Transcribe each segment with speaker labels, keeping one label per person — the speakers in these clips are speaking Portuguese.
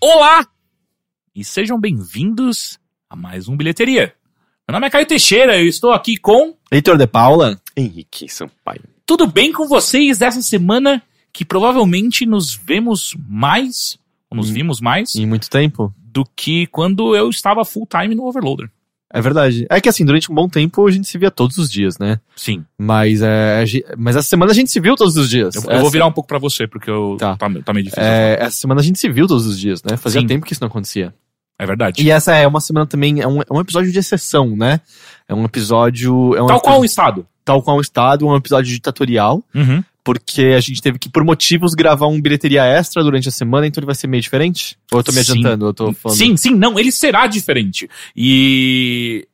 Speaker 1: Olá! E sejam bem-vindos a mais um Bilheteria. Meu nome é Caio Teixeira, eu estou aqui com.
Speaker 2: Heitor de Paula?
Speaker 3: Henrique Sampaio.
Speaker 1: Tudo bem com vocês dessa semana que provavelmente nos vemos mais, ou nos
Speaker 2: Hum.
Speaker 1: vimos mais,
Speaker 2: Em muito tempo?
Speaker 1: do que quando eu estava full time no Overloader.
Speaker 2: É verdade. É que assim, durante um bom tempo a gente se via todos os dias, né?
Speaker 1: Sim.
Speaker 2: Mas, é, a ge- mas essa semana a gente se viu todos os dias.
Speaker 1: Eu, eu
Speaker 2: essa,
Speaker 1: vou virar um pouco pra você, porque eu tá,
Speaker 2: Tá.
Speaker 1: tá meio difícil. É,
Speaker 2: é, essa semana a gente se viu todos os dias, né? Fazia
Speaker 1: Sim.
Speaker 2: tempo que isso não acontecia.
Speaker 1: verdade.
Speaker 2: E essa é uma semana também, é um, é um episódio de exceção, né? É um episódio. É um
Speaker 1: Tal
Speaker 2: episódio-
Speaker 1: qual o Estado.
Speaker 2: tal qual o Estado, um episódio ditatorial,
Speaker 1: Uhum.
Speaker 2: porque a gente teve que, por motivos, gravar um bilheteria extra durante a semana, então ele vai ser meio diferente? Ou eu tô me
Speaker 1: Sim.
Speaker 2: adiantando? Eu tô falando.
Speaker 1: Sim, sim, não, ele será diferente. E.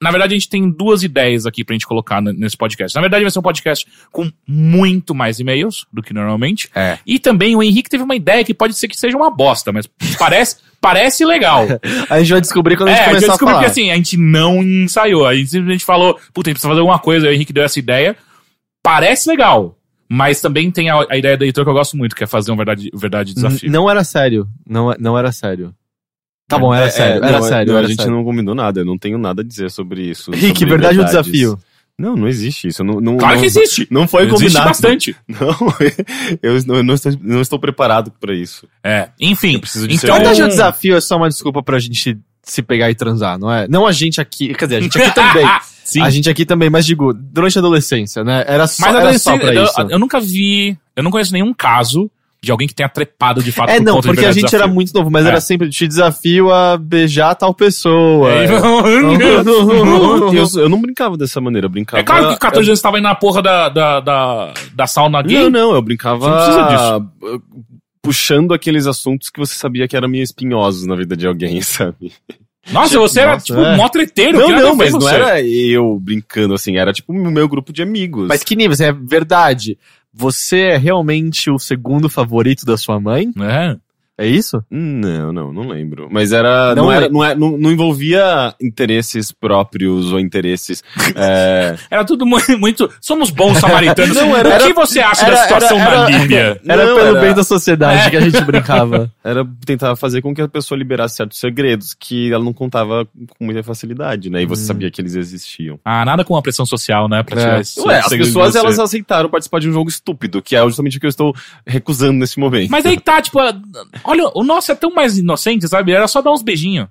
Speaker 1: Na verdade, a gente tem duas ideias aqui pra gente colocar n- nesse podcast. Na verdade, vai ser um podcast com muito mais e-mails do que normalmente.
Speaker 2: É.
Speaker 1: E também o Henrique teve uma ideia que pode ser que seja uma bosta, mas parece, parece legal.
Speaker 2: A gente vai descobrir quando a gente
Speaker 1: é, eu
Speaker 2: começar a
Speaker 1: descobri
Speaker 2: falar.
Speaker 1: que assim, a gente não ensaiou. A gente simplesmente falou, puta, a gente precisa fazer alguma coisa. Aí o Henrique deu essa ideia. Parece legal. Mas também tem a, a ideia do editor que eu gosto muito, que é fazer um verdade, verdade desafio.
Speaker 2: N- Não era sério. Não, não era sério. Tá bom, era
Speaker 3: É,
Speaker 2: sério.
Speaker 3: não,
Speaker 2: Era
Speaker 3: é-
Speaker 2: sério.
Speaker 3: não,
Speaker 2: era
Speaker 3: a gente
Speaker 2: sério.
Speaker 3: não combinou nada, eu não tenho nada a dizer sobre isso.
Speaker 2: Rick,
Speaker 3: sobre
Speaker 2: verdade ou
Speaker 3: verdades.
Speaker 2: desafio?
Speaker 3: Não, não existe isso. eu Não, não,
Speaker 1: claro
Speaker 3: não,
Speaker 1: que existe.
Speaker 3: Não foi
Speaker 1: existe
Speaker 3: combinado.
Speaker 1: bastante.
Speaker 3: Não, eu, eu não, estou, não estou preparado pra isso.
Speaker 1: É, enfim.
Speaker 3: preciso de
Speaker 1: Então,
Speaker 3: ser-
Speaker 2: Verdade ou desafio é só uma desculpa pra gente se pegar e transar, não é? Não a gente aqui, quer dizer, a gente aqui também.
Speaker 1: Ah, Sim.
Speaker 2: A gente aqui também, mas digo, durante a adolescência, né? Era só,
Speaker 1: Mas
Speaker 2: era só
Speaker 1: adolescente-
Speaker 2: pra
Speaker 1: eu,
Speaker 2: isso.
Speaker 1: eu nunca vi, eu não conheço nenhum caso de alguém que tenha trepado de fato
Speaker 2: É,
Speaker 1: por
Speaker 2: não,
Speaker 1: conta
Speaker 2: porque
Speaker 1: de
Speaker 2: a
Speaker 1: verdade
Speaker 2: gente era
Speaker 1: desafio.
Speaker 2: muito novo, mas
Speaker 1: É.
Speaker 2: era sempre te desafio a beijar tal pessoa.
Speaker 1: É,
Speaker 2: Então,
Speaker 3: Eu, eu não brincava dessa maneira, eu brincava.
Speaker 1: É claro que com 14 anos você tava indo na porra da, da, da, da sauna gay.
Speaker 3: Não, não,
Speaker 1: Você
Speaker 3: eu
Speaker 1: não
Speaker 3: brincava. Puxando aqueles assuntos que você sabia que eram meio espinhosos na vida de alguém, sabe?
Speaker 1: Nossa, você era
Speaker 2: Nossa,
Speaker 1: tipo
Speaker 2: é.
Speaker 1: mó treteiro.
Speaker 3: Não,
Speaker 1: que nada a
Speaker 3: não,
Speaker 1: ver
Speaker 3: mas
Speaker 1: com
Speaker 3: não
Speaker 1: você.
Speaker 3: era eu brincando assim, era tipo o meu grupo de amigos.
Speaker 2: Mas que nível? assim, É verdade. Você é realmente o segundo favorito da sua mãe?
Speaker 1: É.
Speaker 2: É isso?
Speaker 3: Não, não, não lembro. Mas era.
Speaker 2: Não
Speaker 3: Não, era, não, era- não- não envolvia interesses próprios ou interesses. é,
Speaker 1: Era tudo mu- muito... Somos bons samaritanos.
Speaker 2: Não, era-
Speaker 1: o que você acha da
Speaker 2: era-
Speaker 1: situação
Speaker 2: era-
Speaker 1: na
Speaker 2: era-
Speaker 1: Líbia?
Speaker 3: Não,
Speaker 2: Era É. pelo
Speaker 3: era-
Speaker 2: bem da sociedade que a gente brincava.
Speaker 3: era tentar fazer com que a pessoa liberasse certos segredos que ela não contava com muita facilidade, né? E você
Speaker 2: Hum.
Speaker 3: sabia que eles existiam.
Speaker 1: Ah, nada com a pressão social, né? Pra
Speaker 2: É.
Speaker 1: tirar esse-
Speaker 3: Ué, as
Speaker 1: segredo de
Speaker 3: pessoas
Speaker 1: você.
Speaker 3: elas aceitaram participar de um jogo estúpido, que é justamente o que eu estou recusando nesse momento.
Speaker 1: Mas aí tá, tipo, ela- olha, o nosso é tão mais inocente, sabe? Era só dar uns beijinhos.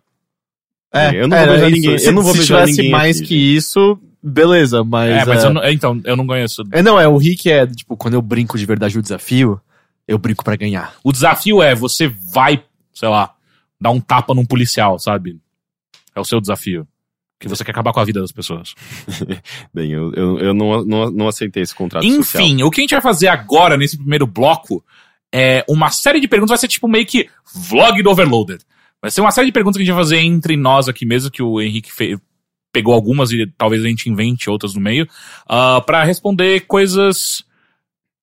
Speaker 3: É, eu não vou
Speaker 2: era
Speaker 3: beijar
Speaker 2: isso.
Speaker 3: ninguém, eu
Speaker 2: Se,
Speaker 3: não vou
Speaker 2: se
Speaker 3: beijar
Speaker 2: tivesse
Speaker 3: ninguém
Speaker 2: mais
Speaker 3: aqui,
Speaker 2: que isso, beleza, mas.
Speaker 1: É, mas
Speaker 2: é-
Speaker 1: eu não, então, eu não conheço.
Speaker 2: É, não, é, o Rick é, tipo, quando eu brinco de verdade o desafio, eu brinco pra ganhar.
Speaker 1: O desafio é você vai, sei lá, dar um tapa num policial, sabe? É o seu desafio. Que você quer acabar com a vida das pessoas.
Speaker 3: Bem, eu, eu, eu não, não, não aceitei esse
Speaker 2: Tá
Speaker 3: contrato social.
Speaker 1: Enfim, o que a gente vai fazer agora nesse primeiro bloco é uma série de perguntas. Vai ser tipo meio que vlog do Overloader. Vai ser uma série de perguntas que a gente vai fazer entre nós aqui mesmo, que o Henrique fe- pegou algumas e talvez a gente invente outras no meio, ah, pra responder coisas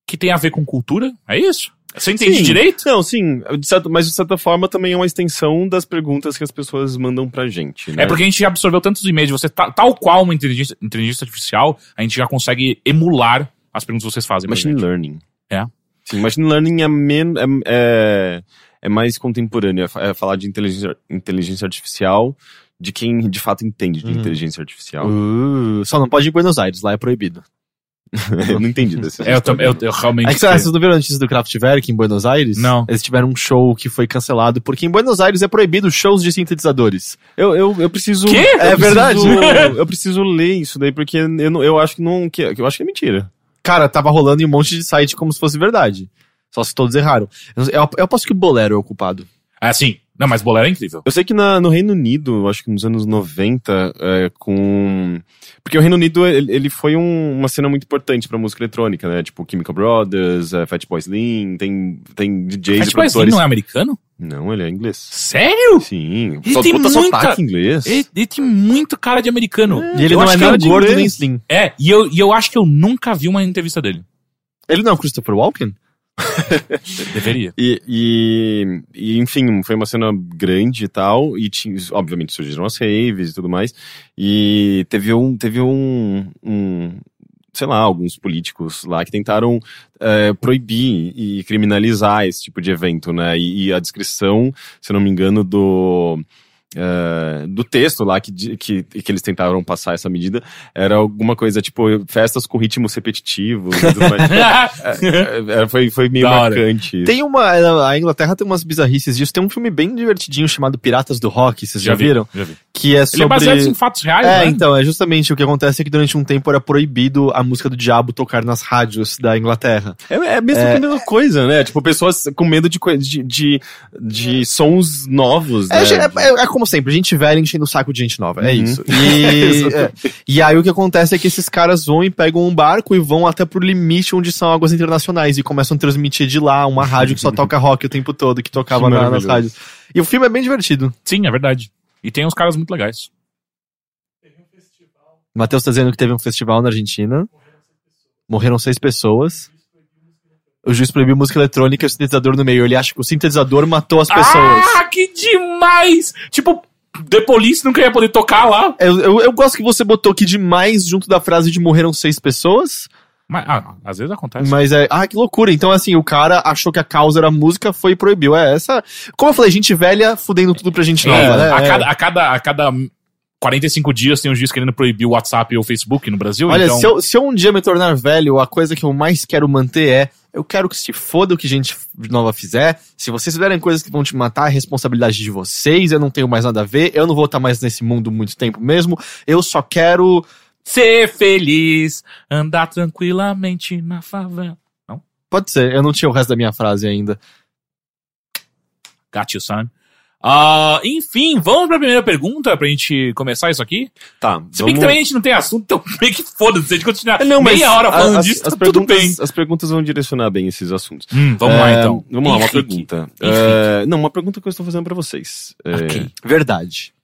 Speaker 1: que tem a ver com cultura. É isso? Você entende
Speaker 3: Sim.
Speaker 1: direito?
Speaker 3: Não, sim, de certa- mas de certa forma também é uma extensão das perguntas que as pessoas mandam pra gente, né?
Speaker 1: É porque a gente já absorveu tantos e-mails de você, ta- tal qual uma inteligência, inteligência artificial, a gente já consegue emular as perguntas que vocês fazem. pra
Speaker 3: Machine
Speaker 1: gente.
Speaker 3: learning.
Speaker 1: É.
Speaker 3: Sim, machine learning é, men, é, é, é mais contemporâneo, é fa- é falar de inteligência, inteligência artificial, de quem de fato entende de
Speaker 2: Uhum.
Speaker 3: inteligência artificial.
Speaker 2: Uh, só não pode ir em Buenos Aires, lá é proibido.
Speaker 3: eu não entendi dessa
Speaker 1: É, eu, tam- eu, eu realmente.
Speaker 2: É que, ah, vocês não viram a notícia do Kraftwerk em Buenos Aires?
Speaker 1: Não.
Speaker 2: Eles tiveram um show que foi cancelado, porque em Buenos Aires é proibido shows de sintetizadores.
Speaker 3: Eu, eu, eu preciso.
Speaker 1: Quê?
Speaker 3: Eu
Speaker 2: É
Speaker 3: preciso-
Speaker 2: verdade.
Speaker 3: eu preciso ler isso daí, porque eu, não- eu acho que não. Que, eu acho que é mentira.
Speaker 2: Cara, tava rolando em um monte de site como se fosse verdade. Só se todos erraram. Eu, eu, eu aposto que o Bolero é o culpado.
Speaker 1: Ah, sim. Não, mas Bolero é incrível.
Speaker 3: Eu sei que na- no Reino Unido, eu acho que nos anos 90, é, com. Porque o Reino Unido, ele, ele foi um- uma cena muito importante pra música eletrônica, né? Tipo Chemical Brothers, é, Fat Boy Slim, tem, tem DJs
Speaker 1: Mas
Speaker 3: e
Speaker 1: tipo, assim,
Speaker 3: produtores.
Speaker 1: não é americano?
Speaker 3: não... ele é inglês.
Speaker 1: Sério?
Speaker 3: Sim.
Speaker 1: Ele
Speaker 3: Só
Speaker 1: tem
Speaker 3: puta
Speaker 1: muita-
Speaker 3: sotaque inglês.
Speaker 1: Ele, ele tem muito cara de americano.
Speaker 2: E ele
Speaker 1: Eu
Speaker 2: não
Speaker 1: acho
Speaker 2: é
Speaker 1: que
Speaker 2: nem
Speaker 1: era de
Speaker 2: gordo
Speaker 1: inglês.
Speaker 2: nem slim.
Speaker 1: É, e eu, e eu acho que eu nunca vi uma entrevista dele.
Speaker 2: Ele não é o Christopher Walken?
Speaker 1: Deveria.
Speaker 3: E, e- e, enfim, foi uma cena grande e tal, e tinha, obviamente surgiram as raves e tudo mais, e teve um, teve um, um sei lá, alguns políticos lá que tentaram é, proibir e criminalizar esse tipo de evento, né? E, e a descrição, se não me engano, do. é, do texto lá que, di- que, que eles tentaram passar essa medida era alguma coisa tipo festas com ritmos repetitivos e tudo mais. É, é, foi, foi meio
Speaker 1: Da hora.
Speaker 3: marcante. isso.
Speaker 2: Tem uma. é, A Inglaterra tem umas bizarrices disso. Tem um filme bem divertidinho chamado Piratas do Rock, vocês já,
Speaker 1: vi,
Speaker 2: viram?
Speaker 1: Já vi.
Speaker 2: Que é
Speaker 1: Ele
Speaker 2: sobre.
Speaker 1: é baseado em fatos reais,
Speaker 2: É,
Speaker 1: né?
Speaker 2: então, é justamente o que acontece é que durante um tempo era proibido a música do diabo tocar nas rádios da Inglaterra.
Speaker 3: É, é mesmo que a mesma coisa, né? Tipo, pessoas com medo de, coi- de, de,
Speaker 1: É.
Speaker 3: de sons novos, né?
Speaker 2: É, ge- é- é- é como sempre, gente velha enchendo o saco de gente nova, é
Speaker 3: Uhum.
Speaker 2: isso. E, é, e aí o que acontece é que esses caras vão e pegam um barco e vão até pro limite onde são águas internacionais e começam a transmitir de lá uma rádio que só toca rock o tempo todo, que tocava
Speaker 3: Que
Speaker 2: na- nas
Speaker 3: maravilhoso.
Speaker 2: rádios. E o filme é bem divertido.
Speaker 1: Sim, é verdade. E tem uns caras muito legais.
Speaker 2: O Matheus tá dizendo que teve um festival na Argentina. Morreram seis pessoas. O juiz proibiu música eletrônica e o sintetizador no meio. Ele acha que o sintetizador matou as pessoas.
Speaker 1: Ah, que demais! Tipo, The Police nunca ia poder tocar lá.
Speaker 2: Eu, eu, eu gosto que você botou aqui demais junto da frase de morreram seis pessoas.
Speaker 1: Mas, ah, às vezes acontece.
Speaker 2: Mas é. Ah, que loucura. Então, assim, o cara achou que a causa era música, foi e proibiu. É essa. Como eu falei, gente velha fudendo tudo pra gente
Speaker 1: É,
Speaker 2: nova, né?
Speaker 1: a,
Speaker 2: É.
Speaker 1: cada, a, cada, a cada 45 dias tem um juiz querendo proibir o WhatsApp ou o Facebook no Brasil.
Speaker 2: Olha,
Speaker 1: então...
Speaker 2: se, eu, se eu um dia me tornar velho, a coisa que eu mais quero manter é: eu quero que se foda o que gente nova fizer. Se vocês fizerem coisas que vão te matar, é responsabilidade de vocês. Eu não tenho mais nada a ver. Eu não vou estar mais nesse mundo muito tempo mesmo. Eu só quero.
Speaker 1: Ser feliz, andar tranquilamente na favela.
Speaker 2: Pode ser, eu não tinha o resto da minha frase ainda.
Speaker 1: Got you, son. Ah, enfim, vamos pra primeira pergunta pra gente começar isso aqui.
Speaker 3: Tá,
Speaker 1: Se bem que também a gente não tem assunto, então meio que foda-se. Se a gente continuar
Speaker 3: Não, mas
Speaker 1: meia hora falando
Speaker 3: as,
Speaker 1: disso,
Speaker 3: as
Speaker 1: tá tudo
Speaker 3: perguntas,
Speaker 1: bem.
Speaker 3: As perguntas vão direcionar bem esses assuntos.
Speaker 1: Hum, vamos lá,
Speaker 3: É,
Speaker 1: então.
Speaker 3: Vamos lá, uma
Speaker 1: Henrique.
Speaker 3: pergunta. É, não, uma pergunta que eu estou fazendo pra vocês. É,
Speaker 1: Ok.
Speaker 2: Verdade.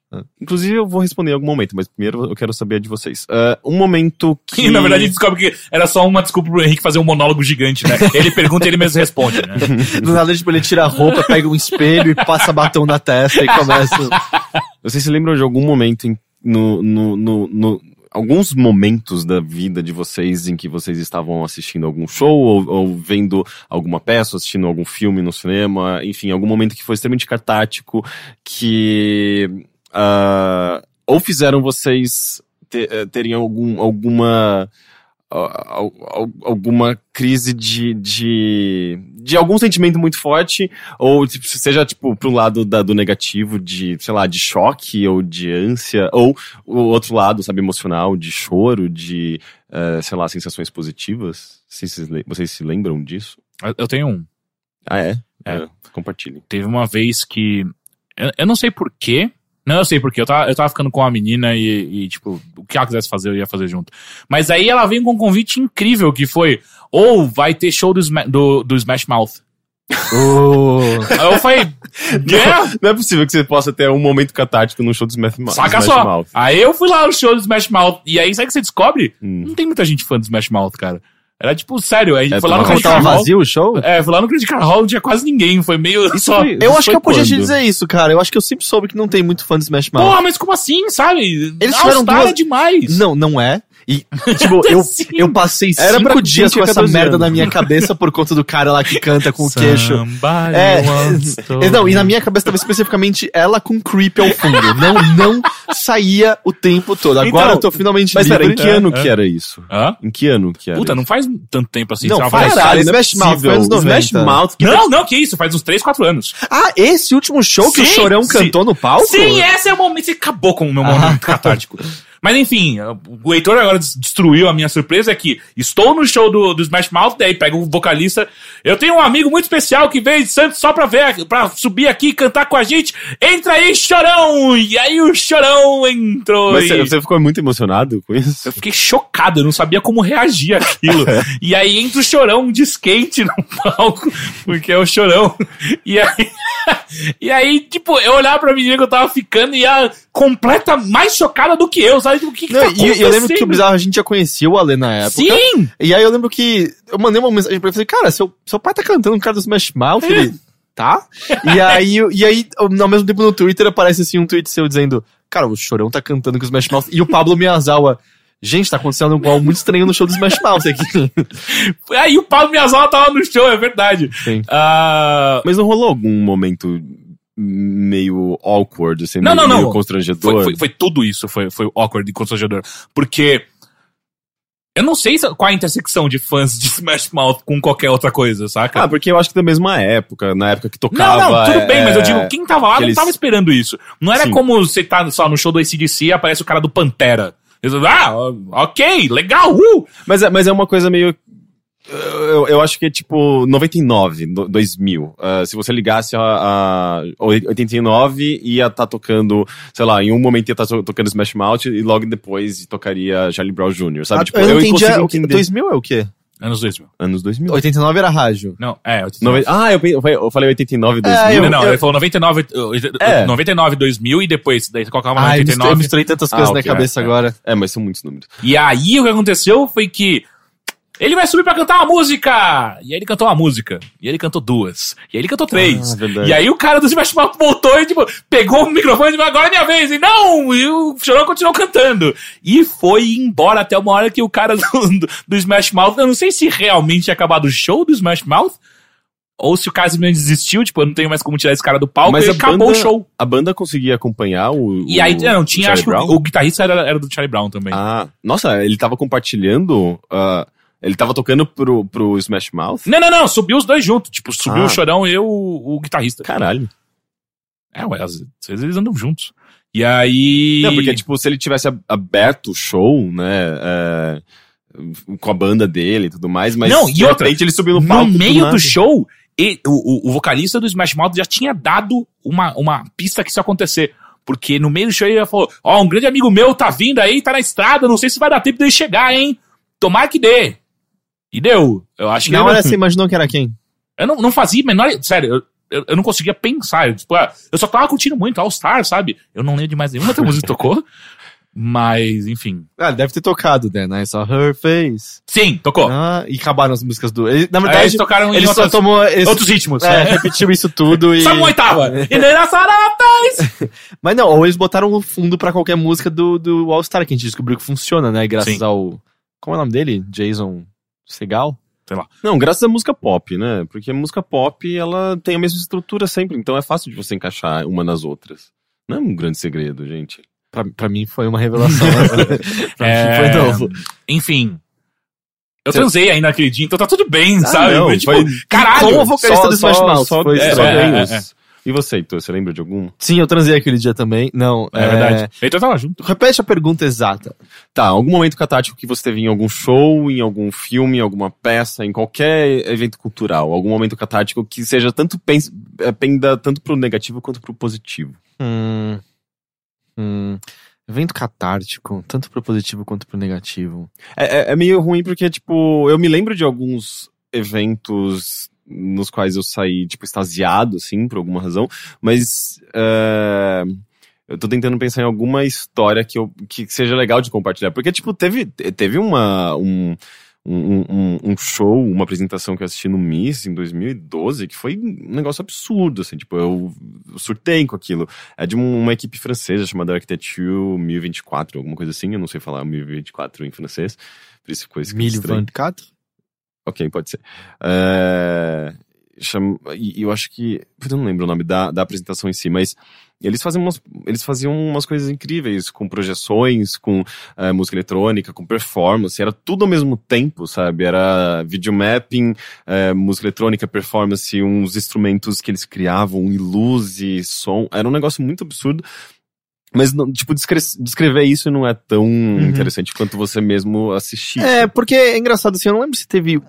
Speaker 3: Inclusive, eu vou responder em algum momento, mas primeiro eu quero saber a de vocês. É, um momento que.
Speaker 1: Que na verdade a gente descobre que era só uma desculpa pro Henrique fazer um monólogo gigante, né? Ele pergunta e ele mesmo responde, né?
Speaker 2: Do nada, tipo, ele tira a roupa, pega um espelho e passa batom na testa e começa.
Speaker 3: Vocês se lembram de algum momento em, no, no, no, no- alguns momentos da vida de vocês em que vocês estavam assistindo algum show ou, ou vendo alguma peça, assistindo algum filme no cinema, enfim, algum momento que foi extremamente catártico que ah, ou fizeram vocês te- eh, terem algum, alguma ah, al- al- alguma crise de, de, de algum sentimento muito forte ou tipo, seja, tipo, pro lado da- do negativo, de, sei lá, de choque ou de ânsia, ou o outro lado, sabe, emocional, de choro, de, eh, sei lá, sensações positivas. Vocês, se le- vocês se lembram disso?
Speaker 1: Eu tenho um.
Speaker 3: Ah, é?
Speaker 1: É.
Speaker 3: compartilhem.
Speaker 1: Teve uma vez que. Eu, eu não sei porquê. Não, eu sei porquê. Eu tava, eu tava ficando com a menina e, e, tipo, o que ela quisesse fazer, eu ia fazer junto. Mas aí ela veio com um convite incrível que foi: ou vai ter show do, Sma- do, do Smash Mouth.
Speaker 2: Oh.
Speaker 1: Aí eu falei: "Né? yeah,
Speaker 3: Não é possível que você possa ter um momento catártico no show do Smash Mouth.
Speaker 1: saca
Speaker 3: Smash
Speaker 1: só.
Speaker 3: Mouth.
Speaker 1: Aí eu fui lá no show do Smash Mouth. E aí, sabe o que você descobre?
Speaker 3: Hum.
Speaker 1: Não tem muita gente fã do Smash Mouth, cara. Era tipo, sério, aí
Speaker 3: É,
Speaker 1: foi lá no
Speaker 3: tava-
Speaker 2: Como tava
Speaker 1: Critical Hall.
Speaker 2: vazio o show?
Speaker 1: É, foi lá no Critical Hall, não tinha quase ninguém, foi meio só.
Speaker 3: foi-
Speaker 2: Eu acho
Speaker 3: foi
Speaker 2: que eu podia te
Speaker 3: quando?
Speaker 2: dizer isso, cara. Eu acho que eu sempre soube que não tem muito fã de Smash Mouth.
Speaker 1: Porra, mas como assim, sabe?
Speaker 2: Eles
Speaker 1: All
Speaker 2: tiveram
Speaker 1: Star
Speaker 2: duas-
Speaker 1: é demais.
Speaker 2: Não, não é. E, tipo, eu,
Speaker 1: Sim.
Speaker 2: eu passei
Speaker 3: assim. Era pra
Speaker 2: cinco
Speaker 3: quem
Speaker 2: dias com
Speaker 3: tinha
Speaker 2: essa
Speaker 3: 14
Speaker 2: merda
Speaker 3: anos.
Speaker 2: na minha cabeça por conta do cara lá que canta com o queixo. É.
Speaker 1: É.
Speaker 2: Não, e na minha cabeça tava especificamente ela com creep ao fundo. Não, não saía o tempo todo. Agora
Speaker 3: Então,
Speaker 2: eu tô finalmente
Speaker 3: Mas pera,
Speaker 2: livre.
Speaker 3: em que ano que era isso?
Speaker 1: Hã?
Speaker 3: Em que ano que era
Speaker 1: É, Puta, não faz tanto tempo assim.
Speaker 2: Não,
Speaker 1: sei lá,
Speaker 2: faz-
Speaker 1: vai-
Speaker 2: Caralho,
Speaker 3: Caralho,
Speaker 2: Smash Mouth foi anos 90.
Speaker 3: Smash Mouth, que
Speaker 1: Não, não, que isso, faz uns 3, 4 anos.
Speaker 2: Ah, esse último show que o
Speaker 1: Sim,
Speaker 2: Chorão
Speaker 1: sim.
Speaker 2: cantou no palco?
Speaker 1: Sim, esse é o momento. Você acabou com o meu momento catártico. Mas enfim, o Heitor agora des- destruiu a minha surpresa é que estou no show do, do Smash Mouth, daí pega o vocalista. Eu tenho um amigo muito especial que veio de Santos só pra ver, pra subir aqui e cantar com a gente. Entra aí, chorão! E aí o chorão entrou.
Speaker 3: Mas
Speaker 1: e-
Speaker 3: você, você ficou muito emocionado com isso?
Speaker 1: Eu fiquei chocado, eu não sabia como reagir àquilo.
Speaker 2: É.
Speaker 1: e aí entra o chorão de skate no palco, porque é o chorão. E aí, e aí tipo, eu olhava pra menina que eu tava ficando e ela completa mais chocada do que eu, sabe? Tipo, o que, que
Speaker 2: Não,
Speaker 1: tá
Speaker 2: e e eu lembro que o
Speaker 1: acontecendo?
Speaker 2: Bizarro a gente já conhecia o Ale na época.
Speaker 1: Sim!
Speaker 2: E aí eu lembro que eu mandei uma mensagem pra ele, falei, cara, seu, seu pai tá cantando um cara do Smash Mouth, ele, tá? E aí, e aí, ao mesmo tempo no Twitter aparece assim um tweet seu dizendo, cara, o Chorão tá cantando com o Smash Mouth, e o Pablo Miyazawa, Gente, tá acontecendo algo muito estranho no show do Smash Mouth aqui.
Speaker 1: Aí o Pablo Miyazawa tava no show, é verdade.
Speaker 2: Sim.
Speaker 1: Ah,
Speaker 3: Mas não rolou algum momento meio awkward, assim,
Speaker 1: Não, não,
Speaker 3: meio,
Speaker 1: não.
Speaker 3: meio constrangedor?
Speaker 1: foi, foi, foi tudo isso, foi, foi awkward e constrangedor. Porque eu não sei se- qual a intersecção de fãs de Smash Mouth com qualquer outra coisa, saca?
Speaker 3: Ah, porque eu acho que da mesma época, na época que
Speaker 1: não, não,
Speaker 3: tocava...
Speaker 1: tudo bem,
Speaker 3: é,
Speaker 1: mas eu digo, quem tava lá não
Speaker 3: aqueles-
Speaker 1: tava esperando isso. Não era
Speaker 3: Sim.
Speaker 1: como você tá só no show do ACDC e aparece o cara do Pantera. Eles, Ah, ok, legal, uh!
Speaker 3: Mas é, mas é uma coisa meio. Eu, eu acho que é tipo 99, do- 2000. Ah, se você ligasse a, a 89, ia estar tocando, sei lá, em um momento ia estar tocando Smash Mouth e logo depois tocaria Charlie Brown Jr., sabe?
Speaker 2: Ah,
Speaker 3: tipo,
Speaker 2: eu não entendi.
Speaker 3: consigo
Speaker 2: é, o que-
Speaker 3: entender-
Speaker 2: 2000 é o quê?
Speaker 1: Anos 2000.
Speaker 3: Anos 2000.
Speaker 2: 89 era rádio.
Speaker 1: Não, é.
Speaker 3: 90 Ah, eu, pe- eu falei- eu falei 89, 2000.
Speaker 2: eu-
Speaker 1: não, não, ele falou 99,
Speaker 3: Ah, É.
Speaker 1: 99, 2000 e depois, daí você colocava
Speaker 2: Ah, eu misturei,
Speaker 1: 99.
Speaker 2: tantas
Speaker 3: Ah,
Speaker 2: coisas na
Speaker 3: ok,
Speaker 2: cabeça
Speaker 3: é, é.
Speaker 2: agora.
Speaker 3: É, mas são muitos números.
Speaker 1: E aí o que aconteceu foi que ele vai subir pra cantar uma música! E aí ele cantou uma música. E aí ele cantou duas. E aí ele cantou três.
Speaker 3: Ah, verdade.
Speaker 1: e aí o cara do Smash Mouth voltou e, tipo, pegou o microfone e disse, agora é minha vez. E não! E o Chorão continuou cantando. E foi embora até uma hora que o cara do, do Smash Mouth, eu não sei se realmente tinha acabado o show do Smash Mouth, ou se o cara simplesmente desistiu, tipo, eu não tenho mais como tirar esse cara do palco,
Speaker 3: Mas
Speaker 1: e
Speaker 3: a
Speaker 1: acabou
Speaker 3: banda-
Speaker 1: o show.
Speaker 3: A banda conseguia acompanhar o.
Speaker 1: E aí,
Speaker 3: o
Speaker 1: não, tinha,
Speaker 3: Charlie
Speaker 1: acho que
Speaker 3: Brown?
Speaker 1: o, o guitarrista era, era do Charlie Brown também.
Speaker 3: Ah, nossa, ele tava compartilhando. ah, ele tava tocando pro, pro Smash Mouth?
Speaker 1: Não, não, não, subiu os dois juntos. Tipo, subiu
Speaker 3: Ah.
Speaker 1: o chorão e eu, o, o guitarrista.
Speaker 3: Caralho.
Speaker 1: É, ué, às às vezes eles andam juntos. E aí.
Speaker 3: Não, porque, tipo, se ele tivesse ab- aberto o show, né? é, com a banda dele e tudo mais, mas
Speaker 1: Não, e
Speaker 3: de
Speaker 1: outra,
Speaker 3: repente ele subiu no
Speaker 1: no
Speaker 3: palco.
Speaker 1: meio do
Speaker 3: nada.
Speaker 1: show, e- o, o- o vocalista do Smash Mouth já tinha dado uma, uma pista que isso ia acontecer. Porque no meio do show ele já falou: Ó, um grande amigo meu tá vindo aí, tá na estrada, não sei se vai dar tempo dele chegar, hein? Tomara que dê. E deu. Eu acho que
Speaker 2: Na
Speaker 1: ele-
Speaker 2: hora
Speaker 3: assim,
Speaker 2: você imaginou que era quem?
Speaker 1: Eu não, não fazia a menor. Sério, eu, eu, eu não conseguia pensar. Eu, tipo, ah, eu só tava curtindo muito All Star, sabe? Eu não lembro de mais nenhuma outra música que tocou. Mas, enfim.
Speaker 2: Ah, deve ter tocado, né? I saw her face.
Speaker 1: Sim, tocou.
Speaker 2: Ah, e acabaram as músicas do. ele- na
Speaker 1: Aí
Speaker 2: verdade,
Speaker 1: eles tocaram em
Speaker 2: ele só
Speaker 1: outras-
Speaker 2: tomou. Esse,
Speaker 1: outros ritmos.
Speaker 2: é,
Speaker 1: né?
Speaker 2: repetiu isso tudo e.
Speaker 1: Só um uma oitava. E daí na sala-
Speaker 2: Mas não, ou eles botaram o fundo pra qualquer música do, do All Star, que a gente descobriu que funciona, né? Graças
Speaker 1: Sim.
Speaker 2: ao. Como é o nome dele? Jason Segal?
Speaker 3: Não, graças à música pop, né? Porque a música pop, ela tem a mesma estrutura sempre, então é fácil de você encaixar uma nas outras. Não é um grande segredo, gente.
Speaker 2: Pra, pra mim foi uma revelação. pra
Speaker 1: É.
Speaker 2: mim foi novo.
Speaker 1: Enfim. Eu transei ainda naquele dia, então tá tudo bem,
Speaker 3: Ah,
Speaker 1: sabe?
Speaker 3: não,
Speaker 1: Mas, tipo,
Speaker 3: foi-
Speaker 1: caralho.
Speaker 2: Como o vocalista
Speaker 3: Só-
Speaker 2: do Smash
Speaker 3: só-
Speaker 2: Mouth.
Speaker 3: Só,
Speaker 2: foi
Speaker 3: é,
Speaker 2: isso.
Speaker 3: só
Speaker 1: é,
Speaker 3: ganhos.
Speaker 1: é, é.
Speaker 3: E você, Heitor, você lembra de algum?
Speaker 2: Sim, eu transei aquele dia também. Não,
Speaker 1: É verdade. Então tava junto.
Speaker 2: Repete a pergunta exata.
Speaker 3: Tá, algum momento catártico que você teve em algum show, em algum filme, em alguma peça, em qualquer evento cultural. Algum momento catártico que seja tanto pens- eh, penda tanto pro negativo quanto pro positivo.
Speaker 2: Hum, hum, evento catártico, tanto pro positivo quanto pro negativo.
Speaker 3: É, é- é meio ruim porque, tipo, eu me lembro de alguns eventos nos quais eu saí, tipo, extasiado, assim, por alguma razão, mas. eh, Eu tô tentando pensar em alguma história que, eu, que seja legal de compartilhar. Porque, tipo, teve, te- teve uma, um, um, um- um show, uma apresentação que eu assisti no Miss em 2012, que foi um negócio absurdo, assim. Tipo, eu surtei com aquilo. É de um- uma equipe francesa chamada Architecture 1024, alguma coisa assim. Eu não sei falar 1024 em francês. Por isso ficou escrito
Speaker 2: Milho
Speaker 3: estranho.
Speaker 2: Van Cato?
Speaker 3: Ok, pode ser. É, chama- e e eu acho que. puta, Eu não lembro o nome da, da apresentação em si, mas eles faziam umas, eles faziam umas coisas incríveis, com projeções, com é, música eletrônica, com performance, era tudo ao mesmo tempo, sabe? Era videomapping, é, música eletrônica, performance, uns instrumentos que eles criavam, e luz e som. Era um negócio muito absurdo. Mas, não- tipo, descre- descrever isso não é tão interessante quanto você mesmo assistir.
Speaker 2: Uhum. É, porque é engraçado assim, eu não lembro se teve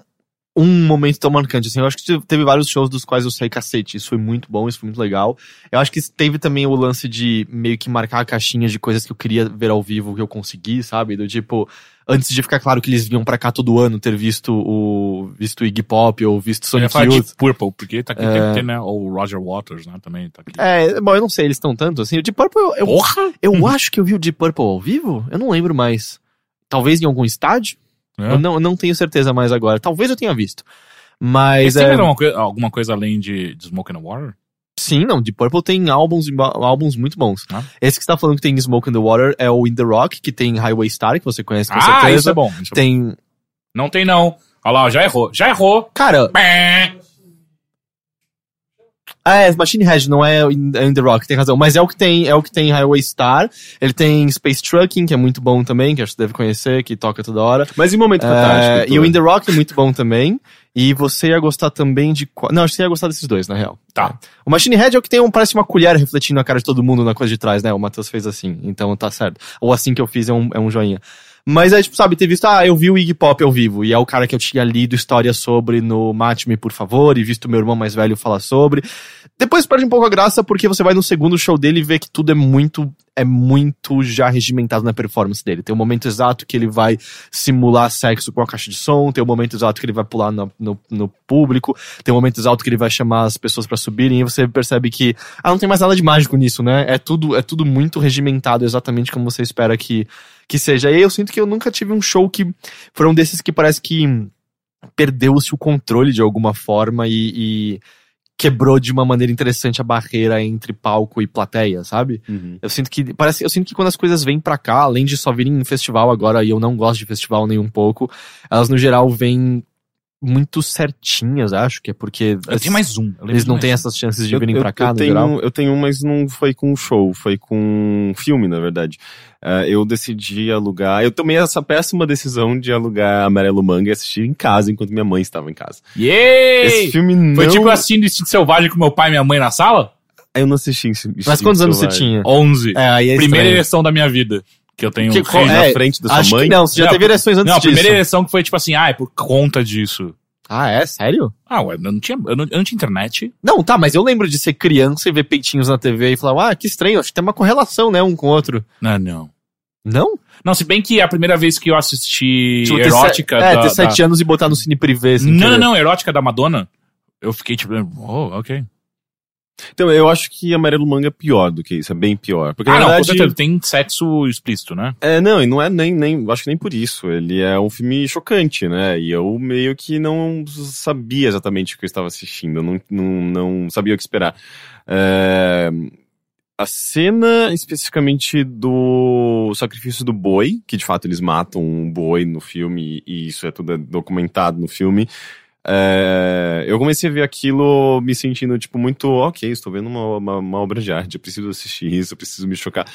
Speaker 2: um momento tão marcante assim. Eu acho que teve- teve vários shows dos quais eu saí cacete. Isso foi muito bom, isso foi muito legal. Eu acho que teve também o lance de meio que marcar a caixinha de coisas que eu queria ver ao vivo, que eu consegui, sabe? Do tipo, antes de ficar claro que eles vinham pra cá todo ano, ter visto o visto Iggy Pop ou visto
Speaker 1: Eu ia
Speaker 2: Sonic
Speaker 1: falar
Speaker 2: Youth.
Speaker 1: de Purple, porque tá aqui, tem, tem, né? Ou o Roger Waters, né? Também tá aqui.
Speaker 2: É, bom, eu não sei, eles estão tanto assim. O Deep Purple, eu, eu,
Speaker 1: Porra!
Speaker 2: eu acho que eu vi o Deep Purple ao vivo? Eu não lembro mais. Talvez em algum estádio?
Speaker 1: É.
Speaker 2: Eu não, eu não tenho certeza mais agora. Talvez eu tenha visto. Mas
Speaker 1: Mas tem
Speaker 2: é,
Speaker 1: mais alguma, coi- alguma coisa além de, de Smoke and Water?
Speaker 2: Sim, não. Deep Purple tem álbuns, e ba- álbuns muito bons.
Speaker 1: Ah.
Speaker 2: Esse que você tá falando que tem Smoke in the Water é o In the Rock, que tem Highway Star, que você conhece com
Speaker 1: Ah,
Speaker 2: certeza.
Speaker 1: isso é bom. isso é bom.
Speaker 2: Tem.
Speaker 1: Não tem, não. Olha lá, ó, já errou. Já errou.
Speaker 2: Cara,
Speaker 1: Pé.
Speaker 2: ah, é, Machine Head não é o In, é In the Rock, tem razão. Mas é o que tem, é o que tem Highway Star. Ele tem Space Trucking, que é muito bom também, que acho que você deve conhecer, que toca toda hora.
Speaker 3: Mas em momento
Speaker 2: É,
Speaker 3: fantástico.
Speaker 2: e o
Speaker 3: Arthur?
Speaker 2: In The Rock é muito bom também. E você ia gostar também de. qual- Não, acho que você ia gostar desses dois, na real.
Speaker 1: Tá.
Speaker 2: O Machine Head é o que tem um, parece uma colher refletindo na cara de todo mundo na coisa de trás, né? O Matheus fez assim, então tá certo. Ou assim que eu fiz é um, é um joinha. Mas é tipo, sabe, ter visto, ah, eu vi o Iggy Pop ao vivo, e é o cara que eu tinha lido história sobre no Mate-me, por favor, e visto meu irmão mais velho falar sobre. Depois perde um pouco a graça, porque você vai no segundo show dele e vê que tudo é muito, é muito já regimentado na performance dele. Tem um momento exato que ele vai simular sexo com a caixa de som, tem um momento exato que ele vai pular no, no, no público, tem um momento exato que ele vai chamar as pessoas pra subirem, e você percebe que, ah, não tem mais nada de mágico nisso, né? É tudo, é tudo muito regimentado, exatamente como você espera que, que seja. E eu sinto que eu nunca tive um show que foi um desses que parece que hum, perdeu-se o controle de alguma forma e. e quebrou de uma maneira interessante a barreira entre palco e plateia, sabe?
Speaker 3: Uhum.
Speaker 2: Eu sinto que parece, eu sinto que quando as coisas vêm pra cá, além de só virem em festival agora, e eu não gosto de festival nem um pouco, elas no geral vêm muito certinhas, acho que é porque
Speaker 1: Eu tenho mais um. Eu lembro
Speaker 2: eles
Speaker 1: de
Speaker 2: não
Speaker 1: mais
Speaker 2: têm
Speaker 1: um.
Speaker 2: essas chances de virem pra cá no
Speaker 3: tenho,
Speaker 2: geral.
Speaker 3: Eu tenho, um, mas não foi com um show, foi com um filme, na verdade. Ah, eu decidi alugar. Eu tomei essa péssima decisão de alugar Amarelo Manga e assistir em casa enquanto minha mãe estava em casa.
Speaker 1: Yay!
Speaker 3: Esse filme não.
Speaker 1: Foi tipo eu assistindo Instinto Selvagem com meu pai e minha mãe na sala?
Speaker 3: Eu não assisti. Instinto
Speaker 2: Mas quantos anos você tinha?
Speaker 3: Selvagem.
Speaker 1: 11.
Speaker 2: É, aí é
Speaker 1: primeira
Speaker 2: estranho.
Speaker 1: ereção da minha vida. Que eu tenho.
Speaker 2: Que- qual-
Speaker 1: Sim.
Speaker 3: Na
Speaker 2: É,
Speaker 3: frente da sua
Speaker 2: Acho
Speaker 3: mãe?
Speaker 2: que não, você já
Speaker 1: Não,
Speaker 2: teve ereções antes
Speaker 1: Não, a
Speaker 2: disso.
Speaker 1: primeira ereção que foi tipo assim, ah, é por conta disso.
Speaker 2: Ah, é? Sério?
Speaker 1: Ah, ué, eu não tinha, eu não, eu não tinha internet.
Speaker 2: Não, tá, mas eu lembro de ser criança e ver peitinhos na TV e falar, ah, que estranho, acho que tem uma correlação, né, um com o outro.
Speaker 1: Não, não.
Speaker 2: Não?
Speaker 1: Não, se bem que é a primeira vez que eu assisti
Speaker 2: Tipo, ter se-
Speaker 1: erótica
Speaker 2: É,
Speaker 1: da,
Speaker 2: ter
Speaker 1: da-
Speaker 2: sete anos e botar no cine privê, assim.
Speaker 1: Não, não, não, erótica da Madonna, eu fiquei tipo, oh, ok.
Speaker 3: Então, eu acho que Amarelo Manga é pior do que isso, é bem pior. Porque,
Speaker 1: ah,
Speaker 3: na
Speaker 1: não, com
Speaker 3: verdade,
Speaker 1: certeza, tem sexo explícito, né?
Speaker 3: É, não, e não é nem, nem, acho que nem por isso. Ele é um filme chocante, né? E eu meio que não sabia exatamente o que eu estava assistindo, eu não, não, não sabia o que esperar. É, a cena especificamente do sacrifício do boi, que de fato eles matam um boi no filme, e isso é tudo documentado no filme. É, eu comecei a ver aquilo me sentindo, tipo, muito, ok, estou vendo uma, uma, uma obra de arte, eu preciso assistir isso, eu preciso me chocar.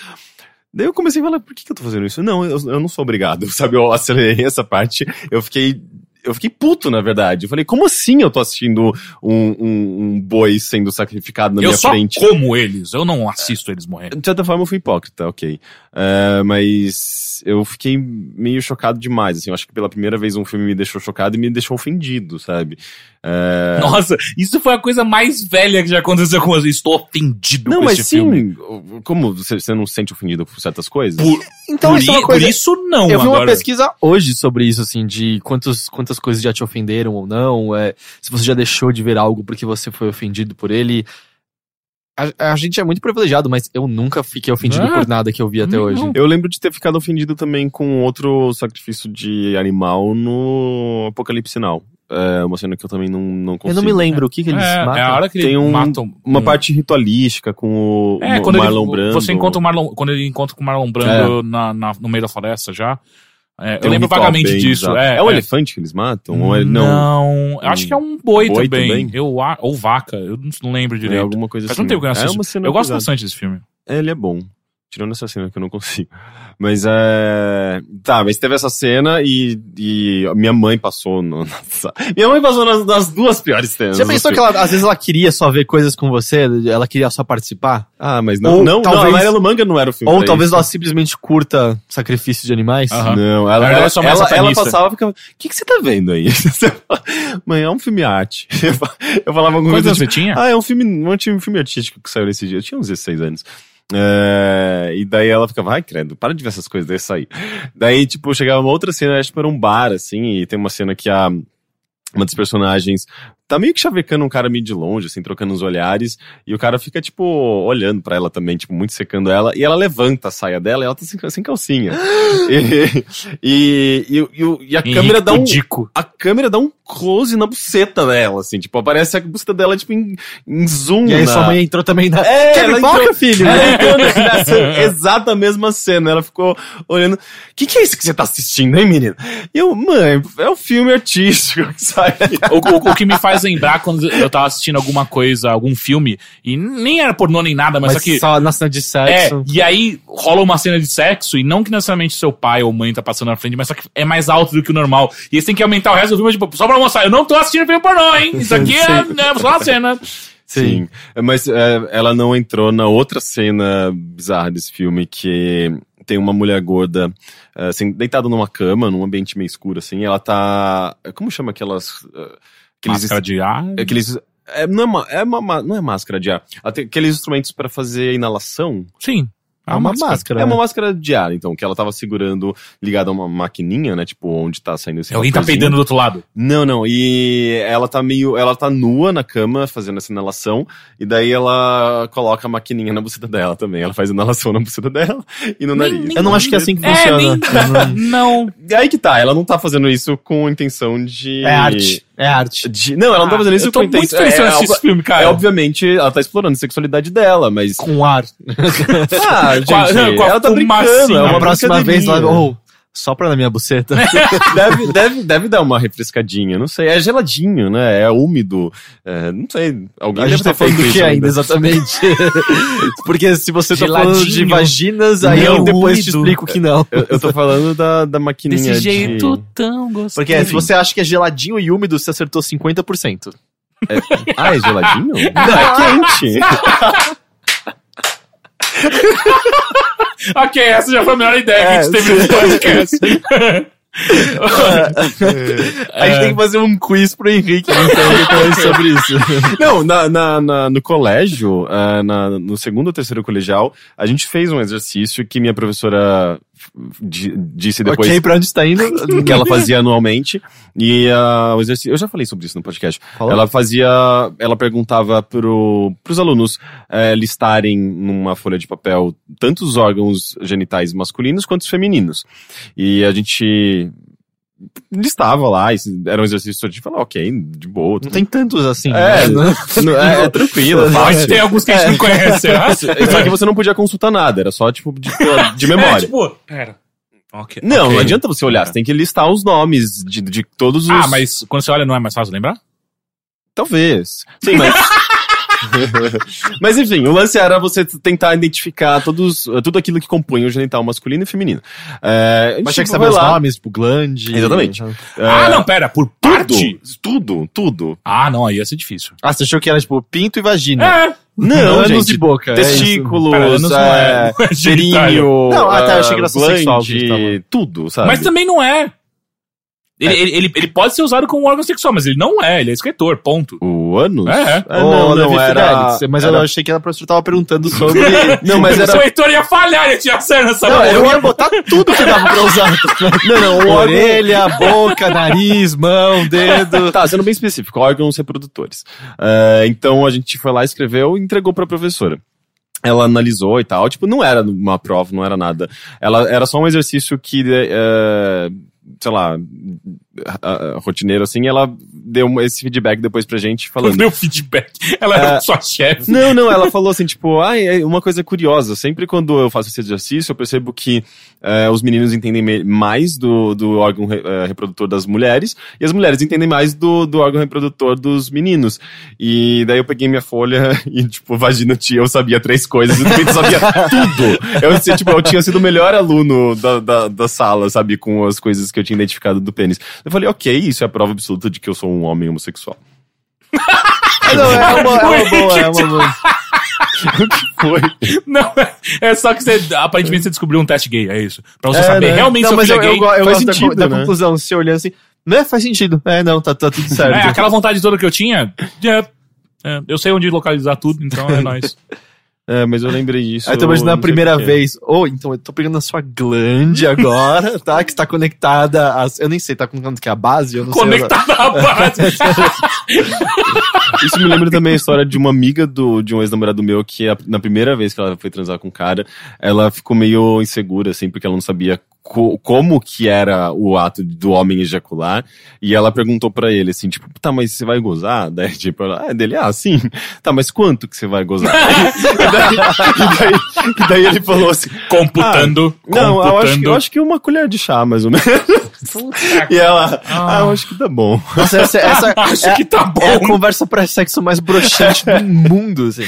Speaker 3: Daí eu comecei a falar, por que, que eu tô fazendo isso? Não, eu, eu não sou obrigado, sabe? Eu acelerei essa parte, eu fiquei. Eu fiquei puto, na verdade. Eu falei, como assim eu tô assistindo um, um, um boi sendo sacrificado na
Speaker 1: eu
Speaker 3: minha
Speaker 1: só
Speaker 3: frente?
Speaker 1: como eles, eu não assisto eles morrerem.
Speaker 3: De certa forma, eu fui hipócrita, ok. Eh, mas eu fiquei meio chocado demais, assim. Eu acho que pela primeira vez um filme me deixou chocado e me deixou ofendido, sabe? Eh,
Speaker 1: Nossa, isso foi a coisa mais velha que já aconteceu com você. Estou ofendido
Speaker 3: não,
Speaker 1: com
Speaker 3: mas
Speaker 1: esse
Speaker 3: sim.
Speaker 1: filme.
Speaker 3: Como você, você não se sente ofendido por certas coisas?
Speaker 1: Por,
Speaker 2: Então,
Speaker 1: por
Speaker 2: isso é
Speaker 1: i-
Speaker 2: uma
Speaker 1: por
Speaker 2: coisa...
Speaker 1: isso não,
Speaker 2: Eu vi uma
Speaker 1: agora.
Speaker 2: pesquisa hoje sobre isso, assim, de quantos, quantas coisas já te ofenderam ou não, é, se você já deixou de ver algo porque você foi ofendido por ele. A, a gente é muito privilegiado, mas eu nunca fiquei ofendido
Speaker 1: Ah,
Speaker 2: por nada que eu vi até
Speaker 1: não.
Speaker 2: hoje.
Speaker 3: Eu lembro de ter ficado ofendido também com outro sacrifício de animal no Apocalipse Now. É uma cena que eu também não, não
Speaker 2: Eu
Speaker 3: consigo.
Speaker 2: não me lembro o que, que eles
Speaker 1: é,
Speaker 2: matam.
Speaker 1: é a hora que
Speaker 3: Tem
Speaker 1: eles
Speaker 3: um-
Speaker 1: matam.
Speaker 3: Uma
Speaker 1: um-
Speaker 3: parte ritualística com o,
Speaker 1: É,
Speaker 3: o
Speaker 1: quando
Speaker 3: Marlon
Speaker 1: ele,
Speaker 3: Brando. É.
Speaker 1: você encontra um o Marlon, quando ele encontra com o Marlon Brando na, na- no meio da floresta já. É, eu
Speaker 3: Tem um
Speaker 1: lembro
Speaker 3: ritual
Speaker 1: vagamente
Speaker 3: bem
Speaker 1: disso.
Speaker 3: exato.
Speaker 1: É,
Speaker 3: um
Speaker 1: é.
Speaker 3: elefante que eles matam? Ou é- não,
Speaker 1: Não, eu acho que é um boi,
Speaker 3: Boi
Speaker 1: também.
Speaker 3: também?
Speaker 1: Eu, a- ou vaca, eu não- não lembro
Speaker 3: É
Speaker 1: direito.
Speaker 3: alguma coisa
Speaker 1: Faz
Speaker 3: assim.
Speaker 1: um tempo que eu não
Speaker 3: É
Speaker 1: assisto.
Speaker 3: uma cena
Speaker 1: eu gosto
Speaker 3: pesada.
Speaker 1: bastante desse filme.
Speaker 3: É, ele é bom. Tirando essa cena que eu não consigo. Mas é. Tá, mas teve essa cena e, e minha mãe passou. No... Minha mãe passou nas, nas duas piores cenas.
Speaker 2: Você já
Speaker 3: do
Speaker 2: pensou
Speaker 3: filme.
Speaker 2: que ela, às vezes ela queria só ver coisas com você, ela queria só participar?
Speaker 3: Ah, mas não.
Speaker 2: Ou
Speaker 3: não,
Speaker 2: talvez-
Speaker 3: não, Amarelo Manga não era o filme.
Speaker 2: Ou
Speaker 3: pra
Speaker 2: talvez ela simplesmente curta sacrifício de animais?
Speaker 1: Aham.
Speaker 3: Não, ela,
Speaker 1: Ela
Speaker 3: ela,
Speaker 1: era é só mais
Speaker 3: ela- ela
Speaker 1: satanista.
Speaker 3: passava e ficava, o que, que você tá vendo aí? Você fala, Mãe, é um filme arte. Eu fa- Eu falava alguma
Speaker 1: Quantos
Speaker 3: coisa
Speaker 1: anos
Speaker 3: tipo,
Speaker 1: você tinha?
Speaker 3: ah, é um filme, um filme artístico que saiu nesse dia. Eu tinha uns 16 anos. É, e daí ela ficava, ai, credo, para de ver essas coisas, daí sair. Daí, tipo, chegava uma outra cena, acho que era um bar, assim, e tem uma cena que a, uma das personagens tá meio que chavecando um cara meio de longe, assim, trocando os olhares. E o cara fica, tipo, olhando pra ela também, tipo, muito secando ela. E ela levanta a saia dela e ela tá sem, sem calcinha. e, e, e, e o- e a câmera dá um.
Speaker 1: Dico.
Speaker 3: A câmera dá um close na buceta dela, assim, tipo, aparece a buceta dela, tipo, em, em zoom.
Speaker 2: E aí
Speaker 3: na-
Speaker 2: sua mãe entrou também na.
Speaker 3: É,
Speaker 2: Quer
Speaker 3: ela
Speaker 2: pipoca,
Speaker 3: entrou-
Speaker 2: filho?
Speaker 3: ela entrou nessa exata mesma cena. Ela ficou olhando. O que, que é isso que você tá assistindo, hein, menina? E eu, mãe, é um filme artístico, sabe?
Speaker 1: O, o- o que me faz lembrar quando eu tava assistindo alguma coisa, algum filme, e nem era pornô nem nada, mas,
Speaker 2: Mas
Speaker 1: só que.
Speaker 2: só na cena de
Speaker 1: É,
Speaker 2: sexo.
Speaker 1: e aí rola uma cena de sexo, e não que necessariamente seu pai ou mãe tá passando na frente, mas só que é mais alto do que o normal. E eles têm que aumentar o resto do filme, tipo, só pra mostrar, eu não tô assistindo filme pornô, hein? Isso aqui é, é só uma cena.
Speaker 3: Sim. Mas é, ela não entrou na outra cena bizarra desse filme, que tem uma mulher gorda, é, assim, deitada numa cama, num ambiente meio escuro, assim. Ela tá. Como chama aquelas. é, Aqueles
Speaker 1: Máscara de ar.
Speaker 3: É Aqueles. É, não, é, ma- é uma, ma- não é máscara de ar. Ela tem Aqueles instrumentos para fazer inalação.
Speaker 1: Sim.
Speaker 2: É uma máscara.
Speaker 3: É uma máscara de ar, então, que ela tava segurando ligada a uma maquininha, né? Tipo, onde tá saindo esse.
Speaker 1: Alguém tá
Speaker 3: vaporzinho.
Speaker 1: peidando do outro lado.
Speaker 3: Não, não. E ela tá meio. Ela tá nua na cama fazendo essa inalação. E daí ela coloca a maquininha na buceta dela também. Ela faz inalação na buceta dela e no nariz.
Speaker 1: nem-
Speaker 2: Eu não acho que é assim que
Speaker 1: É,
Speaker 2: funciona.
Speaker 1: nem... não.
Speaker 3: E aí que tá, ela não tá fazendo isso com intenção de.
Speaker 2: É arte. É arte.
Speaker 3: de- Não, ela não tá fazendo isso
Speaker 1: Ah, Eu tô
Speaker 3: com
Speaker 1: muito
Speaker 3: intenção.
Speaker 1: feliz que eu
Speaker 3: é,
Speaker 1: assisti esse filme,
Speaker 3: é,
Speaker 1: cara.
Speaker 3: obviamente, ela tá explorando a sexualidade dela, mas.
Speaker 2: Com ar.
Speaker 3: Ah, gente,
Speaker 1: Com a- com a
Speaker 3: ela tá brincando.
Speaker 1: fumacinha.
Speaker 3: É
Speaker 1: Não,
Speaker 2: a
Speaker 3: uma
Speaker 2: próxima vez, lá,
Speaker 3: brincadeirinha.
Speaker 2: ou sopra na minha buceta.
Speaker 3: deve, deve, deve dar uma refrescadinha, não sei. É geladinho, né? É úmido. é, não sei. Alguém
Speaker 2: A
Speaker 3: deve
Speaker 2: gente tá
Speaker 3: ter
Speaker 2: falando
Speaker 3: feito
Speaker 2: do
Speaker 3: isso
Speaker 2: que ainda,
Speaker 3: ainda.
Speaker 2: exatamente? Porque se você tá
Speaker 1: Geladinho.
Speaker 2: falando de vaginas, aí
Speaker 1: Não,
Speaker 2: eu depois te
Speaker 1: úmido.
Speaker 2: explico que não.
Speaker 3: Eu, eu tô falando da, da maquininha
Speaker 1: Desse
Speaker 3: de-
Speaker 1: jeito tão gostoso.
Speaker 2: Porque se você acha que é geladinho e úmido, você acertou 50%.
Speaker 3: Ah, é geladinho? não, é quente.
Speaker 1: Ok, essa já foi a melhor ideia que a
Speaker 3: É,
Speaker 1: gente teve no podcast.
Speaker 2: A
Speaker 3: É.
Speaker 2: gente tem que fazer um quiz pro Henrique, É. então, depois sobre isso.
Speaker 3: Não, na, na- na- no colégio, ah, na- no segundo ou terceiro colegial, a gente fez um exercício que minha professora f- di- disse depois
Speaker 2: Ok, pra onde está indo?
Speaker 3: que ela fazia anualmente. E ah, o exercício. Eu já falei sobre isso no podcast.
Speaker 1: Oh.
Speaker 2: Falou?
Speaker 3: Ela fazia. Ela perguntava pro, pros alunos eh, listarem numa folha de papel tantos órgãos genitais masculinos quanto os femininos. E a gente listava lá, e se- era um exercício de falar, ok, de boa.
Speaker 2: Não
Speaker 3: tudo
Speaker 2: tem tantos assim.
Speaker 3: É,
Speaker 2: né?
Speaker 3: não, é, é tranquilo, é
Speaker 1: Mas
Speaker 3: fácil. É,
Speaker 1: tem alguns que a gente não conhece, né?
Speaker 3: Só que você não podia consultar nada, era só tipo de, de
Speaker 1: É,
Speaker 3: memória.
Speaker 1: tipo, pera. Ok.
Speaker 3: não,
Speaker 1: ok.
Speaker 3: não adianta você olhar, você tem que listar os nomes de, de todos os.
Speaker 1: Ah, mas quando você olha não é mais fácil lembrar?
Speaker 3: Talvez. Sim, mas. mas enfim, o lance era você tentar identificar todos, tudo aquilo que compõe o genital masculino e feminino. É,
Speaker 2: Mas
Speaker 3: tipo,
Speaker 2: tinha que saber os
Speaker 3: vai lá,
Speaker 2: nomes, tipo, glande.
Speaker 3: Exatamente. é,
Speaker 1: Ah, não, pera, por parte?
Speaker 3: Tudo, tudo, tudo.
Speaker 1: Ah, não, aí ia ser difícil.
Speaker 2: Ah, você achou que era, tipo, pinto e vagina.
Speaker 1: É,
Speaker 3: Não,
Speaker 2: anos
Speaker 3: gente,
Speaker 2: de boca. é isso.
Speaker 3: Testículos,
Speaker 1: Pera, anos não é-
Speaker 3: é,
Speaker 1: não é genitália.
Speaker 3: cheirinho,
Speaker 2: Não, ah, tá, eu achei que era
Speaker 3: ah,
Speaker 2: só sexual
Speaker 3: glande,
Speaker 2: que a gente
Speaker 3: tudo, sabe?
Speaker 1: mas também não é. Ele,
Speaker 3: É.
Speaker 1: ele, ele, ele pode ser usado como um órgão sexual, mas ele não é, ele é escritor, ponto.
Speaker 3: O ânus?
Speaker 1: É.
Speaker 3: Ah,
Speaker 2: Ô,
Speaker 3: não, não,
Speaker 2: Davi
Speaker 3: era...
Speaker 2: Fidelix, Mas eu
Speaker 3: era-
Speaker 2: achei que a professora tava perguntando sobre.
Speaker 3: Não, mas
Speaker 1: O
Speaker 3: era... é.
Speaker 1: Heitor ia falhar, ia tirar sério nessa
Speaker 2: Não,
Speaker 1: porra.
Speaker 2: eu ia botar tudo que dava pra usar.
Speaker 3: Não, não, o órgão...
Speaker 2: Orelha, boca, nariz, mão, dedo.
Speaker 3: Tá, sendo bem específico, órgãos reprodutores. Ah, então a gente foi lá, escreveu e entregou pra professora. Ela analisou e tal, tipo, não era uma prova, não era nada. Ela era só um exercício que, eh, sei lá, ah, ah, rotineiro assim, e ela deu esse feedback depois pra gente falando.
Speaker 1: Meu feedback. Ela
Speaker 3: É.
Speaker 1: era sua chefe.
Speaker 3: Não, não, ela falou assim, tipo, ah, é uma coisa curiosa, sempre quando eu faço esse exercício, eu percebo que eh, os meninos entendem me- mais do, do órgão re- eh, reprodutor das mulheres, e as mulheres entendem mais do, do órgão reprodutor dos meninos. E daí eu peguei minha folha e, tipo, vagina tinha, eu sabia três coisas, e no eu sabia tudo. Eu, assim, tipo, eu tinha sido o melhor aluno da, da, da sala, sabe, com as coisas que eu tinha identificado do pênis. Eu falei, ok, isso é a prova absoluta de que eu sou um homem homossexual.
Speaker 2: Não, é uma, é uma boa, é uma boa.
Speaker 3: Foi.
Speaker 1: Não, é só que você. Aparentemente você descobriu um teste gay, é isso. Pra você
Speaker 3: É,
Speaker 1: saber
Speaker 3: né?
Speaker 1: realmente
Speaker 2: Não,
Speaker 1: se eu
Speaker 2: mas Tá eu,
Speaker 1: filho é
Speaker 2: eu,
Speaker 1: gay.
Speaker 2: go- eu
Speaker 3: Faz
Speaker 2: gosto da co-
Speaker 3: sentido,
Speaker 2: da,
Speaker 3: né?
Speaker 2: conclusão, se olhando assim. Né, faz sentido. É, não, tá, tá tudo
Speaker 1: É,
Speaker 2: certo.
Speaker 1: aquela vontade toda que eu tinha. é, é, eu sei onde localizar tudo, então é nóis.
Speaker 3: É, mas eu lembrei disso.
Speaker 2: Aí eu tô imaginando é a
Speaker 3: não sei
Speaker 2: primeira
Speaker 3: por quê.
Speaker 2: vez. Ou, então, eu tô pegando a sua glande agora, tá? Que está conectada às... Eu nem sei, tá conectando que é a base? Eu não
Speaker 1: Conectado à base.
Speaker 3: Ah, Isso me lembra também a história de uma amiga do, de um ex-namorado meu que, a- na primeira vez que ela foi transar com um cara, ela ficou meio insegura, assim, porque ela não sabia co- como que era o ato do homem ejacular. E ela perguntou pra ele, assim, tipo, tá, mas você vai gozar? Daí, tipo, ela, ah, dele, ah, sim. Tá, mas quanto que você vai gozar? e, daí, e daí- e daí ele falou assim,
Speaker 1: Computando.
Speaker 3: não, eu acho, que-
Speaker 1: computando.
Speaker 3: eu acho que uma colher de chá, mais ou menos.
Speaker 1: Puta,
Speaker 3: E ela,
Speaker 1: Ah.
Speaker 3: ah, eu acho que tá bom.
Speaker 2: sei. Nossa, essa, essa
Speaker 1: acho
Speaker 2: é,
Speaker 1: que tá bom.
Speaker 2: é a conversa pré-sexo mais broxante do mundo, assim.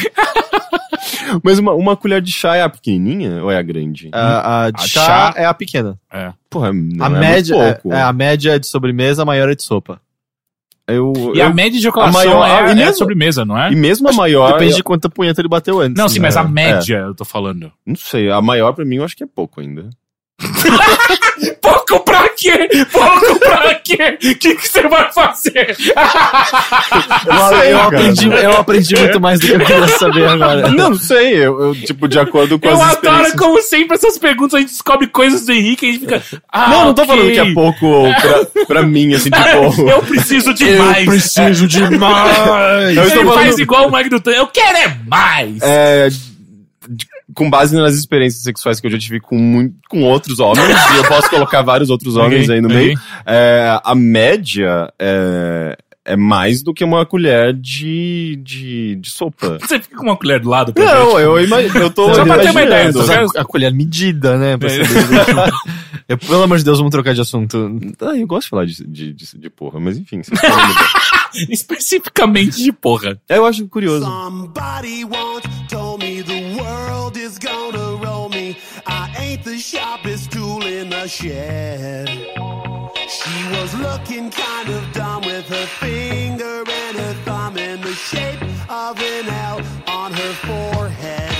Speaker 3: Mas uma, uma colher de chá é a pequenininha ou é a grande?
Speaker 2: A, a de
Speaker 1: A Ah, chá-
Speaker 2: chá é a pequena.
Speaker 1: É.
Speaker 3: Porra, não
Speaker 2: a
Speaker 3: é muito
Speaker 2: média é,
Speaker 3: pouco.
Speaker 2: é a média é de sobremesa, a maior é de sopa.
Speaker 3: Eu,
Speaker 1: E
Speaker 3: eu-
Speaker 1: a média de ejaculação
Speaker 3: a maior- ah,
Speaker 1: é,
Speaker 3: e
Speaker 1: é
Speaker 3: mesmo-
Speaker 1: sobremesa, não é?
Speaker 3: e mesmo a maior.
Speaker 2: Depende
Speaker 3: eu-
Speaker 2: de quanta punheta ele bateu antes.
Speaker 1: Não, sim,
Speaker 2: né?
Speaker 1: mas a
Speaker 3: é.
Speaker 1: média, eu tô falando.
Speaker 3: Não sei, a maior pra mim eu acho que é pouco ainda.
Speaker 1: Pouco pra quê? Pouco pra quê? O que que você vai fazer? é
Speaker 2: eu,
Speaker 3: sei,
Speaker 2: eu
Speaker 3: cara.
Speaker 2: aprendi, eu aprendi muito mais do que eu queria saber agora.
Speaker 3: Não sei, eu, eu, tipo, de acordo com
Speaker 1: Eu
Speaker 3: as
Speaker 1: adoro,
Speaker 3: experiências.
Speaker 1: como sempre, essas perguntas, a gente descobre coisas do Henrique e a gente fica. Ah,
Speaker 3: Não, não tô
Speaker 1: ok.
Speaker 3: falando que é pouco pra, pra mim, assim, tipo.
Speaker 1: Eu preciso de mais.
Speaker 2: preciso de mais.
Speaker 3: Eu
Speaker 1: Ele
Speaker 3: estou
Speaker 1: faz
Speaker 3: falando-
Speaker 1: igual o Mike do Tan. Eu quero é mais.
Speaker 3: é, de- com base nas experiências sexuais que eu já tive com, mui- com outros homens, e eu posso colocar vários outros homens
Speaker 1: Ok,
Speaker 3: aí no
Speaker 1: ok.
Speaker 3: meio, é, a média é, é mais do que uma colher de, de, de sopa.
Speaker 1: Você fica com uma colher do lado pra ver.
Speaker 3: Não, eu, ima- eu tô
Speaker 1: Só pra ter uma ideia,
Speaker 3: imaginando.
Speaker 1: só
Speaker 2: Mas a, a colher medida, né? pra
Speaker 1: É.
Speaker 2: saber. Eu, pelo amor de Deus, vamos trocar de assunto.
Speaker 3: Ah, eu gosto de falar de, de, de, de porra, mas enfim. vocês podem mudar.
Speaker 1: Especificamente de porra.
Speaker 3: eu acho curioso.
Speaker 4: Somebody once told me the world is gonna roll me. I ain't the sharpest tool in the shed. She was looking kind of dumb with her finger and her thumb in the shape of an L on her forehead.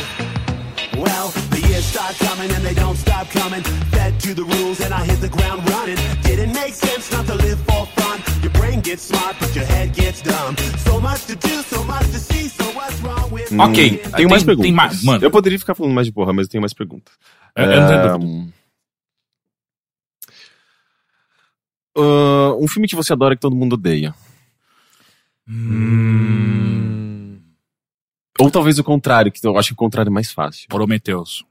Speaker 4: Well, the years start coming and they don't stop coming. Fed to the rules and I hit the ground running. Didn't make sense not to live for fun. Your brain gets smart, but your head gets dumb. So much to do, so much to see, so what's wrong with
Speaker 1: Ok,
Speaker 4: me?
Speaker 3: Tenho mais perguntas.
Speaker 1: Tem mais, mano.
Speaker 3: Eu poderia ficar falando mais de porra, mas eu tenho mais perguntas.
Speaker 1: Eu- eu não tenho
Speaker 3: É, ah, um filme que você adora que todo mundo odeia.
Speaker 1: Hum,
Speaker 3: Ou talvez o contrário, que eu acho que o contrário é mais fácil.
Speaker 1: Prometeus.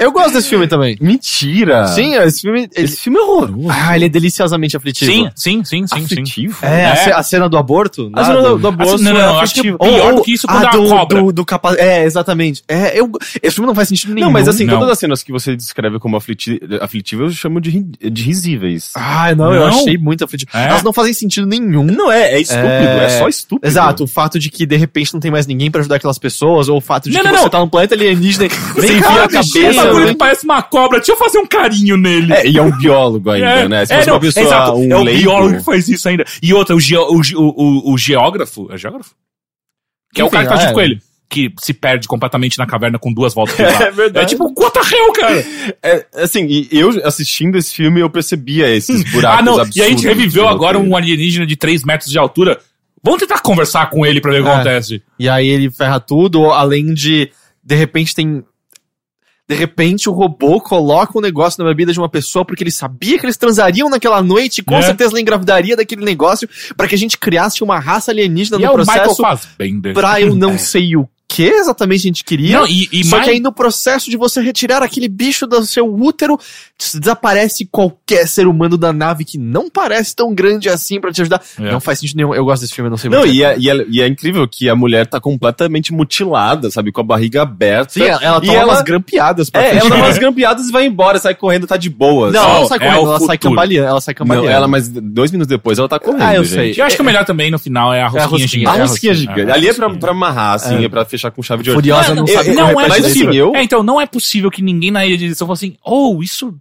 Speaker 2: Eu gosto desse filme também.
Speaker 3: Mentira!
Speaker 2: Sim,
Speaker 3: Sim,
Speaker 2: esse filme. ele-
Speaker 3: Ah. esse filme é horroroso.
Speaker 2: ah, ele é deliciosamente
Speaker 3: Tipo.
Speaker 2: aflitivo.
Speaker 1: Sim, sim, sim, sim, sim.
Speaker 3: Aflitivo?
Speaker 2: É,
Speaker 1: É.
Speaker 2: A, ce- a cena do aborto?
Speaker 3: A cena do- do
Speaker 1: aborto Assim, não, não, é acho aflitivo. que pior do que isso quando é uma
Speaker 2: do,
Speaker 1: cobra.
Speaker 2: Do, do capa- É, exatamente. É, eu, esse filme não faz sentido nenhum.
Speaker 3: Não, mas assim,
Speaker 1: Não.
Speaker 3: todas as cenas que você descreve como afliti aflitivo, eu chamo de, ri- de risíveis.
Speaker 2: Ah, não, eu
Speaker 1: Não?
Speaker 2: achei muito aflitivo.
Speaker 1: É?
Speaker 2: Elas não fazem sentido nenhum.
Speaker 3: Não é, é estúpido,
Speaker 2: É.
Speaker 3: é, só estúpido.
Speaker 2: Exato, o fato de que de repente não tem mais ninguém pra ajudar aquelas pessoas, ou o fato de
Speaker 1: Não,
Speaker 2: que
Speaker 1: não,
Speaker 2: você
Speaker 1: não.
Speaker 2: tá num planeta alienígena e
Speaker 1: Vem
Speaker 2: você enfia
Speaker 1: cá,
Speaker 2: a
Speaker 1: bichinho, esse
Speaker 2: cabeça.
Speaker 1: bagulho é
Speaker 2: né?
Speaker 1: que parece uma cobra. Deixa eu fazer um carinho nele.
Speaker 3: É, e é um biólogo ainda,
Speaker 1: É,
Speaker 3: né? Se
Speaker 1: é,
Speaker 3: fosse
Speaker 1: não,
Speaker 3: uma pessoa,
Speaker 1: exato,
Speaker 3: um
Speaker 1: é o
Speaker 3: leigo-
Speaker 1: biólogo que faz isso ainda. E outra, o, ge- o, ge- o- o- o geógrafo. É geógrafo? Que é o
Speaker 2: Enfim,
Speaker 1: cara que tá
Speaker 2: é.
Speaker 1: junto com ele. Que se perde completamente na caverna com duas voltas. que ele dá.
Speaker 3: É verdade.
Speaker 1: É tipo, quanto réu, cara.
Speaker 3: É, assim, e eu assistindo esse filme, eu percebia esses buracos
Speaker 1: ah, não.
Speaker 3: absurdos
Speaker 1: E a gente reviveu
Speaker 3: de
Speaker 1: agora
Speaker 3: roteiro.
Speaker 1: um alienígena de 3 metros de altura. Vamos tentar conversar com ele pra ver o que
Speaker 2: É.
Speaker 1: acontece.
Speaker 2: E aí ele ferra tudo, ou além de. De repente tem. De repente o robô coloca um negócio na bebida de uma pessoa porque ele sabia que eles transariam naquela noite e com
Speaker 1: É.
Speaker 2: certeza ela engravidaria daquele negócio pra que a gente criasse uma raça alienígena
Speaker 1: E
Speaker 2: Então, no
Speaker 1: é o Michael
Speaker 2: processo
Speaker 1: Fassbender.
Speaker 2: pra eu não sei o que exatamente a gente queria.
Speaker 1: Não, e, e
Speaker 2: Só
Speaker 1: mais...
Speaker 2: que aí no processo de você retirar aquele bicho do seu útero, des- desaparece qualquer ser humano da nave que não parece tão grande assim pra te ajudar.
Speaker 1: É.
Speaker 2: Não faz sentido nenhum. Eu gosto desse filme, eu não sei
Speaker 3: Não,
Speaker 2: muito.
Speaker 3: e é, e, é, e é incrível que a mulher tá completamente mutilada, sabe? Com a barriga aberta.
Speaker 2: Sim, ela, Então, ela
Speaker 3: E
Speaker 2: toma
Speaker 3: ela-
Speaker 2: umas grampeadas pra
Speaker 3: É,
Speaker 2: frente.
Speaker 3: ela dá umas grampeadas e vai embora, sai correndo, tá de boa.
Speaker 2: Não, ela não sai
Speaker 1: Não, é
Speaker 2: correndo,
Speaker 1: o
Speaker 2: ela sai
Speaker 1: futuro.
Speaker 2: cambaleando.Ela sai
Speaker 3: Não, é
Speaker 2: cambaleando.
Speaker 3: ela, mas dois minutos depois ela tá correndo.
Speaker 2: Ah, eu
Speaker 3: gente.
Speaker 2: sei.
Speaker 1: Eu acho que o melhor também no final é a
Speaker 2: rosquinha.
Speaker 1: rosquinha gigante.
Speaker 3: A
Speaker 2: É,
Speaker 3: rosquinha
Speaker 2: assim,
Speaker 3: gigante.
Speaker 1: é,
Speaker 3: Ali é pra,
Speaker 1: rosquinha.
Speaker 3: pra amarrar, assim,
Speaker 2: É.
Speaker 3: é. pra fechar com chave de ouro.
Speaker 2: Furiosa não,
Speaker 1: Não,
Speaker 2: sabe correr
Speaker 3: eu-
Speaker 1: não
Speaker 2: pra
Speaker 1: é
Speaker 3: mas,
Speaker 2: direita.
Speaker 3: assim,
Speaker 1: possível.
Speaker 3: eu-
Speaker 1: É, então, não é possível que ninguém na ilha de edição fale assim, ou isso...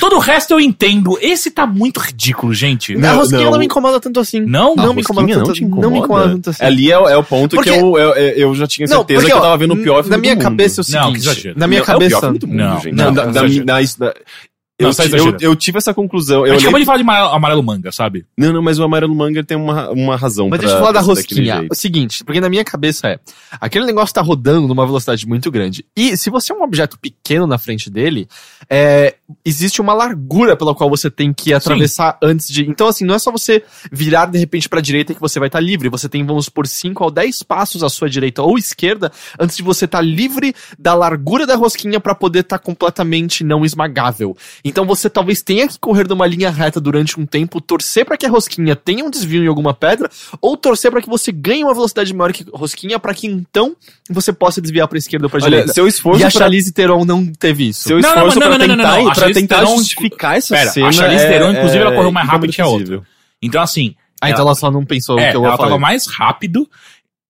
Speaker 1: Todo o resto eu entendo. Esse tá muito ridículo, gente.
Speaker 2: é. a
Speaker 3: Não,
Speaker 2: rosquinha não.
Speaker 3: não.
Speaker 2: me incomoda tanto assim.
Speaker 1: Não?
Speaker 2: não
Speaker 3: A
Speaker 2: me
Speaker 3: rosquinha
Speaker 2: incomoda
Speaker 3: não
Speaker 2: tanto.
Speaker 3: te
Speaker 2: tá Não me incomoda tanto assim.
Speaker 3: Ali é, é o ponto
Speaker 2: Porque-
Speaker 3: que eu, eu, eu já tinha
Speaker 2: Não,
Speaker 3: certeza
Speaker 2: porque,
Speaker 3: que eu
Speaker 2: ó,
Speaker 3: tava vendo o pior filme
Speaker 2: Na
Speaker 3: do
Speaker 2: minha
Speaker 3: mundo.
Speaker 2: cabeça é o
Speaker 1: Não, que
Speaker 2: seguinte.
Speaker 1: exagero.
Speaker 2: na minha
Speaker 3: Não, é o pior
Speaker 2: cabeça.
Speaker 3: filme do mundo,
Speaker 1: Não,
Speaker 3: gente.
Speaker 1: não,
Speaker 3: Da-
Speaker 1: não
Speaker 3: da-
Speaker 1: exagero.
Speaker 3: da- da-
Speaker 1: Não,
Speaker 3: eu,
Speaker 1: só
Speaker 3: ti- eu,
Speaker 1: exagero.
Speaker 3: eu tive essa conclusão.
Speaker 1: a
Speaker 3: Eu
Speaker 1: gente acabou
Speaker 3: olhei...
Speaker 1: de falar de amarelo, amarelo manga, sabe?
Speaker 3: Não, não, mas o amarelo manga tem uma, uma razão.
Speaker 2: Mas
Speaker 3: pra-
Speaker 2: deixa eu falar da
Speaker 3: pra ser daquele
Speaker 2: rosquinha.
Speaker 3: jeito.
Speaker 2: O seguinte, porque na minha cabeça é, aquele negócio tá rodando numa velocidade muito grande. E se você é um objeto pequeno na frente dele, é, existe uma largura pela qual você tem que atravessar antes de. Então, assim, não é só você virar de repente pra direita que você vai estar livre. Você tem, vamos supor, 5 ou 10 passos à sua direita ou esquerda antes de você estar livre da largura da rosquinha pra poder estar completamente não esmagável. Então você talvez tenha que correr numa linha reta durante um tempo, torcer pra que a rosquinha tenha um desvio em alguma pedra, ou torcer pra que você ganhe uma velocidade maior que a rosquinha, pra que então você possa desviar pra esquerda ou pra
Speaker 3: Olha,
Speaker 2: direita.
Speaker 3: seu esforço
Speaker 2: E a
Speaker 3: pra-
Speaker 2: Charlize Theron não teve isso.
Speaker 3: Seu
Speaker 1: Não, não,
Speaker 3: esforço
Speaker 1: não,
Speaker 3: pra
Speaker 1: não, não, não,
Speaker 3: tentar,
Speaker 1: não. A
Speaker 3: pra
Speaker 1: Charlize
Speaker 3: tentar
Speaker 1: Theron-
Speaker 2: tipo,
Speaker 3: justificar essa
Speaker 1: Pera, a
Speaker 3: cena.
Speaker 1: Charlize
Speaker 3: é-
Speaker 1: Theron, inclusive, ela
Speaker 3: é
Speaker 1: correu mais rápido que a outra.
Speaker 3: incompatível.
Speaker 1: Então, assim.
Speaker 2: Ah, então ela só não pensou
Speaker 1: É,
Speaker 2: o que eu
Speaker 1: ela
Speaker 2: ia falar.
Speaker 1: tava mais rápido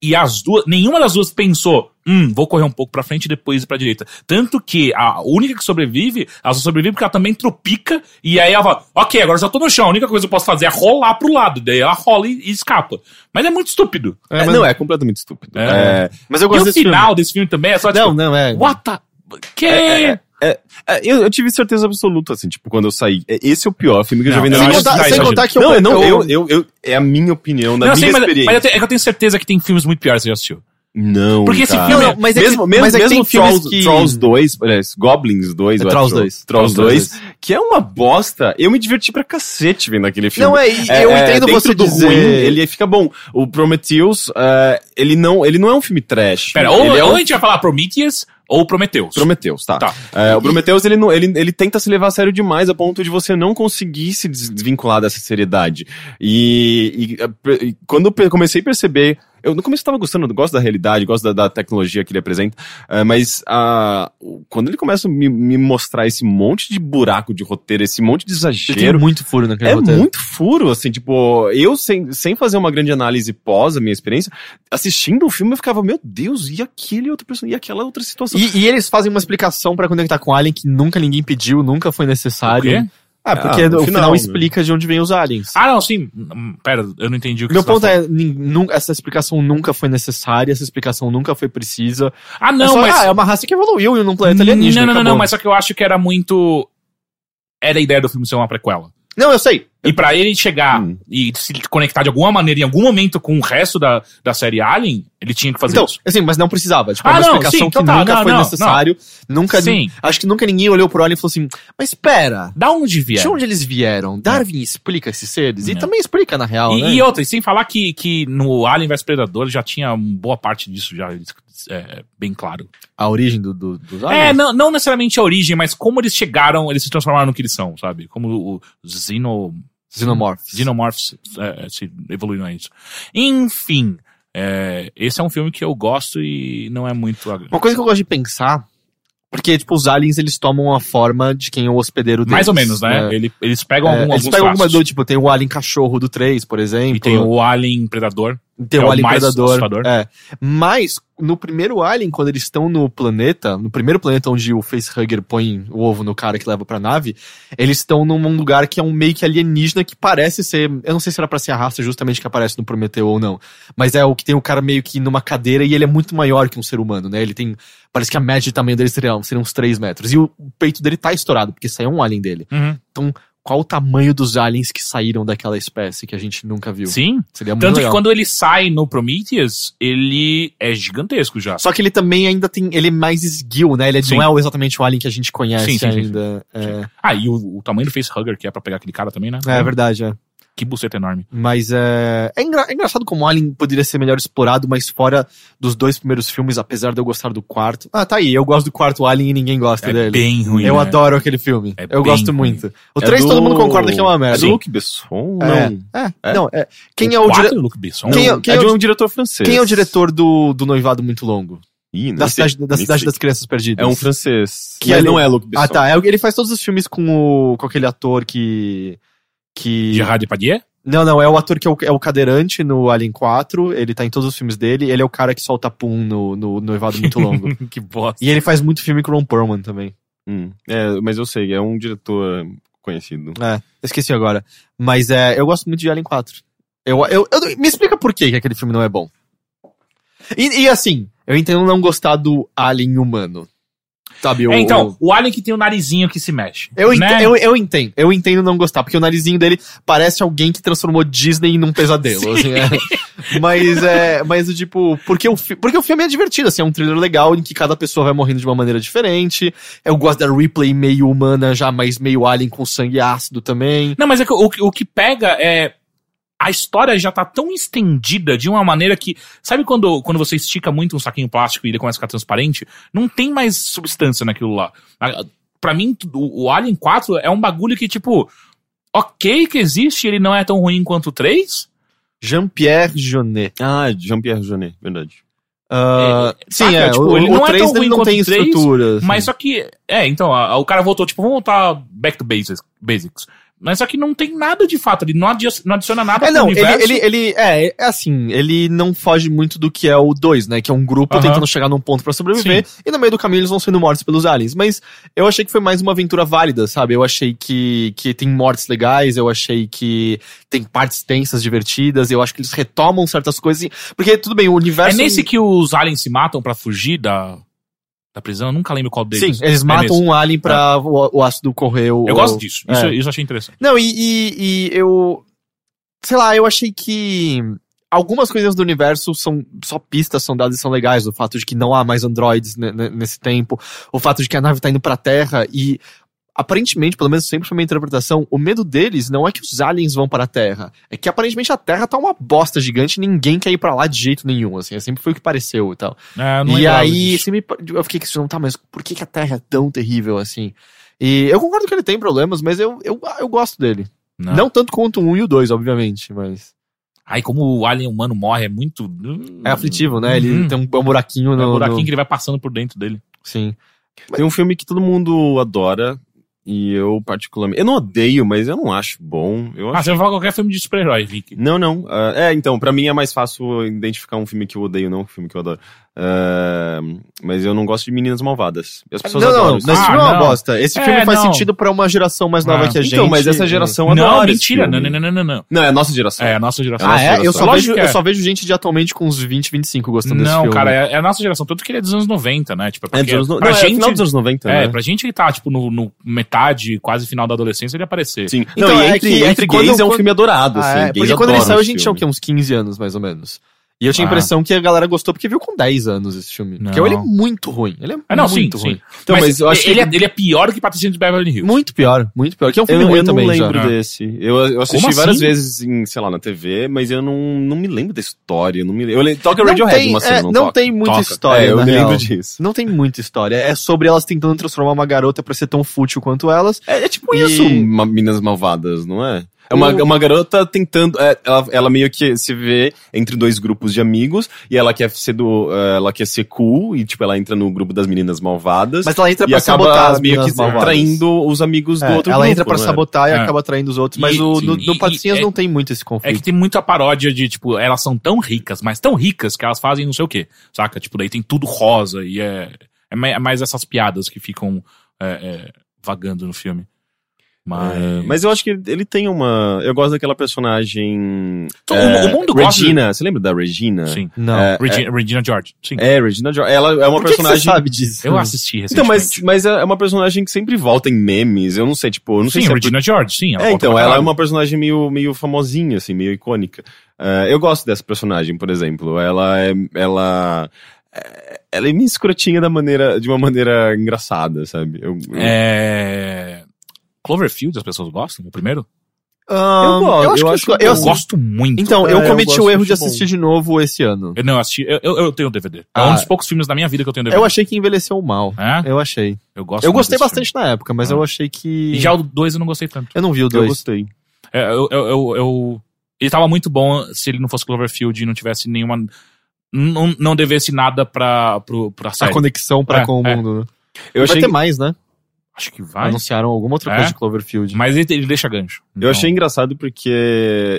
Speaker 1: e as duas, nenhuma das duas pensou, hum, vou correr um pouco pra frente e depois ir pra direita. Tanto que a única que sobrevive, ela só sobrevive porque ela também tropica e aí ela fala, ok, agora eu já tô no chão, a única coisa que eu posso fazer é rolar pro lado. Daí ela rola e, e escapa. Mas é muito estúpido.
Speaker 3: É, Não, é completamente estúpido.
Speaker 1: É.
Speaker 3: É,
Speaker 2: Mas eu
Speaker 1: E
Speaker 2: gosto
Speaker 1: o
Speaker 2: desse filme.
Speaker 1: final desse filme também é só
Speaker 2: Não,
Speaker 1: tipo,
Speaker 2: não, é.
Speaker 1: what the... Que...
Speaker 3: É, eu, eu tive certeza absoluta, assim, tipo, quando eu saí. É, Esse é o pior filme que eu já
Speaker 1: Não,
Speaker 3: vi na
Speaker 1: eu
Speaker 2: Sem
Speaker 3: minha
Speaker 1: acho
Speaker 2: contar,
Speaker 1: que tá
Speaker 2: sem
Speaker 1: exagerado.
Speaker 2: contar que eu,
Speaker 3: Não, é, não,
Speaker 2: eu-
Speaker 3: eu, eu, eu- é a minha opinião, na
Speaker 1: Não,
Speaker 3: minha
Speaker 1: sei, mas,
Speaker 3: experiência.
Speaker 1: mas eu te- é que eu tenho certeza que tem filmes muito piores que você já assistiu.
Speaker 3: Não,
Speaker 1: Porque esse
Speaker 3: cara.
Speaker 1: filme-
Speaker 2: Não, não, mas é
Speaker 3: mesmo
Speaker 2: que-
Speaker 3: mesmo,
Speaker 2: mas é que
Speaker 3: mesmo
Speaker 2: tem filmes
Speaker 3: Trolls,
Speaker 2: que-
Speaker 3: Trolls 2, aliás, Goblins 2,
Speaker 2: É
Speaker 3: eu
Speaker 2: Trolls
Speaker 3: acho.
Speaker 2: 2.
Speaker 3: Trolls
Speaker 2: Trolls
Speaker 3: 2, que é uma bosta. Eu me diverti pra cacete vendo aquele filme.
Speaker 2: Não, é, e eu entendo
Speaker 3: dentro
Speaker 2: você
Speaker 3: do
Speaker 2: dizer-
Speaker 3: ruim, ele fica bom. O Prometheus, é, ele, não, ele não é um filme trash.
Speaker 1: Pera,
Speaker 3: ele
Speaker 1: ou,
Speaker 3: é
Speaker 1: ou
Speaker 3: um
Speaker 1: a gente vai falar Prometheus ou Prometheus.
Speaker 3: Prometheus, tá.
Speaker 1: Tá.
Speaker 3: É, o Prometheus, ele, não, ele, ele tenta se levar a sério demais a ponto de você não conseguir se des- desvincular dessa seriedade. E, e, é, per- e quando eu pe- comecei a perceber. Eu no começo tava gostando, eu gosto da realidade, gosto da, da tecnologia que ele apresenta, é, mas ah, o- quando ele começa a me, me mostrar esse monte de buraco de roteiro, esse monte de
Speaker 2: Ele tem
Speaker 3: exagero,
Speaker 2: muito furo naquele
Speaker 3: é
Speaker 2: roteiro.
Speaker 3: muito furo, assim, tipo, eu sem, sem fazer uma grande análise pós a minha experiência, assistindo o filme eu ficava, meu Deus, e aquele outro personagem, e aquela outra situação.
Speaker 2: E, e eles fazem uma explicação pra conectar com Alien que nunca ninguém pediu, nunca foi
Speaker 1: O
Speaker 2: necessário.
Speaker 1: quê?
Speaker 2: Ah, porque
Speaker 3: Ah,
Speaker 2: no
Speaker 3: no
Speaker 2: final,
Speaker 3: final, né?
Speaker 2: explica de onde vem os aliens.
Speaker 1: Ah, não, sim. Hum, Pera, eu não entendi o que
Speaker 2: Meu
Speaker 1: você tá
Speaker 2: ponto
Speaker 1: falando.
Speaker 2: é, nin- nu- essa explicação nunca foi necessária, essa explicação nunca foi precisa.
Speaker 1: Ah,
Speaker 2: É
Speaker 1: não,
Speaker 2: só,
Speaker 1: mas. Hum,
Speaker 2: Ah, é uma raça que evoluiu num planeta
Speaker 1: não, não,
Speaker 2: alienígena.
Speaker 1: não,
Speaker 2: acabou.
Speaker 1: não, mas só que eu acho que era muito. Era a ideia do filme ser uma prequela.
Speaker 2: Não, eu sei.
Speaker 1: E pra ele chegar
Speaker 3: Hum.
Speaker 1: e se conectar de alguma maneira em algum momento com o resto da, da série Alien, ele tinha que fazer
Speaker 2: Então,
Speaker 1: isso.
Speaker 2: assim, mas não precisava. Tipo,
Speaker 1: Ah,
Speaker 2: é uma
Speaker 1: não,
Speaker 2: explicação
Speaker 1: sim, então
Speaker 2: que
Speaker 1: tá,
Speaker 2: nunca
Speaker 1: não,
Speaker 2: foi
Speaker 1: não,
Speaker 2: necessário. Nunca.
Speaker 1: Sim.
Speaker 2: Acho que nunca ninguém olhou pro Alien e falou assim, mas pera,
Speaker 1: Da onde vier?
Speaker 2: de onde eles vieram? Darwin explica esses seres? E
Speaker 1: Não.
Speaker 2: também explica, na real,
Speaker 1: É. E,
Speaker 2: né?
Speaker 1: e outra, e sem falar que, que no Alien vs Predador já tinha um, boa parte disso já é, bem claro.
Speaker 2: A origem do, do, dos
Speaker 1: é,
Speaker 2: aliens.
Speaker 1: não, não necessariamente a origem, mas como eles chegaram, eles se transformaram no que eles são, sabe? Como os Xeno,
Speaker 2: Xenomorphs.
Speaker 1: Xenomorphs é, é, se evoluíram a isso. Enfim, é, esse é um filme que eu gosto e não é muito. ag-
Speaker 2: Uma coisa que eu gosto de pensar, porque, tipo, os aliens, eles tomam a forma de quem é o hospedeiro deles.
Speaker 1: Mais ou menos, né?
Speaker 2: É.
Speaker 1: Ele- eles pegam
Speaker 2: É,
Speaker 1: algum,
Speaker 2: eles
Speaker 1: alguns
Speaker 2: pegam alguma
Speaker 1: traços.
Speaker 2: do tipo, tem o Alien Cachorro do 3, por exemplo.
Speaker 1: E tem o Alien Predador.
Speaker 2: tem
Speaker 1: é
Speaker 2: o
Speaker 1: o
Speaker 2: Alien
Speaker 1: mais
Speaker 2: Predador.
Speaker 1: assustador.
Speaker 2: É. Mas, no primeiro Alien, quando eles estão no planeta, no primeiro planeta onde o facehugger põe o ovo no cara que leva pra nave, eles estão num lugar que é um meio que alienígena que parece ser. Eu não sei se era pra ser a raça justamente que aparece no Prometeu ou não. Mas é o que tem o cara meio que numa cadeira e ele é muito maior que um ser humano, né? Ele tem. Parece que a média de tamanho dele seria, seria uns 3 metros. E o peito dele tá estourado, porque saiu um alien dele. Qual o tamanho dos aliens que saíram daquela espécie que a gente nunca viu?
Speaker 1: Sim.
Speaker 2: Seria muito
Speaker 1: Tanto que
Speaker 2: legal.
Speaker 1: quando ele sai no Prometheus, ele é gigantesco já.
Speaker 2: Só que ele também ainda tem. Ele é mais esguio, né? Ele
Speaker 1: Sim.
Speaker 2: não é o- exatamente o alien que a gente conhece
Speaker 1: Sim, sim, sim, sim.
Speaker 2: ainda. É,
Speaker 1: Ah, e o, o tamanho do facehugger que é pra pegar aquele cara também, né?
Speaker 2: é verdade, é.
Speaker 1: Que buceta enorme.
Speaker 2: Mas é. É, engra- é engraçado como o Alien poderia ser melhor explorado, mas fora dos dois primeiros filmes, apesar de eu gostar do quarto. Ah, tá aí. Eu gosto do quarto Alien e ninguém gosta
Speaker 1: É
Speaker 2: dele.
Speaker 1: bem ruim.
Speaker 2: Eu
Speaker 1: né?
Speaker 2: adoro aquele filme.
Speaker 1: É bem
Speaker 2: eu gosto
Speaker 1: ruim.
Speaker 2: muito. O
Speaker 3: É
Speaker 2: três
Speaker 3: do-
Speaker 2: todo mundo concorda que é uma
Speaker 3: É
Speaker 2: merda.
Speaker 3: do Luc Besson?
Speaker 2: É,
Speaker 3: Não.
Speaker 2: é,
Speaker 3: É?
Speaker 2: Não, é. Quem
Speaker 1: O
Speaker 2: é o,
Speaker 1: quarto
Speaker 2: dire-
Speaker 1: do Luke Besson?
Speaker 2: Quem é-
Speaker 3: Não, é de
Speaker 2: é o-
Speaker 3: um diretor francês.
Speaker 2: quem é o diretor do, do Noivado Muito Longo?
Speaker 3: Ih, não
Speaker 2: Da
Speaker 3: sei,
Speaker 2: cidade, da
Speaker 3: nem
Speaker 2: cidade
Speaker 3: sei.
Speaker 2: das Crianças Perdidas.
Speaker 3: É um francês.
Speaker 2: Que
Speaker 3: Mas
Speaker 2: ele-
Speaker 3: não é Luc Besson.
Speaker 2: Ah, tá. É, o- ele faz todos os filmes com, o, com aquele ator que. que...
Speaker 1: Gerard Depardieu?
Speaker 2: Não, não, é o ator que é o, é o cadeirante no Alien 4, ele tá em todos os filmes dele, ele é o cara que solta pum no, no Noivado Muito Longo.
Speaker 1: que bosta.
Speaker 2: e ele faz muito filme com o Ron Perlman também.
Speaker 3: Hum, é, mas eu sei, é um diretor conhecido.
Speaker 2: É, Eu Esqueci agora. Mas é, eu gosto muito de Alien 4. Eu, eu, eu- me explica por que que aquele filme não é bom. E, e assim, eu entendo não gostar do Alien humano. Sabe, o-
Speaker 1: É, então, o Alien que tem o narizinho que se mexe.
Speaker 2: Eu, ent-
Speaker 1: né?
Speaker 2: eu, eu entendo, eu entendo não gostar, porque o narizinho dele parece alguém que transformou Disney num pesadelo. assim, é. Mas é. Mas do tipo, porque o, fi- porque o filme é divertido, assim, é um thriller legal em que cada pessoa vai morrendo de uma maneira diferente. Eu gosto da replay meio humana já, mas meio alien com sangue ácido também.
Speaker 1: Não, mas é que o, o que pega é. A história já tá tão estendida de uma maneira que. Sabe quando, quando você estica muito um saquinho plástico e ele começa a ficar transparente? Não tem mais substância naquilo lá. A- Pra mim, tu- o o Alien 4 é um bagulho que, tipo. Ok, que existe, ele não é tão ruim quanto o 3.
Speaker 2: Jean-Pierre Jeunet.
Speaker 3: Ah, Jean-Pierre Jeunet, verdade.
Speaker 2: Ah, sim,
Speaker 1: saca?
Speaker 2: é,
Speaker 1: Tipo,
Speaker 2: o,
Speaker 1: ele
Speaker 2: o
Speaker 1: não é
Speaker 2: três,
Speaker 1: tão
Speaker 2: ele
Speaker 1: ruim
Speaker 2: não
Speaker 1: quanto
Speaker 2: tem
Speaker 1: o três,
Speaker 2: estrutura. assim.
Speaker 1: Mas só que. É, então, a- a- o cara voltou, tipo, vamos voltar back to basics. basics. Mas só que não tem nada de fato, ele não adiciona, não adiciona nada
Speaker 2: É,
Speaker 1: pro
Speaker 2: não, ele,
Speaker 1: universo.
Speaker 2: ele, ele- é, é assim, ele não foge muito do que é o 2, né? Que é um grupo
Speaker 1: Aham.
Speaker 2: tentando chegar num ponto pra sobreviver, e no meio do caminho eles vão sendo mortos pelos aliens. Mas eu achei que foi mais uma aventura válida, sabe? Eu achei que, que tem mortes legais, eu achei que tem partes tensas, divertidas, eu acho que eles retomam certas coisas. e- Porque, tudo bem, o
Speaker 1: É
Speaker 2: universo.
Speaker 1: nesse que os aliens se matam pra fugir da, da prisão? Eu nunca lembro qual deles.
Speaker 2: Sim, eles
Speaker 1: É
Speaker 2: matam
Speaker 1: nesse.
Speaker 2: um alien pra o, o ácido correr o.
Speaker 1: Eu gosto disso. Isso,
Speaker 2: É.
Speaker 1: isso eu achei interessante.
Speaker 2: Não, e, e- e eu. Sei lá, eu achei que. Algumas coisas do universo são só pistas, são dadas e são legais. O fato de que não há mais androides ne- ne- nesse tempo. O fato de que a nave tá indo pra Terra e. Aparentemente, pelo menos sempre foi minha interpretação, o medo deles não é que os aliens vão para a Terra. É que aparentemente a Terra tá uma bosta gigante e ninguém quer ir pra lá de jeito nenhum, assim. Sempre foi o que pareceu e tal
Speaker 1: É, eu não
Speaker 2: e
Speaker 1: lembrava
Speaker 2: aí,
Speaker 1: disso.
Speaker 2: você me, eu fiquei questionando, tá, mas por que, que a Terra é tão terrível assim? E eu concordo que ele tem problemas, mas eu, eu, eu gosto dele.
Speaker 1: Não.
Speaker 2: Não. tanto quanto o 1 e o 2, obviamente, mas.
Speaker 1: Aí, como o alien humano morre, é muito.
Speaker 2: É aflitivo, né? Ele
Speaker 1: Uhum.
Speaker 2: tem um, um buraquinho
Speaker 1: É
Speaker 2: no.
Speaker 1: um buraquinho
Speaker 2: no-
Speaker 1: que ele vai passando por dentro dele.
Speaker 2: Sim.
Speaker 3: Tem um filme que todo mundo adora. E eu, particularmente. Eu não odeio, mas eu não acho bom. Eu
Speaker 1: Ah,
Speaker 3: acho.
Speaker 1: você vai falar qualquer filme de super-herói, Vicky.
Speaker 3: Não, não. ah, é, então, pra mim é mais fácil identificar um filme que eu odeio, não um filme que eu adoro. Ah, mas eu não gosto de Meninas Malvadas. E
Speaker 2: Não,
Speaker 3: As pessoas
Speaker 2: não,
Speaker 3: adoram.
Speaker 2: mas
Speaker 3: isso.
Speaker 2: esse
Speaker 1: Ah,
Speaker 2: filme é uma
Speaker 1: não.
Speaker 2: bosta. Esse
Speaker 1: É,
Speaker 2: filme faz
Speaker 1: não.
Speaker 2: sentido pra uma geração mais nova
Speaker 1: Ah.
Speaker 2: que a gente.
Speaker 3: Então, mas essa
Speaker 2: é
Speaker 3: geração
Speaker 1: Não,
Speaker 3: adora esse
Speaker 1: mentira. Não,
Speaker 3: filme.
Speaker 1: não, não, não, não.
Speaker 3: Não, é a nossa geração.
Speaker 1: É a nossa geração.
Speaker 2: Ah, é? Eu
Speaker 3: Nossa,
Speaker 2: só,
Speaker 1: lógico
Speaker 2: vejo,
Speaker 1: que
Speaker 2: eu
Speaker 1: é.
Speaker 2: só vejo gente de atualmente com uns 20, 25 gostando desse
Speaker 1: Não,
Speaker 2: filme.
Speaker 1: cara, é, é a nossa geração. Tanto que ele é dos anos 90, né? Tipo, é
Speaker 3: É
Speaker 1: porque
Speaker 3: dos anos no-
Speaker 1: pra
Speaker 3: não, é
Speaker 1: gente.
Speaker 3: final dos anos 90,
Speaker 1: é,
Speaker 3: né?
Speaker 1: pra gente ele tá, tipo, no, no metade, quase final da adolescência, ele aparecer.
Speaker 3: Sim.
Speaker 2: Então,
Speaker 3: não, e
Speaker 2: é
Speaker 3: entre,
Speaker 2: que- é
Speaker 3: entre
Speaker 2: que quando
Speaker 3: gays
Speaker 2: eu-
Speaker 3: é um filme adorado,
Speaker 2: Ah,
Speaker 3: assim.
Speaker 2: é,
Speaker 3: gays
Speaker 2: porque quando ele
Speaker 3: adoram
Speaker 2: saiu a
Speaker 3: esse
Speaker 2: gente tinha o
Speaker 3: filme.
Speaker 2: quê? Uns 15 anos, mais ou menos. E eu tinha a
Speaker 1: Ah.
Speaker 2: impressão que a galera gostou porque viu com 10 anos esse filme. Porque
Speaker 1: Não.
Speaker 2: ele é muito ruim. Ele é
Speaker 1: Ah, não, sim,
Speaker 2: muito ruim.
Speaker 1: sim.
Speaker 3: Então, mas, eu acho que
Speaker 1: ele, é, ele é pior que Patrocínio de Beverly Hills.
Speaker 2: Muito pior, muito pior. Que é um
Speaker 3: Eu,
Speaker 2: filme ruim
Speaker 3: eu não
Speaker 2: também, já.
Speaker 3: lembro
Speaker 1: já.
Speaker 3: desse. Eu, eu assisti
Speaker 1: Como
Speaker 3: várias
Speaker 1: assim?
Speaker 3: vezes, em, sei lá, na TV, mas eu não, não me lembro da história. eu Não me lembro. Eu le- Toca
Speaker 2: Não
Speaker 3: Radiohead
Speaker 2: tem-
Speaker 3: uma cena,
Speaker 2: é,
Speaker 3: não
Speaker 2: não
Speaker 3: toca?
Speaker 2: tem muita
Speaker 3: Toca.
Speaker 2: história,
Speaker 3: É, eu
Speaker 2: na
Speaker 3: me
Speaker 2: real.
Speaker 3: lembro disso.
Speaker 2: Não tem muita história. É sobre elas tentando transformar uma garota pra ser tão fútil quanto elas.
Speaker 3: É, é tipo
Speaker 2: E-
Speaker 3: isso, uma, Minas Malvadas, não é? É uma,
Speaker 2: um. O-
Speaker 3: é uma garota tentando. é, ela, ela meio que se vê entre dois grupos de amigos e ela quer ser do. é, Ela quer ser cool e, tipo, ela entra no grupo das meninas malvadas.
Speaker 2: Mas ela entra
Speaker 3: e
Speaker 2: pra sabotar
Speaker 3: acaba
Speaker 2: as
Speaker 3: meio que
Speaker 2: meninas malvadas.
Speaker 3: traindo os amigos do
Speaker 2: É,
Speaker 3: outro
Speaker 2: ela
Speaker 3: grupo.
Speaker 2: entra pra
Speaker 3: não é?
Speaker 2: sabotar e
Speaker 1: É.
Speaker 2: acaba traindo os outros. Mas
Speaker 1: E-
Speaker 2: o,
Speaker 1: sim,
Speaker 2: no,
Speaker 1: e-
Speaker 2: no Patricinhas
Speaker 1: e-
Speaker 2: não tem muito esse
Speaker 1: É que
Speaker 2: conflito.
Speaker 1: tem muita paródia de, tipo, elas são tão ricas, mas tão ricas que elas fazem não sei o quê, saca? Tipo, daí tem tudo rosa e é, é ma- é mais essas piadas que ficam é, é, vagando no filme. Mas,
Speaker 3: É, mas eu acho que ele tem uma. Eu gosto daquela personagem.
Speaker 1: Então,
Speaker 3: é,
Speaker 1: o mundo gosta-
Speaker 3: Regina, você lembra da Regina?
Speaker 1: Sim.
Speaker 2: Não.
Speaker 3: É,
Speaker 1: Regina, Regina George, sim.
Speaker 3: É, Regina George. Ela é uma
Speaker 2: Por que que
Speaker 3: personagem.
Speaker 2: você sabe disso?
Speaker 1: Eu assisti recentemente.
Speaker 3: então, mas, mas é uma personagem que sempre volta em memes. Eu não sei, tipo, eu não
Speaker 1: sim,
Speaker 3: sei se é
Speaker 1: Regina George, sim.
Speaker 3: É,
Speaker 1: volta
Speaker 3: então,
Speaker 1: pra
Speaker 3: ela é
Speaker 1: caralho.
Speaker 3: uma personagem meio, meio famosinha, assim, meio icônica. Ah, eu gosto dessa personagem, por exemplo. Ela é. Ela. é- Ela é meio escrotinha da maneira, de uma maneira engraçada, sabe? Eu, eu-
Speaker 1: É... Cloverfield, as pessoas gostam? O primeiro?
Speaker 2: Ahn,
Speaker 3: gosto,
Speaker 2: Ah, eu acho
Speaker 3: eu
Speaker 2: que
Speaker 3: acho
Speaker 2: eu-
Speaker 3: que
Speaker 2: eu
Speaker 1: Eu
Speaker 3: sim.
Speaker 1: gosto
Speaker 2: gosto.
Speaker 1: muito.
Speaker 2: Então,
Speaker 3: É,
Speaker 2: eu
Speaker 3: eu
Speaker 2: cometi o
Speaker 3: gosto,
Speaker 2: erro de
Speaker 3: acho bom.
Speaker 2: assistir de novo esse ano.
Speaker 1: Eu não assisti, eu, eu, eu tenho DVD. É
Speaker 2: Ah.
Speaker 1: um dos poucos filmes da minha vida que eu tenho DVD.
Speaker 2: Eu achei que envelheceu mal.
Speaker 1: É?
Speaker 2: Eu achei.
Speaker 1: Eu, gosto
Speaker 2: eu
Speaker 1: muito
Speaker 2: gostei
Speaker 1: desse
Speaker 2: bastante na época, mas
Speaker 1: Ah.
Speaker 2: eu achei que.
Speaker 1: filme. E já o 2 eu não gostei tanto.
Speaker 2: Eu não vi o
Speaker 3: eu
Speaker 2: 2.
Speaker 3: gostei.
Speaker 1: É, eu, eu, eu, eu- Ele tava muito bom se ele não fosse Cloverfield e não tivesse nenhuma. Não, não devesse nada pra, pro,
Speaker 3: Ah,
Speaker 1: pra
Speaker 2: A
Speaker 1: série.
Speaker 2: conexão pra
Speaker 1: É,
Speaker 2: com o
Speaker 1: é.
Speaker 2: mundo. né?
Speaker 3: Eu
Speaker 2: Vai
Speaker 3: achei,
Speaker 2: ter mais, né?
Speaker 1: Acho que vai.
Speaker 2: Anunciaram alguma outra coisa
Speaker 1: É?
Speaker 2: de Cloverfield.
Speaker 1: Mas ele, ele deixa gancho. Então,
Speaker 3: eu achei engraçado porque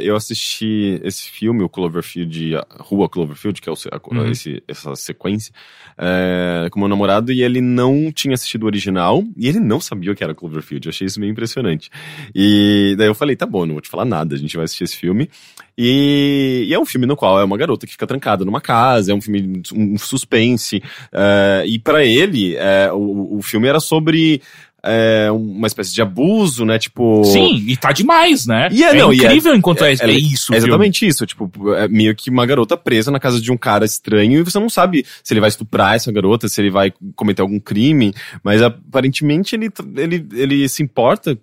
Speaker 3: eu assisti esse filme, o Cloverfield, a Rua Cloverfield, que é o se- a-
Speaker 1: Uhum.
Speaker 3: esse- essa sequência, é, com meu namorado, e ele não tinha assistido o original, e ele não sabia o que era Cloverfield. Eu achei isso meio impressionante. E daí eu falei, tá bom, não vou te falar nada, a gente vai assistir esse filme. E, e é um filme no qual é uma garota que fica trancada numa casa, é um filme, um suspense. eh, e pra ele, eh, o, o filme era sobre eh, uma espécie de abuso, né? Tipo.
Speaker 1: Sim, e tá demais, né?
Speaker 3: E é,
Speaker 1: é
Speaker 3: não, e é-
Speaker 1: incrível enquanto é,
Speaker 3: é-
Speaker 1: é isso.
Speaker 3: É
Speaker 1: viu?
Speaker 3: exatamente isso, tipo, é meio que uma garota presa na casa de um cara estranho e você não sabe se ele vai estuprar essa garota, se ele vai cometer algum crime, mas aparentemente ele, ele, ele se importa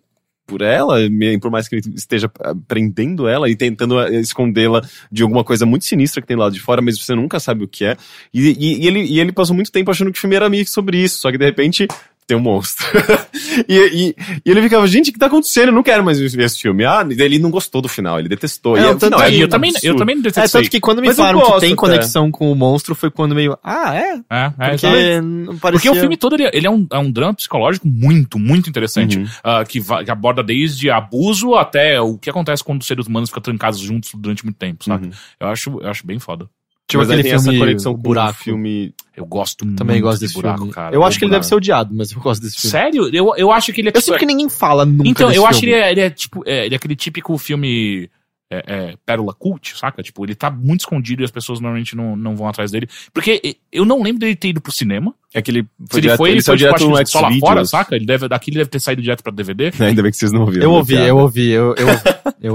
Speaker 3: por ela, me- por mais que ele esteja prendendo ela e tentando eh, escondê-la de alguma coisa muito sinistra que tem lá de fora, mas você nunca sabe o que é. E, e- e ele, e ele passou muito tempo achando que o filme era meio que sobre isso, só que de repente tem um monstro. e, e- e ele ficava, gente, o que tá acontecendo? Eu não quero mais ver esse filme. Ah, e daí ele não gostou do final, ele detestou.
Speaker 2: É, eu
Speaker 3: E o final
Speaker 2: tanto-
Speaker 3: é
Speaker 1: Não, e eu
Speaker 3: um
Speaker 1: também, eu
Speaker 3: absurdo.
Speaker 1: também
Speaker 2: É,
Speaker 1: detestei.
Speaker 2: tanto que quando me
Speaker 3: Mas eu
Speaker 2: falaram que
Speaker 3: gosto
Speaker 2: tem
Speaker 3: até.
Speaker 2: conexão com o monstro, foi quando meio. Ah, é?
Speaker 1: É, é,
Speaker 2: Porque
Speaker 1: exato.
Speaker 2: não
Speaker 1: Porque
Speaker 2: parecia.
Speaker 1: o filme todo ele, ele é, um, é um drama psicológico muito, muito interessante.
Speaker 3: Uhum.
Speaker 1: ah, que, va- que aborda desde abuso até o que acontece quando os seres humanos ficam trancados juntos durante muito tempo, sabe?
Speaker 3: Uhum.
Speaker 1: Eu, acho, eu acho bem foda.
Speaker 2: Tipo
Speaker 3: mas aí
Speaker 2: aquele
Speaker 3: tem
Speaker 2: filme,
Speaker 3: essa conexão
Speaker 2: O
Speaker 3: com o
Speaker 2: Buraco.
Speaker 3: filme.
Speaker 1: Eu gosto
Speaker 2: Também
Speaker 1: muito
Speaker 2: gosto
Speaker 1: de
Speaker 2: desse
Speaker 1: buraco,
Speaker 2: filme.
Speaker 1: cara.
Speaker 2: eu acho que ele
Speaker 1: Buraco.
Speaker 2: deve ser odiado, mas eu gosto desse filme.
Speaker 1: Sério? Eu, eu acho que ele é
Speaker 2: Eu
Speaker 1: tipo.
Speaker 2: sinto que ninguém fala nunca.
Speaker 1: então,
Speaker 2: desse
Speaker 1: eu acho que
Speaker 2: filme.
Speaker 1: ele é, ele é tipo. é, ele é aquele típico filme. É, é, pérola cult, saca? Tipo, ele tá muito escondido e as pessoas normalmente não, não vão atrás dele. Porque eh, eu não lembro dele ter ido pro cinema.
Speaker 3: É que ele
Speaker 1: Se ele
Speaker 3: direto-
Speaker 1: foi, ele,
Speaker 3: saiu
Speaker 1: foi tipo,
Speaker 3: direto
Speaker 1: acho
Speaker 3: no
Speaker 1: que só lá fora,
Speaker 3: Xvideos.
Speaker 1: saca? Ele deve, daqui ele deve ter saído direto pra DVD.
Speaker 3: Ainda bem que vocês não ouviram.
Speaker 1: é
Speaker 2: Eu
Speaker 3: né,
Speaker 2: ouvi,
Speaker 3: piada.
Speaker 2: eu ouvi, eu, eu, eu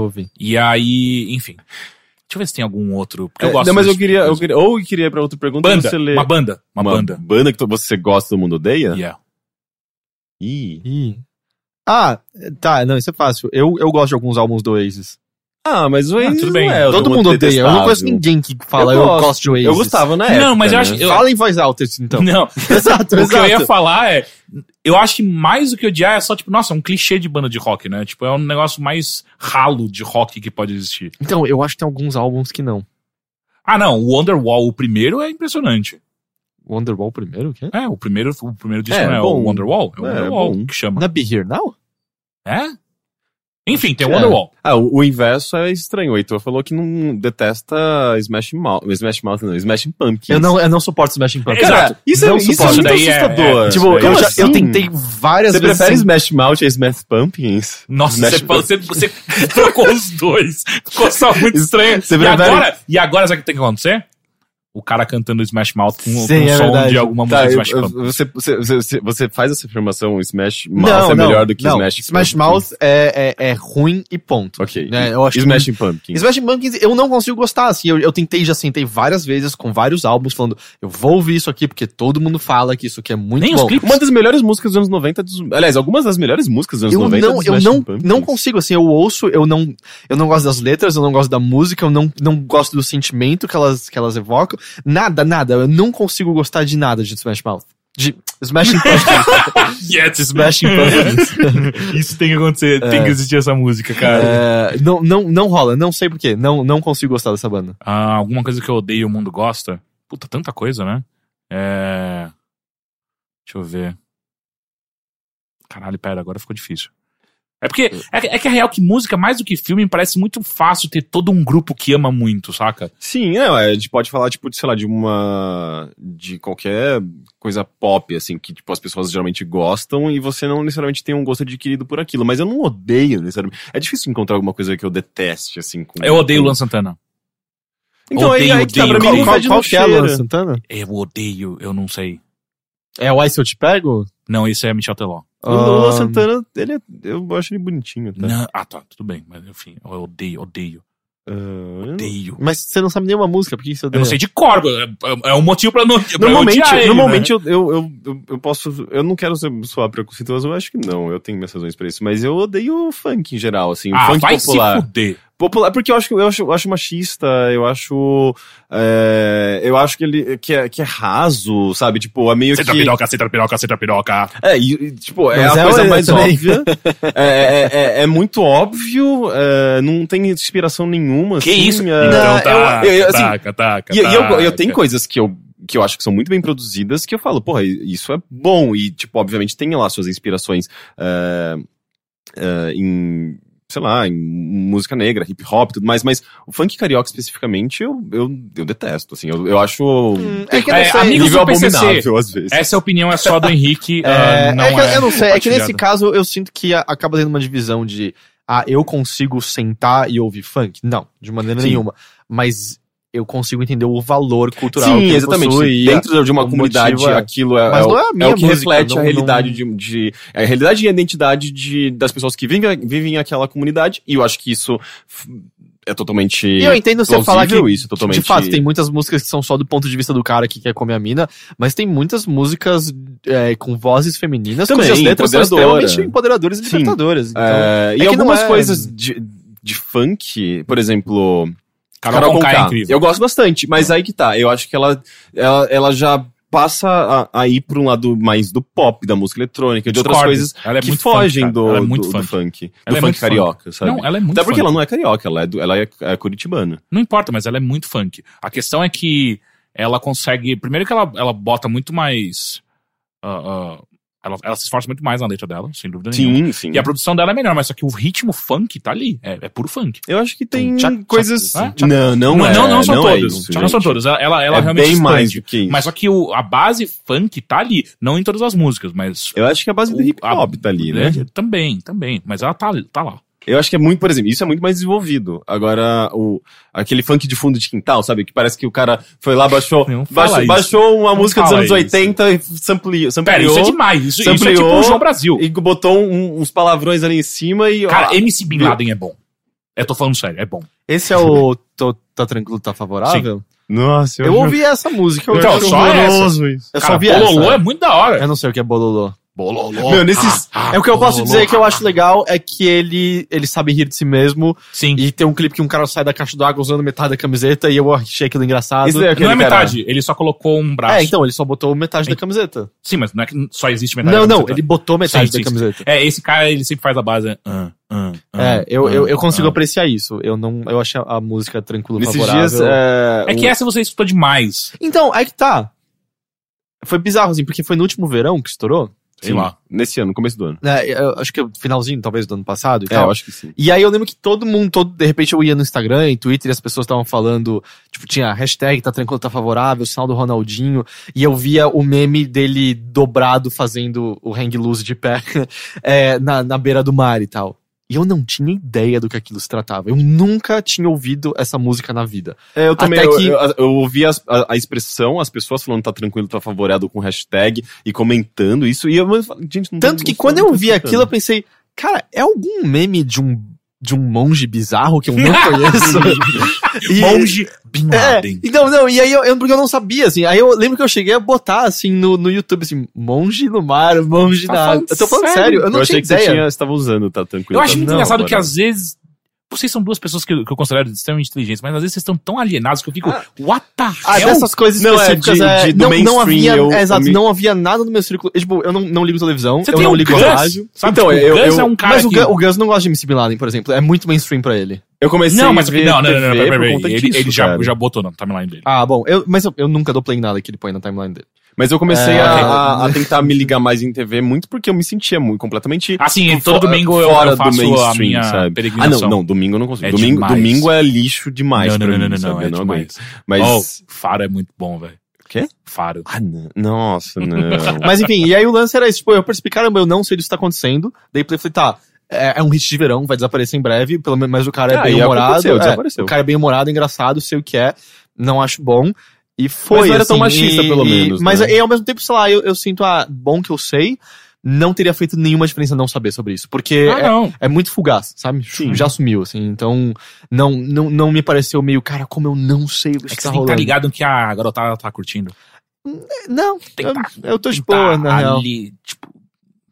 Speaker 2: ouvi.
Speaker 1: E aí, enfim. Deixa eu ver se tem algum outro. Porque eu
Speaker 3: É,
Speaker 1: gosto
Speaker 3: não, mas eu
Speaker 1: desse
Speaker 3: queria, eu
Speaker 1: tipo de
Speaker 3: queria. Ou eu queria ir pra outra pergunta,
Speaker 1: coisa.
Speaker 3: você
Speaker 1: Banda.
Speaker 3: lê.
Speaker 1: Uma banda. Uma, banda.
Speaker 3: Banda que to- você gosta, todo mundo odeia?
Speaker 1: Yeah.
Speaker 3: Ih.
Speaker 2: Ih. Ah, tá, não, isso é fácil. Eu, eu gosto de alguns álbuns do Oasis.
Speaker 3: Ah, mas o
Speaker 1: Oasis
Speaker 3: tudo
Speaker 1: não
Speaker 3: bem.
Speaker 1: é
Speaker 2: Todo mundo odeia, eu não conheço ninguém que fala eu,
Speaker 3: Eu gosto.
Speaker 2: gosto de Oasis.
Speaker 3: Eu gostava, né?
Speaker 1: Não, mas eu acho- eu-
Speaker 2: Fala em voz alta isso, então.
Speaker 1: Não,
Speaker 2: exato,
Speaker 1: o que eu ia falar é. Eu acho que mais do que odiar é só, tipo, nossa, é um clichê de banda de rock, né? Tipo, é um negócio mais ralo de rock que pode existir.
Speaker 2: Então, eu acho que tem alguns álbuns que não.
Speaker 1: Ah, não, o Wonderwall, o primeiro, é impressionante.
Speaker 2: Wonderwall primeiro, o quê?
Speaker 1: É, o primeiro, o primeiro disco
Speaker 3: É,
Speaker 1: não é
Speaker 3: bom.
Speaker 1: o Wonderwall, é o
Speaker 3: É,
Speaker 1: Wonderwall
Speaker 3: bom.
Speaker 1: que chama.
Speaker 2: Na Be Here Now?
Speaker 1: É? Enfim, tem o
Speaker 2: que é.
Speaker 1: Wonderwall.
Speaker 3: Ah, o, o inverso é estranho. O Heitor falou que não detesta Smash Mouth. Smash Mouth, não, Smash Pumpkins.
Speaker 2: Eu não, eu não suporto Smashing Pumpkins.
Speaker 1: Exato.
Speaker 3: Cara, isso, é,
Speaker 2: Não
Speaker 3: isso é
Speaker 2: suporto.
Speaker 3: muito
Speaker 1: Isso daí é-
Speaker 3: assustador.
Speaker 1: é-
Speaker 2: Tipo,
Speaker 1: Como
Speaker 2: eu, já, eu
Speaker 3: assim?
Speaker 2: tentei várias
Speaker 3: Você
Speaker 2: vezes. assim.
Speaker 3: prefere
Speaker 2: sem-
Speaker 3: Smash Mouth a Smash Pumpkins?
Speaker 1: Nossa,
Speaker 3: Smash
Speaker 1: você, você, você trocou os dois. Ficou só muito estranho.
Speaker 3: Você
Speaker 1: e,
Speaker 3: prefere-
Speaker 1: agora, e agora, sabe o que tem que acontecer? O cara cantando Smash Mouth com, com
Speaker 2: Sim,
Speaker 1: o
Speaker 2: é
Speaker 1: som
Speaker 2: verdade.
Speaker 1: de alguma música
Speaker 3: Tá,
Speaker 1: de
Speaker 3: eu-
Speaker 1: Smash
Speaker 3: eu-
Speaker 1: Mouth.
Speaker 3: você, você, você, você faz essa afirmação, Smash Mouth
Speaker 2: Não,
Speaker 3: é
Speaker 2: não,
Speaker 3: melhor do que
Speaker 2: não.
Speaker 3: Smash
Speaker 2: Smash
Speaker 3: Pumpkins.
Speaker 2: Mouth é, é, é ruim e ponto.
Speaker 3: Ok.
Speaker 2: Né, eu acho que-
Speaker 3: Smash Pumpkins.
Speaker 2: Smash Pumpkins eu não consigo gostar, assim, eu, eu tentei, já sentei várias vezes com vários álbuns falando, eu vou ouvir isso aqui porque todo mundo fala que isso aqui é muito
Speaker 1: Nem os
Speaker 2: bom.
Speaker 1: clipes.
Speaker 3: Uma das melhores músicas dos anos 90. Dos, aliás, algumas das melhores músicas dos anos
Speaker 2: Eu
Speaker 3: 90.
Speaker 2: não,
Speaker 3: dos
Speaker 2: eu
Speaker 3: Smashing
Speaker 2: não,
Speaker 3: Pumpkins.
Speaker 2: não consigo, assim, eu ouço, eu não, eu não gosto das letras, eu não gosto da música, eu não, não gosto do sentimento que elas, que elas evocam, nada, nada, eu não consigo gostar de nada de Smash Mouth. De Smashing Pumpkins.
Speaker 1: Yes,
Speaker 2: Smashing Pumpkins.
Speaker 1: Isso tem que acontecer, tem que existir essa música, cara.
Speaker 2: É, não, não, não rola, não sei porquê, não, não consigo gostar dessa banda.
Speaker 1: Ah, alguma coisa que eu odeio e o mundo gosta? Puta, tanta coisa, né? É... Deixa eu ver. Caralho, pera, agora ficou difícil. É porque, é, que- é que a real que música, mais do que filme, parece muito fácil ter todo um grupo que ama muito, saca?
Speaker 3: Sim, é, a gente pode falar, tipo, de, sei lá, de uma. de qualquer coisa pop, assim, que tipo, as pessoas geralmente gostam e você não necessariamente tem um gosto adquirido por aquilo. Mas eu não odeio necessariamente. É difícil encontrar alguma coisa que eu deteste, assim. Com,
Speaker 1: Eu odeio o
Speaker 3: com...
Speaker 1: Luan Santana.
Speaker 3: Então
Speaker 1: Odeio,
Speaker 3: aí, aí que tá
Speaker 1: odeio,
Speaker 3: pra mim,
Speaker 1: odeio.
Speaker 3: nem
Speaker 2: Qual,
Speaker 3: fede,
Speaker 2: qual
Speaker 3: não
Speaker 2: que é a Luana
Speaker 3: cheira.
Speaker 2: Santana?
Speaker 1: Eu odeio, eu não sei.
Speaker 2: É o Ai Se Eu Te Pego?
Speaker 1: Não, esse é Michel Teló.
Speaker 3: O Luan
Speaker 2: Ah,
Speaker 3: Santana, ele é, eu acho ele bonitinho, tá?
Speaker 1: Não, ah, tá, tudo bem. Mas enfim, eu odeio, odeio,
Speaker 3: Ah, eu não-
Speaker 1: odeio.
Speaker 2: Mas você não sabe nenhuma música, por que você
Speaker 1: Eu não sei de cor, é, é um motivo pra não. pra eu
Speaker 3: Normalmente,
Speaker 1: odiar ele, né?
Speaker 3: normalmente eu, eu, eu, eu- eu posso. Eu não quero ser- soar preconceituoso, eu acho que não. Eu tenho minhas razões pra isso. Mas eu odeio o funk em geral, assim.
Speaker 1: Ah,
Speaker 3: funk
Speaker 1: vai
Speaker 3: popular.
Speaker 1: se fuder.
Speaker 3: Popular, porque eu acho, eu acho, eu acho machista, eu acho. é, eu acho que ele que é, que é raso, sabe? Tipo, é meio
Speaker 1: Senta
Speaker 3: que.
Speaker 1: tá piroca, senta piroca, senta piroca.
Speaker 3: É, e, e, tipo, é
Speaker 2: Mas
Speaker 3: a
Speaker 2: é
Speaker 3: coisa
Speaker 2: o-
Speaker 3: mais
Speaker 2: também.
Speaker 3: óbvia. é, é, é, é muito óbvio, é, não tem inspiração nenhuma.
Speaker 1: Que
Speaker 3: assim,
Speaker 1: isso?
Speaker 3: é.
Speaker 1: Então tá,
Speaker 3: eu- eu- assim,
Speaker 1: taca, taca,
Speaker 3: E, e eu, eu
Speaker 1: taca.
Speaker 3: tenho coisas que eu, que eu acho que são muito bem produzidas que eu falo, porra, isso é bom. E, tipo, obviamente tem lá suas inspirações eh, eh, em, sei lá, em música negra, hip hop e tudo mais, mas o funk carioca especificamente eu, eu, eu detesto, assim. Eu, eu acho
Speaker 2: É que eu
Speaker 1: É,
Speaker 2: não sei.
Speaker 1: amigos
Speaker 3: nível
Speaker 1: do PCC.
Speaker 3: abominável às vezes.
Speaker 1: Essa opinião é só do Henrique.
Speaker 2: É,
Speaker 1: ah, não
Speaker 2: é que eu- eu não sei, é que
Speaker 1: compartilhada.
Speaker 2: nesse caso eu sinto que a- acaba tendo uma divisão de ah, eu consigo sentar e ouvir funk. Não, de maneira
Speaker 3: Sim.
Speaker 2: nenhuma. Mas eu consigo entender o valor cultural que
Speaker 3: Sim,
Speaker 2: ele
Speaker 3: exatamente.
Speaker 2: possui.
Speaker 3: Dentro de uma
Speaker 2: o
Speaker 3: comunidade,
Speaker 2: motivo é-
Speaker 3: aquilo é,
Speaker 2: Mas
Speaker 3: é o-
Speaker 2: não é a minha
Speaker 3: o que
Speaker 2: música,
Speaker 3: reflete
Speaker 2: não-
Speaker 3: a realidade de, de- é A realidade e a identidade de, das pessoas que vivem, vivem aquela comunidade. E eu acho que isso f- é totalmente.
Speaker 2: E eu entendo você falar que
Speaker 3: plausível isso, é totalmente.
Speaker 2: De fato, tem muitas músicas que são só do ponto de vista do cara que quer comer a mina, mas tem muitas músicas é, com vozes femininas
Speaker 3: Também,
Speaker 2: cujas letras são
Speaker 3: empoderadora.
Speaker 2: extremamente empoderadoras e
Speaker 3: Sim.
Speaker 2: libertadoras. Então,
Speaker 3: É,
Speaker 2: é
Speaker 3: e
Speaker 2: que não
Speaker 3: algumas
Speaker 2: é-
Speaker 3: coisas de, de funk, por exemplo.
Speaker 1: Carol, Conká, é incrível.
Speaker 3: Eu gosto bastante, mas aí que tá. Eu acho que ela, ela, ela já passa a, a ir pra um lado mais do pop, da música eletrônica, de outras
Speaker 1: Discordo.
Speaker 3: coisas
Speaker 1: Ela é
Speaker 3: que
Speaker 1: muito
Speaker 3: fogem
Speaker 1: funk, cara.
Speaker 3: do,
Speaker 1: Ela é muito
Speaker 3: do, do
Speaker 1: funk.
Speaker 3: funk. Do
Speaker 1: Ela é muito
Speaker 3: funk carioca, sabe?
Speaker 1: Não, ela é muito
Speaker 3: Até porque
Speaker 1: funk.
Speaker 3: ela não é carioca, ela é, do- ela é, é curitibana.
Speaker 1: Não importa, mas ela é muito funk. A questão é que ela consegue. Primeiro que ela, ela bota muito mais. ah, ah, ela, ela se esforça muito mais na letra dela, sem dúvida nenhuma.
Speaker 3: Sim, um, sim.
Speaker 1: E a produção dela é melhor, mas só que o ritmo funk tá ali. É, é puro funk.
Speaker 3: Eu acho que tem
Speaker 2: Tum, tchac,
Speaker 3: coisas.
Speaker 1: tchac, tchac.
Speaker 3: Não, não, é,
Speaker 1: não, não são
Speaker 3: é
Speaker 1: todos.
Speaker 3: isso,
Speaker 1: não são
Speaker 3: gente.
Speaker 1: todos. Ela, ela, ela
Speaker 3: é
Speaker 1: realmente
Speaker 3: bem mais
Speaker 1: expande.
Speaker 3: do que isso.
Speaker 1: Mas só que o- a base funk tá ali. Não em todas as músicas, mas.
Speaker 3: Eu acho que é a base do
Speaker 1: o-
Speaker 3: hip
Speaker 1: a- É,
Speaker 3: hop tá ali, né?
Speaker 1: Também, também. Mas ela tá, tá lá.
Speaker 3: Eu acho que é muito, por exemplo, isso é muito mais desenvolvido. Agora, o, aquele funk de fundo de quintal, sabe? Que parece que o cara foi lá, baixou,
Speaker 1: Não fala
Speaker 3: baixou,
Speaker 1: isso.
Speaker 3: baixou uma
Speaker 1: Não
Speaker 3: música dos
Speaker 1: fala
Speaker 3: anos
Speaker 1: isso.
Speaker 3: 80 e sampli-
Speaker 1: Pera,
Speaker 3: sampleou.
Speaker 1: isso é demais. Isso, isso é tipo
Speaker 3: Sampleou
Speaker 1: o João Brasil.
Speaker 3: E botou um- uns palavrões ali em cima e. ó,
Speaker 1: Cara, MC Bin Laden é bom. Eu tô falando sério, é bom.
Speaker 2: Esse é o Tô- Tá Tranquilo, Tá Favorável?
Speaker 3: nossa,
Speaker 2: Eu, ouvi essa música. Eu,
Speaker 1: Então,
Speaker 2: acho
Speaker 1: só
Speaker 2: horroroso isso. Eu só
Speaker 1: Cara,
Speaker 2: vi
Speaker 1: Bololô
Speaker 2: essa.
Speaker 1: é muito da hora. Ah,
Speaker 2: Eu não sei o que é Bololô.
Speaker 1: Bololô.
Speaker 3: Meu, nesses.
Speaker 2: É o que eu posso dizer que eu acho legal é que ele, ele sabe rir de si mesmo.
Speaker 1: Sim.
Speaker 2: E tem um clipe que um cara sai da caixa d'água usando metade da camiseta e eu achei aquilo engraçado.
Speaker 3: Isso é aquele
Speaker 1: Não é
Speaker 3: cara-
Speaker 1: metade, ele só colocou um braço.
Speaker 2: É, então, ele só botou metade da camiseta.
Speaker 1: Sim, mas não é que só existe metade.
Speaker 2: Não,
Speaker 1: da
Speaker 2: não,
Speaker 1: camiseta.
Speaker 2: ele botou metade
Speaker 1: Sim,
Speaker 2: da
Speaker 1: sim, sim.
Speaker 2: camiseta.
Speaker 1: É, esse cara, ele sempre faz a base. né? Ah, ah, ah,
Speaker 2: É, eu, eu, eu
Speaker 1: ah,
Speaker 2: consigo
Speaker 1: ah.
Speaker 2: apreciar isso. Eu não, eu acho a música tranquilo
Speaker 3: Nesses
Speaker 2: favorável.
Speaker 3: dias. É,
Speaker 1: É que essa você escutou demais.
Speaker 2: Então, aí que tá. Foi bizarro, assim, porque foi no último verão que estourou.
Speaker 1: Sei lá.
Speaker 3: Nesse ano, começo do ano.
Speaker 2: Né, eu acho que é o finalzinho, talvez, do ano passado e
Speaker 3: É,
Speaker 2: tal.
Speaker 3: eu acho que sim.
Speaker 2: E aí eu lembro que todo mundo, todo, de repente eu ia no Instagram e Twitter e as pessoas estavam falando, tipo, tinha hashtag tá tranquilo, tá favorável, sinal do Ronaldinho, e eu via o meme dele dobrado fazendo o hang loose de pé é, na, na beira do mar e tal. E eu não tinha ideia do que aquilo se tratava. Eu nunca tinha ouvido essa música na vida.
Speaker 3: É, eu também.
Speaker 2: Até
Speaker 3: eu,
Speaker 2: que-
Speaker 3: eu- eu ouvi as- a, a expressão, as pessoas falando tá tranquilo, tá favorável com hashtag e comentando isso. E eu, mas, gente, não é
Speaker 2: Tanto
Speaker 3: não-
Speaker 2: que
Speaker 3: não
Speaker 2: quando
Speaker 3: tô
Speaker 2: eu vi
Speaker 3: escutando.
Speaker 2: aquilo, eu pensei, cara, é algum meme de um, de um monge bizarro que eu não conheço? E-
Speaker 1: Monge Bin
Speaker 2: É,
Speaker 1: Laden.
Speaker 2: então, não, e aí eu, eu- porque eu não sabia, assim, aí eu lembro que eu cheguei a botar, assim, no, no YouTube, assim, monge no mar, monge
Speaker 1: Tá
Speaker 2: na água.
Speaker 1: falando
Speaker 2: Eu tô falando sério,
Speaker 1: sério?
Speaker 2: eu não
Speaker 3: achei
Speaker 2: tinha
Speaker 3: que você
Speaker 2: ideia.
Speaker 3: tinha, estava usando, tá tranquilo.
Speaker 1: Eu acho muito
Speaker 2: Não,
Speaker 1: engraçado que
Speaker 3: agora.
Speaker 1: às vezes. Vocês são duas pessoas que eu, que eu considero extremamente inteligentes, mas às vezes vocês estão tão alienados que eu fico, what the
Speaker 2: Ah,
Speaker 1: hell?
Speaker 2: dessas coisas
Speaker 3: Não, é,
Speaker 2: específicas,
Speaker 3: de-
Speaker 2: é,
Speaker 3: de- do
Speaker 2: não, não
Speaker 3: mainstream,
Speaker 2: havia,
Speaker 3: eu-
Speaker 2: é, exato,
Speaker 3: eu me-
Speaker 2: não havia nada no meu círculo, eu, tipo, eu não, não ligo televisão, eu
Speaker 1: tem
Speaker 2: não
Speaker 1: o
Speaker 2: ligo
Speaker 1: Gus,
Speaker 2: rádio.
Speaker 1: Sabe?
Speaker 3: Então,
Speaker 1: Tipo, o
Speaker 3: eu-
Speaker 1: Gus
Speaker 3: eu-
Speaker 1: é um cara
Speaker 2: Mas o,
Speaker 1: que...
Speaker 2: Gus, o Gus não gosta de MC Bin Laden, por exemplo, é muito mainstream pra ele.
Speaker 3: Eu comecei
Speaker 1: Não, mas
Speaker 3: a ver
Speaker 1: não, não, não, não,
Speaker 3: TV
Speaker 1: peraí,
Speaker 3: por
Speaker 1: peraí,
Speaker 3: conta
Speaker 1: Ele,
Speaker 3: disso,
Speaker 1: ele já,
Speaker 3: cara.
Speaker 1: já botou tá na timeline dele.
Speaker 2: Ah, bom, eu, mas eu, eu nunca dou play em nada que ele põe na timeline dele.
Speaker 3: Mas eu comecei
Speaker 2: É,
Speaker 3: a,
Speaker 2: ok.
Speaker 3: a- a tentar me ligar mais em TV muito porque eu me sentia muito completamente
Speaker 1: Assim, todo
Speaker 3: fo-
Speaker 1: domingo eu,
Speaker 3: fora
Speaker 1: eu faço a
Speaker 3: do mainstream,
Speaker 1: minha
Speaker 3: sabe? Ah,
Speaker 1: peregrinação.
Speaker 3: não, não, domingo eu não consigo.
Speaker 1: É
Speaker 3: domingo,
Speaker 1: demais.
Speaker 3: domingo é lixo demais
Speaker 1: não, não,
Speaker 3: pra
Speaker 1: não,
Speaker 3: mim,
Speaker 1: não, não,
Speaker 3: sabe?
Speaker 1: não,
Speaker 3: Eu
Speaker 1: é
Speaker 3: aguento.
Speaker 1: demais.
Speaker 3: Mas
Speaker 1: Oh, Faro é muito bom, velho.
Speaker 3: Quê?
Speaker 1: Faro.
Speaker 3: ah, não. nossa, não.
Speaker 2: Mas enfim, e aí o lance era isso. Tipo, eu percebi, caramba, eu não sei disso que tá acontecendo. Daí Play falei, tá, é, é um hit de verão, vai desaparecer em breve, pelo menos, mas o cara é
Speaker 3: Ah, e
Speaker 2: bem humorado.
Speaker 3: aconteceu,
Speaker 2: é,
Speaker 3: desapareceu.
Speaker 2: o cara é bem humorado, engraçado, sei o que é, não acho bom. E foi.
Speaker 3: não era tão
Speaker 2: assim,
Speaker 3: machista,
Speaker 2: e-
Speaker 3: pelo
Speaker 2: e-
Speaker 3: menos,
Speaker 2: Mas
Speaker 3: né?
Speaker 2: e, ao mesmo tempo, sei lá, eu, eu sinto, ah, bom que eu sei, não teria feito nenhuma diferença não saber sobre isso. Porque
Speaker 1: Ah,
Speaker 2: é-
Speaker 1: não.
Speaker 2: é muito fugaz, sabe?
Speaker 3: Sim.
Speaker 2: Já sumiu, assim. Então, não, não, não me pareceu meio, cara, como eu não sei o que,
Speaker 1: É que você
Speaker 2: tá
Speaker 1: tem que tá
Speaker 2: rolando.
Speaker 1: ligado no que a garotada tá curtindo.
Speaker 2: Não,
Speaker 1: Tem que
Speaker 2: eu,
Speaker 1: tá-
Speaker 2: eu tô
Speaker 1: Tem
Speaker 2: de
Speaker 1: que tá
Speaker 2: boa, na real.
Speaker 1: ali, tipo...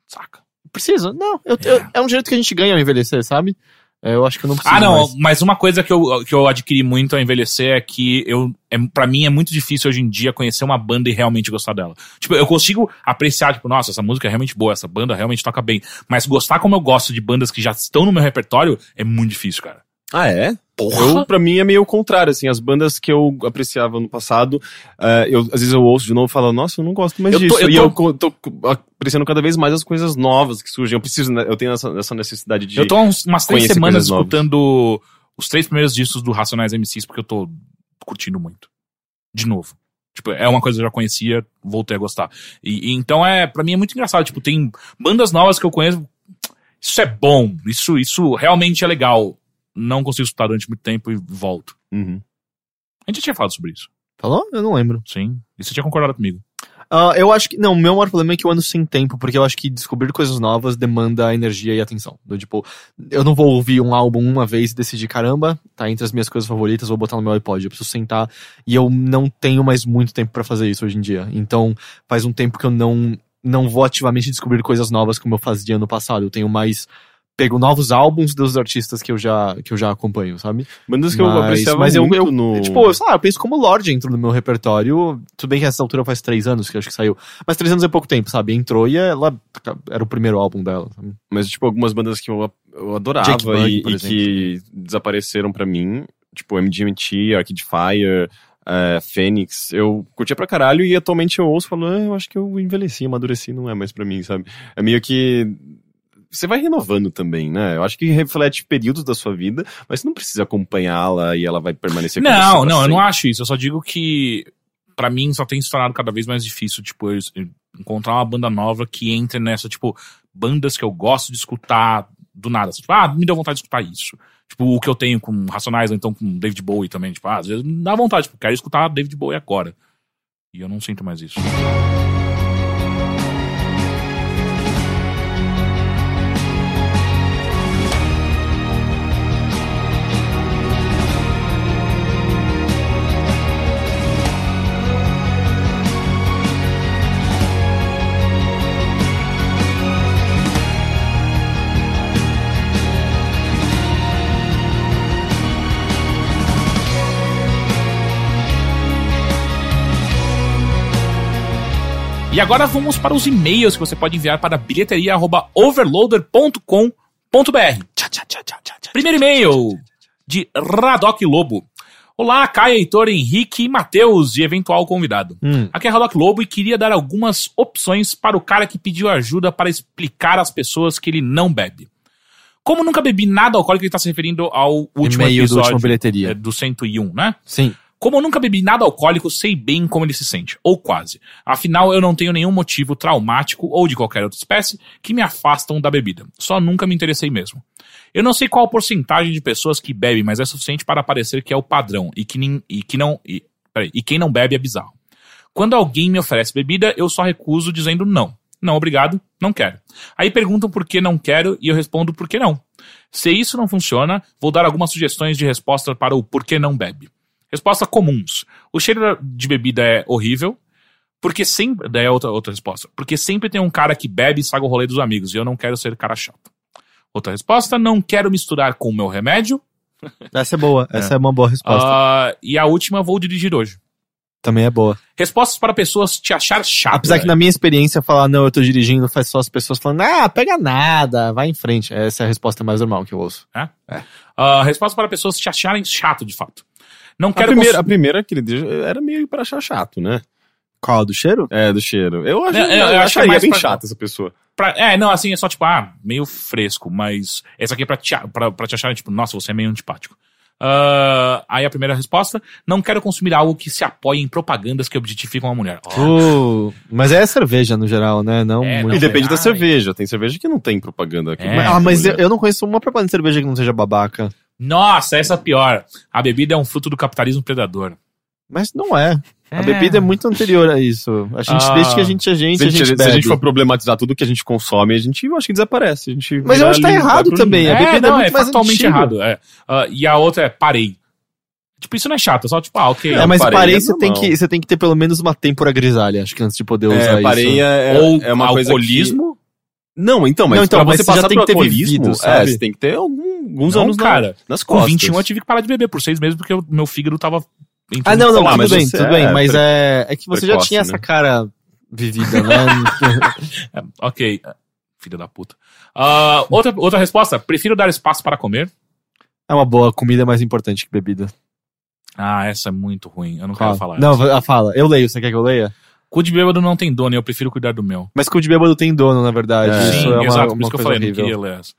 Speaker 1: Saca?
Speaker 2: Precisa, não. eu- eu- é um jeito que a gente ganha ao envelhecer, sabe? É, Eu acho que eu não preciso.
Speaker 1: Ah, não,
Speaker 2: mais.
Speaker 1: mas uma coisa que eu, que eu adquiri muito ao envelhecer é que eu, é, para mim é muito difícil hoje em dia conhecer uma banda e realmente gostar dela. Tipo, eu consigo apreciar, tipo, nossa, essa música é realmente boa, essa banda realmente toca bem. Mas gostar como eu gosto de bandas que já estão no meu repertório é muito difícil, cara.
Speaker 3: ah, é?
Speaker 1: Porra!
Speaker 3: Eu, pra mim é meio o contrário, assim, as bandas que eu apreciava no passado, eh, eu, às vezes eu ouço de novo e falo, nossa, eu não gosto mais
Speaker 1: Eu tô-
Speaker 3: disso.
Speaker 1: eu
Speaker 3: e
Speaker 1: tô-
Speaker 3: eu co- tô co- apreciando cada vez mais as coisas novas que surgem. Eu preciso, né, eu tenho essa, essa necessidade de.
Speaker 1: Eu tô há uns, umas três
Speaker 3: conhecer
Speaker 1: semanas
Speaker 3: coisas novas.
Speaker 1: escutando os três primeiros discos do Racionais MCs porque eu tô curtindo muito. De novo. Tipo, é uma coisa que eu já conhecia, voltei a gostar. E, e então é, para mim é muito engraçado, tipo, tem bandas novas que eu conheço Isso é bom, isso, isso realmente é legal. Não consigo escutar durante muito tempo e volto.
Speaker 3: Uhum.
Speaker 1: A gente já tinha falado sobre isso.
Speaker 2: Falou? Eu não lembro.
Speaker 1: Sim. E você tinha concordado comigo.
Speaker 2: Ah, eu acho que. Não, o meu maior problema é que eu ando sem tempo, porque eu acho que descobrir coisas novas demanda energia e atenção. Do tipo, eu não vou ouvir um álbum uma vez e decidir, caramba, tá entre as minhas coisas favoritas, vou botar no meu iPod. Eu preciso sentar e eu não tenho mais muito tempo pra fazer isso hoje em dia. Então, faz um tempo que eu não, não vou ativamente descobrir coisas novas como eu fazia no passado. Eu tenho mais. Pego novos álbuns dos artistas que eu já, que eu já acompanho, sabe?
Speaker 3: Bandas que eu
Speaker 2: Mas-
Speaker 3: apreciava
Speaker 2: mas eu-
Speaker 3: muito
Speaker 2: eu-
Speaker 3: no...
Speaker 2: Tipo, eu, sei lá, eu penso como Lorde entrou no meu repertório. Tudo bem que essa altura faz três anos que eu acho que saiu. Mas três anos é pouco tempo, sabe? Entrou e ela era o primeiro álbum dela. sabe?
Speaker 3: Mas, tipo, algumas bandas que eu, eu adorava
Speaker 2: Jack Bug,
Speaker 3: e,
Speaker 2: por
Speaker 3: e que desapareceram pra mim, tipo, MGMT, Arcade Fire, eh, Fênix, eu curtia pra caralho e atualmente eu ouço e falo, "Ah, eu acho que eu envelheci, amadureci, não é mais pra mim, sabe? É meio que. Você vai renovando também, né? Eu acho que reflete períodos da sua vida, mas você não precisa acompanhá-la e ela vai permanecer com você.
Speaker 1: não,
Speaker 3: pra
Speaker 1: não, eu
Speaker 3: sempre.
Speaker 1: não acho isso. Eu só digo que pra mim só tem se tornado cada vez mais difícil, tipo, eu, eu encontrar uma banda nova que entre nessa, tipo, bandas que eu gosto de escutar do nada. Tipo, ah, me deu vontade de escutar isso. Tipo, o que eu tenho com Racionais, ou então com David Bowie também. Tipo, ah, às vezes dá vontade, tipo, quero escutar David Bowie agora. E eu não sinto mais isso. E agora vamos para os e-mails que você pode enviar para bilheteria.overloader.com.br. Primeiro e-mail de Radoc Lobo. Olá, Caio, Heitor, Henrique, Matheus e eventual convidado.
Speaker 2: Hum.
Speaker 1: Aqui é Radoc Lobo e queria dar algumas opções para o cara que pediu ajuda para explicar às pessoas que ele não bebe. Como nunca bebi nada alcoólico, ele está se referindo ao último
Speaker 2: E-mail do
Speaker 1: episódio
Speaker 2: último bilheteria.
Speaker 1: é, do 101, né?
Speaker 2: Sim.
Speaker 1: Como eu nunca bebi nada alcoólico, sei bem como ele se sente, ou quase. Afinal, eu não tenho nenhum motivo traumático ou de qualquer outra espécie que me afastam da bebida. Só nunca me interessei mesmo. Eu não sei qual a porcentagem de pessoas que bebe, mas é suficiente para parecer que é o padrão e que, nin- e que não e, peraí, e quem não bebe é bizarro. Quando alguém me oferece bebida, eu só recuso dizendo não. Não, obrigado, não quero. Aí perguntam por que não quero e eu respondo por que não. Se isso não funciona, vou dar algumas sugestões de resposta para o por que não bebe. Resposta comuns. O cheiro de bebida é horrível. Porque sempre. Daí é outra, outra resposta. Porque sempre tem um cara que bebe e saga o rolê dos amigos. E eu não quero ser cara chato. Outra resposta. Não quero misturar com o meu remédio.
Speaker 2: Essa é boa. Essa é, uma boa resposta.
Speaker 1: Ah, e a última, vou dirigir hoje.
Speaker 2: Também é boa.
Speaker 1: Respostas para pessoas te achar chato.
Speaker 2: Apesar que
Speaker 1: velho.
Speaker 2: na minha experiência, falar não, eu tô dirigindo, faz só as pessoas falando, ah, pega nada, vai em frente. Essa é a resposta mais normal que eu ouço.
Speaker 1: né? Ah, resposta para pessoas te acharem chato, de fato. Não
Speaker 3: A
Speaker 1: quero.
Speaker 3: primeira,
Speaker 1: cons-
Speaker 3: a primeira que ele deixa era meio pra achar chato, né?
Speaker 2: Qual? Do cheiro?
Speaker 3: É, do cheiro. Eu, acho,
Speaker 1: É, eu- eu acho que é
Speaker 3: acharia
Speaker 1: mais
Speaker 3: bem
Speaker 1: pra-
Speaker 3: chata essa pessoa.
Speaker 1: pra- é, não, assim, é só tipo, ah, meio fresco, mas essa aqui é pra te, a- pra, pra te acharem, tipo, nossa, você é meio antipático. Ah, aí a primeira resposta, não quero consumir algo que se apoie em propagandas que objetificam a mulher. Ó,
Speaker 2: Uh, mas é cerveja no geral, né? Não
Speaker 1: É,
Speaker 2: muito.
Speaker 1: não.
Speaker 3: E depende da
Speaker 1: Ai.
Speaker 3: cerveja. Tem cerveja que não tem propaganda aqui.
Speaker 1: É.
Speaker 2: Ah, mas eu, eu não conheço uma propaganda de cerveja que não seja babaca.
Speaker 1: Nossa, essa é a pior. A bebida é um fruto do capitalismo predador.
Speaker 2: Mas não é. A
Speaker 1: É.
Speaker 2: bebida é muito anterior a isso. A gente,
Speaker 1: Ah.
Speaker 2: desde que a gente é gente,
Speaker 3: Se, a gente,
Speaker 2: a gente
Speaker 3: se
Speaker 2: bebe.
Speaker 3: a gente for problematizar tudo que a gente consome, a gente eu acho que desaparece. A gente
Speaker 2: Mas eu
Speaker 3: vira
Speaker 2: acho que tá
Speaker 3: ali, vai
Speaker 2: errado
Speaker 3: pro-
Speaker 2: também. a bebida é
Speaker 1: não,
Speaker 2: muito mais
Speaker 1: factualmente
Speaker 2: antiga.
Speaker 1: errado. é. Ah, e a outra é parei. Tipo, isso não é chato, é só tipo, ah, ok.
Speaker 2: É, mas
Speaker 3: Pareia
Speaker 2: parei,
Speaker 3: é
Speaker 2: você tem,
Speaker 3: normal.
Speaker 2: que, você tem que ter pelo menos uma têmpora grisalha, acho que antes de poder usar
Speaker 3: É,
Speaker 2: isso.
Speaker 3: pareia é,
Speaker 1: Ou
Speaker 3: é uma coisa que...
Speaker 1: alcoolismo.
Speaker 3: Não, então, mas
Speaker 2: Não, então,
Speaker 3: pra
Speaker 2: mas
Speaker 3: você
Speaker 2: você já
Speaker 3: passar
Speaker 2: tem
Speaker 3: pro
Speaker 2: que ter
Speaker 3: alcoolismo,
Speaker 2: vivido,
Speaker 3: é,
Speaker 2: sabe?
Speaker 3: você tem que ter algum- alguns
Speaker 1: Não,
Speaker 3: anos na-
Speaker 1: cara.
Speaker 3: nas
Speaker 1: Com
Speaker 3: costas.
Speaker 1: 21 eu tive que parar de beber por seis meses porque o meu fígado tava.
Speaker 2: Ah, não, não,
Speaker 3: Ah,
Speaker 2: tudo
Speaker 3: mas
Speaker 2: bem,
Speaker 3: você
Speaker 2: tudo
Speaker 3: é
Speaker 2: bem. Mas é, é que você já
Speaker 3: precoce,
Speaker 2: tinha essa
Speaker 3: né?
Speaker 2: cara vivida, né?
Speaker 1: É, ok. Filha da puta. Ah, outra, outra resposta. Prefiro dar espaço para comer.
Speaker 2: é uma boa, comida é mais importante que bebida.
Speaker 1: Ah, essa é muito ruim. Eu não
Speaker 2: Fala.
Speaker 1: quero falar.
Speaker 2: Não, va- fala. Eu leio, você quer que eu leia?
Speaker 1: Cu de bêbado não tem dono, eu prefiro cuidar do meu.
Speaker 2: Mas cu de bêbado tem dono, na verdade.
Speaker 3: É.
Speaker 2: isso
Speaker 1: Sim,
Speaker 2: é uma,
Speaker 1: exato.
Speaker 2: uma
Speaker 1: por isso que eu
Speaker 2: coisa
Speaker 1: falei, não
Speaker 2: horrível.
Speaker 1: queria ler essa.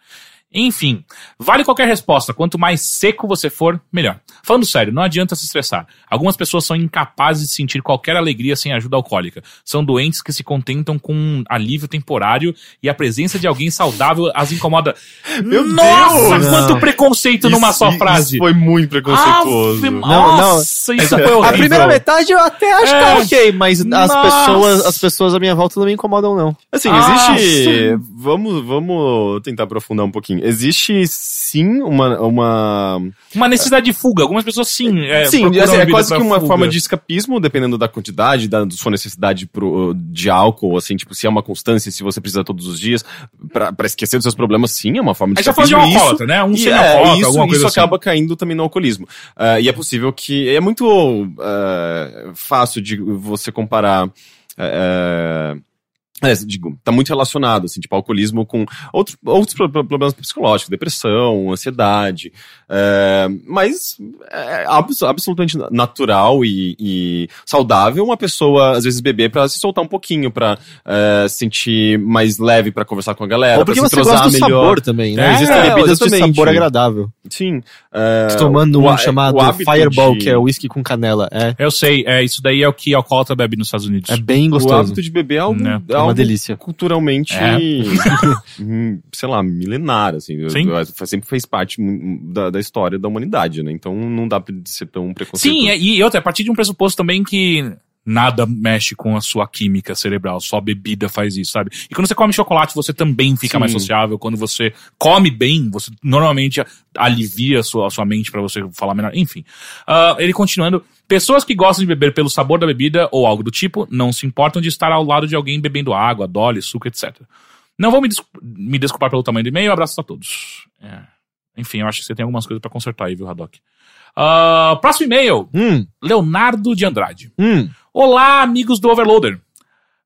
Speaker 1: Enfim, vale qualquer resposta. Quanto mais seco você for, melhor. Falando sério, não adianta se estressar. Algumas pessoas são incapazes de sentir qualquer alegria sem ajuda alcoólica. São doentes que se contentam com um alívio temporário e a presença de alguém saudável as incomoda.
Speaker 3: Meu
Speaker 1: Nossa,
Speaker 3: Deus!
Speaker 1: quanto preconceito numa só
Speaker 3: Isso-
Speaker 1: frase.
Speaker 3: isso foi muito preconceituoso.
Speaker 1: Ave-
Speaker 2: não.
Speaker 1: Nossa, isso foi horrível.
Speaker 2: A primeira metade eu até acho que tá
Speaker 1: É.
Speaker 2: ok, mas
Speaker 1: Nossa.
Speaker 2: as pessoas, as pessoas à minha volta não me incomodam, não.
Speaker 3: Assim,
Speaker 1: Ah,
Speaker 3: existe. Vamos, vamos tentar aprofundar um pouquinho. Existe sim uma. uma
Speaker 1: Uma necessidade de fuga. Algumas pessoas sim. É,
Speaker 3: sim,
Speaker 1: procuram
Speaker 3: assim, é
Speaker 1: bebida
Speaker 3: quase
Speaker 1: pra
Speaker 3: que uma
Speaker 1: fuga.
Speaker 3: forma de escapismo, dependendo da quantidade, da da sua necessidade pro, de álcool, assim, tipo, se é uma constância, se você precisa todos os dias, pra, pra esquecer dos seus problemas, sim, é uma forma
Speaker 1: A
Speaker 3: de
Speaker 1: gente tá falando de
Speaker 3: escapismo.
Speaker 1: um
Speaker 3: e isso-
Speaker 1: alcoólatra, né? Um
Speaker 3: E é,
Speaker 1: semi-alcoólatra,
Speaker 3: isso,
Speaker 1: alguma coisa
Speaker 3: isso
Speaker 1: assim.
Speaker 3: acaba caindo também no alcoolismo. Ah, e é possível que. É muito ah, fácil de você comparar. ah, é, digo, tá muito relacionado, assim, tipo, alcoolismo com outro, outros pro- pro- problemas psicológicos, depressão, ansiedade. ah, mas é abs- absolutamente natural e, e saudável uma pessoa, às vezes, beber pra se soltar um pouquinho, pra ah, se sentir mais leve, pra conversar com a galera,
Speaker 2: Ou porque
Speaker 3: pra se
Speaker 2: você gosta
Speaker 3: entrosar
Speaker 2: do
Speaker 3: melhor.
Speaker 2: sabor também, né?
Speaker 1: É,
Speaker 2: Existem bebidas de
Speaker 3: exatamente.
Speaker 2: sabor agradável.
Speaker 3: Sim. ah,
Speaker 2: Tô tomando
Speaker 3: o
Speaker 2: um
Speaker 3: há-
Speaker 2: chamado
Speaker 3: o hábito
Speaker 2: Fireball,
Speaker 3: de-
Speaker 2: que é uísque com canela. É,
Speaker 1: Eu sei, é, isso daí é o que alcoólatra bebe nos Estados Unidos.
Speaker 2: é bem
Speaker 3: O
Speaker 2: gostoso.
Speaker 3: hábito de beber é algo,
Speaker 1: Né?
Speaker 3: é
Speaker 2: É uma
Speaker 3: algo
Speaker 2: delícia.
Speaker 3: culturalmente,
Speaker 1: É.
Speaker 3: hum, sei lá, milenar, assim. Eu-
Speaker 1: Sim.
Speaker 3: eu- sempre fez parte mu- da, da história da humanidade, né? Então não dá pra ser tão preconceituoso.
Speaker 1: Sim, é- e outra, a partir de um pressuposto também que nada mexe com a sua química cerebral, só a bebida faz isso, sabe? E quando você come chocolate, você também fica
Speaker 3: Sim.
Speaker 1: mais sociável. Quando você come bem, você normalmente a- alivia a sua, a sua mente pra você falar melhor. Enfim. Ah, ele continuando. Pessoas que gostam de beber pelo sabor da bebida ou algo do tipo não se importam de estar ao lado de alguém bebendo água, dole, suco, etc. Não vou me, descu- me desculpar pelo tamanho do e-mail, abraços a todos. É. Enfim, eu acho que você tem algumas coisas pra consertar aí, viu, Haddock? Ah, próximo e-mail.
Speaker 2: Hum,
Speaker 1: Leonardo de Andrade.
Speaker 2: hum.
Speaker 1: Olá, amigos do Overloader.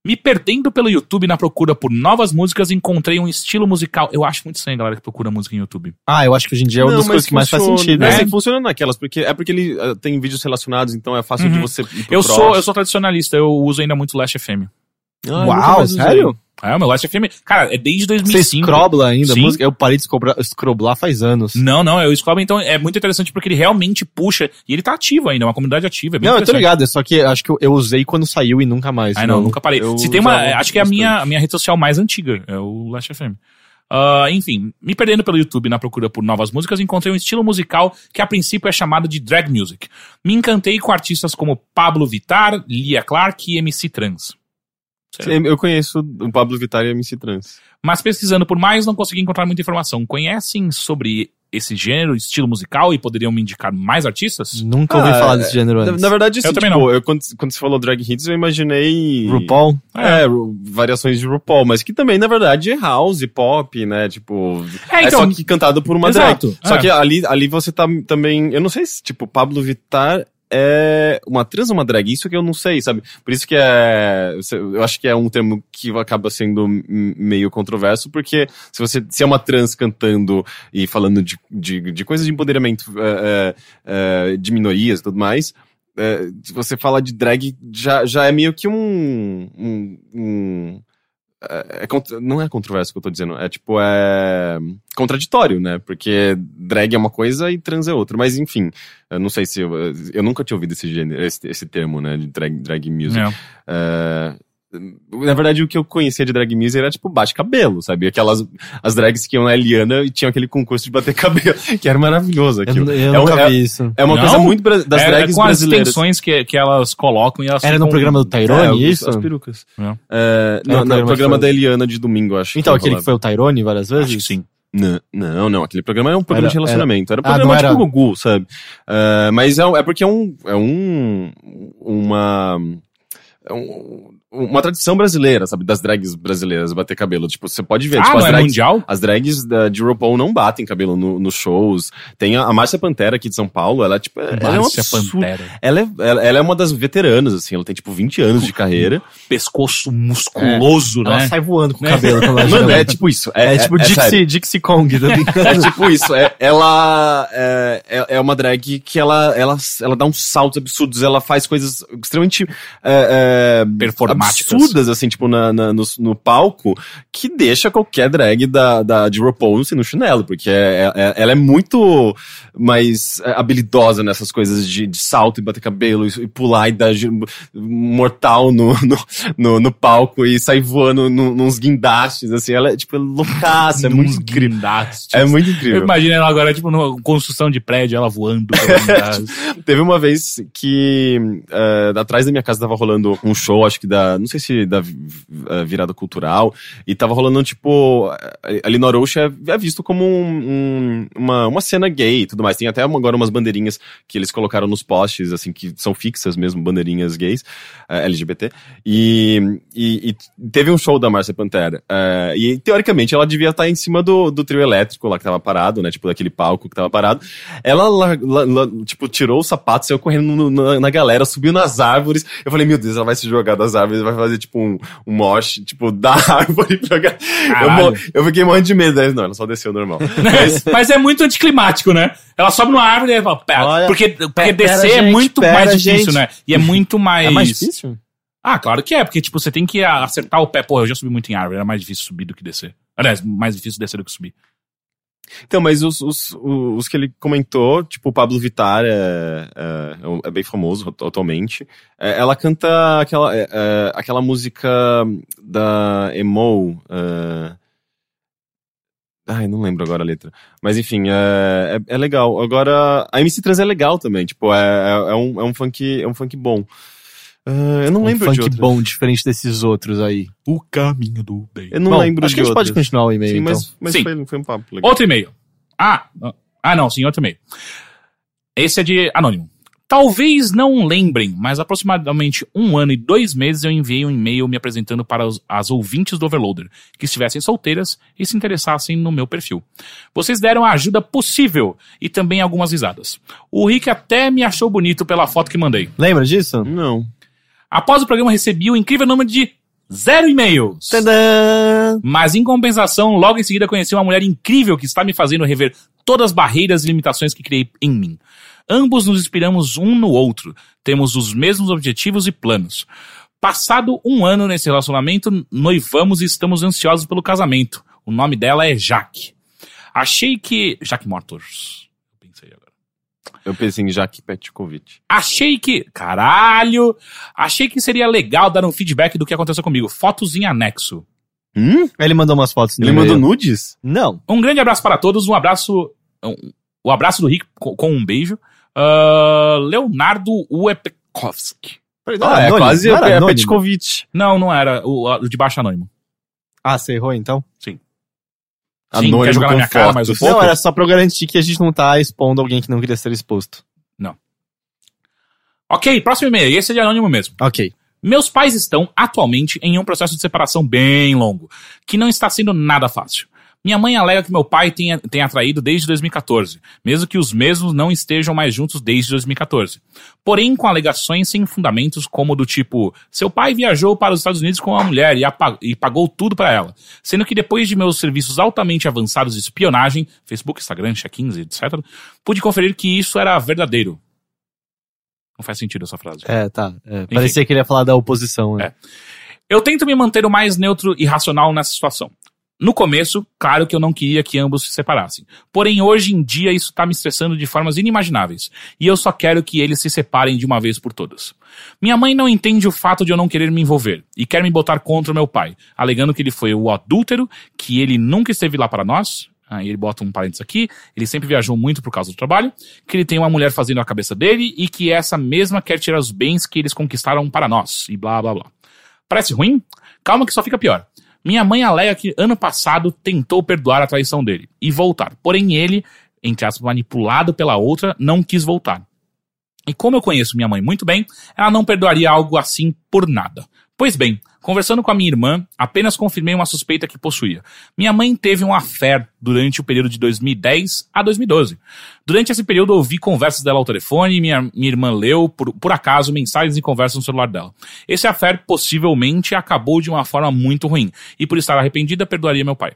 Speaker 1: Me perdendo pelo YouTube na procura por novas músicas, encontrei um estilo musical. Eu acho muito estranho a galera que procura música em YouTube.
Speaker 2: Ah, eu acho que hoje em dia é uma das coisas que mais faz sentido,
Speaker 3: É,
Speaker 1: né?
Speaker 2: né?
Speaker 3: assim, funciona naquelas, porque é porque ele eh, tem vídeos relacionados, então é fácil de
Speaker 1: Uhum.
Speaker 3: você. ir pro
Speaker 1: Eu sou,
Speaker 3: próximo.
Speaker 1: eu sou tradicionalista, eu uso ainda muito Last FM.
Speaker 3: Ah, eu nunca mais usei.
Speaker 1: É, meu Last FM, cara, é desde
Speaker 2: Você
Speaker 1: 2005.
Speaker 2: escrobla ainda? a
Speaker 1: Sim.
Speaker 2: Música? Eu parei de escroblar, escroblar faz anos.
Speaker 1: Não, não, eu escobo, então é muito interessante porque ele realmente puxa e ele tá ativo ainda, é uma comunidade ativa. É bem
Speaker 2: Não, eu tô
Speaker 1: interessante.
Speaker 2: ligado, é só que acho que eu, eu usei quando saiu e nunca mais.
Speaker 1: Ah, não, nunca parei.
Speaker 3: eu
Speaker 1: Se tem uma,
Speaker 3: usava
Speaker 1: acho que é a minha, a minha rede social mais antiga, é o Last FM. Ah, enfim, me perdendo pelo YouTube na procura por novas músicas, encontrei um estilo musical que a princípio é chamado de drag music. Me encantei com artistas como Pablo Vittar, Lia Clark e MC Trans.
Speaker 2: É.
Speaker 3: Sim, Eu conheço o Pablo Vittar e a MC Trans.
Speaker 1: Mas pesquisando por mais, não consegui encontrar muita informação. Conhecem sobre esse gênero, estilo musical e poderiam me indicar mais artistas?
Speaker 2: Nunca ouvi
Speaker 3: Ah,
Speaker 2: falar desse gênero
Speaker 3: Na,
Speaker 2: antes.
Speaker 3: na verdade, assim,
Speaker 1: também
Speaker 3: tipo,
Speaker 1: não.
Speaker 3: eu- quando, quando você falou drag hits, eu imaginei.
Speaker 2: RuPaul?
Speaker 3: É, ru- variações de RuPaul, mas que também, na verdade, é house, pop, né? Tipo.
Speaker 1: É,
Speaker 3: É,
Speaker 1: então,
Speaker 3: só que cantado por uma
Speaker 1: Exato,
Speaker 3: drag. Só
Speaker 1: é.
Speaker 3: que ali, ali você tá também. Eu não sei se, tipo, Pablo Vittar é uma trans ou uma drag. Isso que eu não sei, sabe? Por isso que é. Eu acho que é um termo que acaba sendo m- meio controverso, porque se você se é uma trans cantando e falando de, de, de coisas de empoderamento é, é, é, de minorias e tudo mais. é, se você fala de drag, já, já é meio que um. um, um- é- é contra- não é controverso o que eu tô dizendo, é tipo, é contraditório, né? Porque drag é uma coisa e trans é outra. Mas enfim, eu não sei se eu, eu nunca tinha ouvido esse gênero, esse, esse termo, né? De drag, drag music.
Speaker 1: é.
Speaker 3: É, na verdade, o que eu conhecia de drag music era tipo bate cabelo, sabe? Aquelas as drags que iam na Eliana e tinham aquele concurso de bater cabelo, que era maravilhoso
Speaker 2: Eu,
Speaker 3: aquilo.
Speaker 2: eu
Speaker 3: é, um-
Speaker 2: nunca
Speaker 3: é-
Speaker 2: vi isso.
Speaker 3: é uma
Speaker 1: Não?
Speaker 3: coisa muito bra- das
Speaker 1: É- é
Speaker 3: drags
Speaker 1: com as
Speaker 3: brasileiras.
Speaker 1: extensões que, que elas colocam e elas
Speaker 2: Era no
Speaker 1: ficam-
Speaker 2: programa do Tyrone,
Speaker 3: É,
Speaker 2: isso?
Speaker 3: As perucas.
Speaker 1: É.
Speaker 3: É,
Speaker 2: Era
Speaker 3: não,
Speaker 2: o
Speaker 3: não,
Speaker 2: programa
Speaker 3: o programa
Speaker 2: que foi-
Speaker 3: da Eliana de domingo, eu acho.
Speaker 2: Então,
Speaker 3: eu
Speaker 2: aquele que
Speaker 3: falava.
Speaker 2: foi o Tyrone várias vezes?
Speaker 1: Acho que sim.
Speaker 3: Não, não, não, aquele programa era um programa
Speaker 2: Era-
Speaker 3: de relacionamento. Era, um
Speaker 2: Ah,
Speaker 3: programa
Speaker 2: não
Speaker 3: tipo
Speaker 2: era?
Speaker 3: Gugu, sabe? É, mas é, um- é porque é um. É um. Uma. é um- uma tradição brasileira, sabe? Das drags brasileiras bater cabelo. Tipo, você pode ver.
Speaker 1: Ah,
Speaker 3: tipo,
Speaker 1: não
Speaker 3: as
Speaker 1: é
Speaker 3: drags,
Speaker 1: mundial?
Speaker 3: as drags da, de RuPaul não batem cabelo no- nos shows. Tem a, a Márcia Pantera aqui de São Paulo, ela, tipo, é- ela é uma
Speaker 1: Márcia Pantera.
Speaker 3: Ela é, ela, ela é uma das veteranas, assim, ela tem tipo 20 anos de carreira.
Speaker 1: pescoço musculoso,
Speaker 2: Ela
Speaker 1: né?
Speaker 2: sai voando com o
Speaker 1: Né?
Speaker 2: cabelo. quando ela
Speaker 3: Mano,
Speaker 2: chega.
Speaker 3: é tipo isso. É,
Speaker 2: É tipo
Speaker 3: sério.
Speaker 2: Dixie, Dixie Kong. tá ligado?
Speaker 3: É tipo isso, é- ela é, é- é uma drag que ela, ela, ela dá uns saltos absurdos, ela faz coisas extremamente é, é,
Speaker 1: temáticas.
Speaker 3: absurdas, assim, tipo, na, na- no, no palco, que deixa qualquer drag da, da, de RuPaul assim, no chinelo, porque é, é- ela é muito mais é, habilidosa nessas coisas de, de salto e bater cabelo e, e pular e dar gi- mortal no, no, no, no palco e sair voando no- nos guindastes, assim, ela é, tipo, é loucaça, é muito
Speaker 1: Uns
Speaker 3: incrível.
Speaker 1: guindastes.
Speaker 3: É muito
Speaker 1: Eu
Speaker 3: incrível.
Speaker 1: imagino ela agora, tipo, numa construção de prédio, ela voando. pelo guindaste.
Speaker 3: Teve uma vez que eh, atrás da minha casa tava rolando um show, acho que da. Não sei se da vi- eh, virada cultural. E tava rolando, tipo. eh, Ali na Orocha é é visto como um- um- uma, uma cena gay e tudo mais. Tem até uma- agora umas bandeirinhas que eles colocaram nos postes, assim, que são fixas mesmo, bandeirinhas gays, eh, LGBT. E, e- e teve um show da Márcia Pantera. eh, e teoricamente ela devia estar em cima do, do trio elétrico lá que tava parado, né? Tipo, daquele palco que tava parado. Ela, la- la- la- tipo, tirou o sapato, saiu correndo no- na, na galera, subiu nas árvores. Eu falei, meu Deus, ela vai se jogar das árvores, vai fazer, tipo, um, um mosh, tipo, da árvore pra jogar. Eu,
Speaker 1: Caralho.
Speaker 3: mo- eu fiquei morrendo de medo. né? Não, ela só desceu normal.
Speaker 1: Mas, mas é muito anticlimático, né? Ela sobe numa árvore e fala, pera,
Speaker 2: Olha,
Speaker 1: porque, porque descer
Speaker 2: gente,
Speaker 1: é muito
Speaker 2: pera,
Speaker 1: mais difícil,
Speaker 2: gente.
Speaker 1: né? E é muito mais...
Speaker 2: É mais difícil?
Speaker 1: Ah, claro que é, porque, tipo, você tem que acertar o pé. Pô, eu já subi muito em árvore, era mais difícil subir do que descer. Aliás, mais difícil descer do que subir.
Speaker 3: Então, mas os, os, os que ele comentou, tipo, o Pablo Vittar é, é, é bem famoso at- atualmente. É, ela canta aquela, é, é, aquela música da Emo. é, Ai, não lembro agora a letra. Mas enfim, é, é, é legal. Agora, a MC Trans é legal também. Tipo, é, é, é um, é um funk, é um funk bom. É, eu não lembro
Speaker 2: um
Speaker 3: de
Speaker 2: funk
Speaker 3: outra.
Speaker 2: bom, diferente desses outros aí.
Speaker 1: O caminho do bem.
Speaker 3: Eu não
Speaker 2: Bom,
Speaker 3: lembro
Speaker 2: acho
Speaker 3: de
Speaker 2: que a gente pode
Speaker 3: outras.
Speaker 2: continuar o e-mail,
Speaker 3: Sim,
Speaker 2: então.
Speaker 3: mas, mas
Speaker 1: Sim.
Speaker 3: Foi, foi um papo legal.
Speaker 1: Outro e-mail. Ah, ah não, sim, outro e-mail. Esse é de anônimo. Talvez não lembrem, mas aproximadamente um ano e dois meses eu enviei um e-mail me apresentando para os- as ouvintes do Overloader, que estivessem solteiras e se interessassem no meu perfil. Vocês deram a ajuda possível e também algumas risadas. O Rick até me achou bonito pela foto que mandei.
Speaker 2: Lembra disso?
Speaker 3: Não.
Speaker 1: Após o programa recebi o incrível número de zero e-mails.
Speaker 2: Tadã!
Speaker 1: Mas em compensação, logo em seguida conheci uma mulher incrível que está me fazendo rever todas as barreiras e limitações que criei em mim. Ambos nos inspiramos um no outro, temos os mesmos objetivos e planos. Passado um ano nesse relacionamento, noivamos e estamos ansiosos pelo casamento. O nome dela é Jaque. Achei que. Jaque Motors. Pensei agora.
Speaker 3: Eu pensei em Jaque Petkovic.
Speaker 1: Achei que. Caralho! Achei que seria legal dar um feedback do que aconteceu comigo. Fotos em anexo.
Speaker 3: Hum?
Speaker 2: Ele mandou umas fotos no
Speaker 3: Ele
Speaker 2: e-mail.
Speaker 3: mandou nudes?
Speaker 2: Não.
Speaker 1: Um grande abraço para todos, um abraço. Um, o abraço do Rick co- com um beijo. Ah, Leonardo Uepkowski.
Speaker 2: Não
Speaker 3: é Ah,
Speaker 2: era Ah, anônimo? Não era anônimo?
Speaker 3: Petkovic.
Speaker 1: Não, não era. O, o de baixo anônimo.
Speaker 2: Ah, você errou então?
Speaker 1: Sim,
Speaker 3: Anônimo
Speaker 1: quer jogar na
Speaker 3: com
Speaker 1: minha cara mais um
Speaker 3: fotos.
Speaker 1: pouco?
Speaker 2: Não, era só pra eu garantir que a gente não tá expondo alguém que não queria ser exposto.
Speaker 1: Ok, próximo e-mail. Esse é de anônimo mesmo.
Speaker 2: Ok.
Speaker 1: Meus pais estão atualmente em um processo de separação bem longo, que não está sendo nada fácil. Minha mãe alega que meu pai tenha, tenha traído desde 2014, mesmo que os mesmos não estejam mais juntos desde 2014. Porém, com alegações sem fundamentos, como do tipo: seu pai viajou para os Estados Unidos com uma mulher e, apa- e pagou tudo para ela, sendo que depois de meus serviços altamente avançados de espionagem, Facebook, Instagram, check-ins, etc., pude conferir que isso era verdadeiro. Não faz sentido essa frase.
Speaker 2: É, tá. É, parecia que ele ia falar da oposição, né?
Speaker 1: Eu tento me manter o mais neutro e racional nessa situação. No começo, claro que eu não queria que ambos se separassem. Porém, hoje em dia isso tá me estressando de formas inimagináveis. E eu só quero que eles se separem de uma vez por todas. Minha mãe não entende o fato de eu não querer me envolver e quer me botar contra o meu pai, alegando que ele foi o adúltero, que ele nunca esteve lá para nós. Aí ele bota um parênteses aqui, ele sempre viajou muito por causa do trabalho, que ele tem uma mulher fazendo a cabeça dele e que essa mesma quer tirar os bens que eles conquistaram para nós, e blá blá blá. Parece ruim? Calma que só fica pior. Minha mãe alega que ano passado tentou perdoar a traição dele e voltar. Porém, ele, entre aspas, manipulado pela outra, não quis voltar. E como eu conheço minha mãe muito bem, ela não perdoaria algo assim por nada. Pois bem, conversando com a minha irmã, apenas confirmei uma suspeita que possuía. Minha mãe teve um affair durante o período de 2010 a 2012. Durante esse período, ouvi conversas dela ao telefone, minha, minha irmã leu, por, por acaso, mensagens e conversas no celular dela. Esse affair possivelmente acabou de uma forma muito ruim, e por estar arrependida, perdoaria meu pai.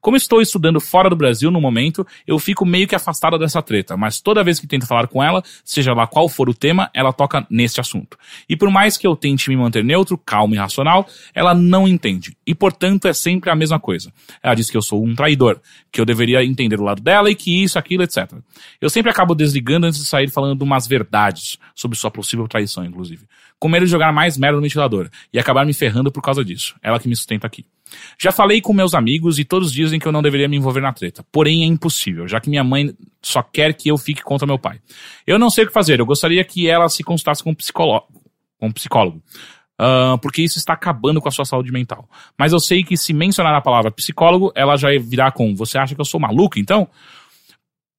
Speaker 1: Como estou estudando fora do Brasil no momento, eu fico meio que afastada dessa treta, mas toda vez que tento falar com ela, seja lá qual for o tema, ela toca neste assunto. E por mais que eu tente me manter neutro, calmo e racional, ela não entende. E portanto é sempre a mesma coisa. Ela diz que eu sou um traidor, que eu deveria entender o lado dela e que isso, aquilo, etc. Eu sempre acabo desligando antes de sair falando umas verdades sobre sua possível traição, inclusive. Com medo de jogar mais merda no ventilador e acabar me ferrando por causa disso. Ela que me sustenta aqui. Já falei com meus amigos e todos dizem que eu não deveria me envolver na treta. Porém, é impossível, já que minha mãe só quer que eu fique contra meu pai. Eu não sei o que fazer, eu gostaria que ela se consultasse com um psicólogo. Com um psicólogo. Ah, porque isso está acabando com a sua saúde mental. Mas eu sei que se mencionar a palavra psicólogo, ela já virá com: Você acha que eu sou maluco então?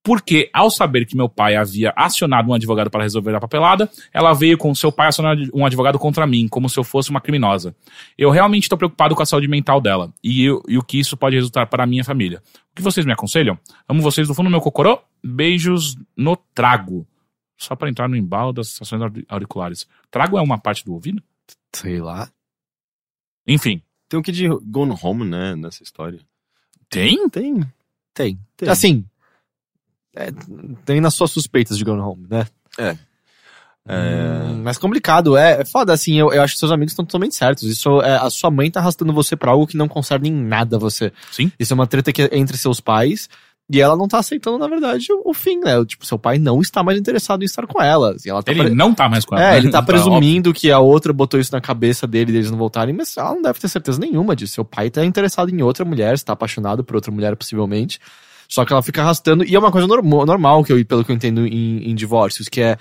Speaker 1: Porque, ao saber que meu pai havia acionado um advogado para resolver a papelada, ela veio com seu pai acionar um advogado contra mim, como se eu fosse uma criminosa. Eu realmente estou preocupado com a saúde mental dela e, eu- e o que isso pode resultar para a minha família. O que vocês me aconselham? Amo vocês do fundo do meu cocorô. Beijos no trago. Só para entrar no embalo das sensações auri- auriculares. Trago é uma parte do ouvido?
Speaker 2: Sei lá.
Speaker 1: Enfim.
Speaker 3: Tem um que de Gone Home, né, nessa história.
Speaker 1: Tem?
Speaker 3: Tem.
Speaker 2: Tem.
Speaker 3: Tem.
Speaker 2: Assim. é, tem nas suas suspeitas de Gone Home, né?
Speaker 3: É.
Speaker 2: Hum, mas complicado, é, é foda, assim, eu, eu acho que seus amigos estão totalmente certos. Isso é, a sua mãe tá arrastando você pra algo que não concerne em nada você.
Speaker 1: Sim.
Speaker 2: Isso é uma treta que é entre seus pais. E ela não tá aceitando, na verdade, o, o fim, né? Tipo, seu pai não está mais interessado em estar com ela. E ela tá
Speaker 1: Ele
Speaker 2: pre-
Speaker 1: não tá mais com ela.
Speaker 2: É, ele tá
Speaker 1: óbvio.
Speaker 2: presumindo que a outra botou isso na cabeça dele e eles não voltarem, mas ela não deve ter certeza nenhuma disso. Seu pai tá interessado em outra mulher, está apaixonado por outra mulher, possivelmente. Só que ela fica arrastando, e é uma coisa normo- normal, que eu, pelo que eu entendo em, em divórcios, que é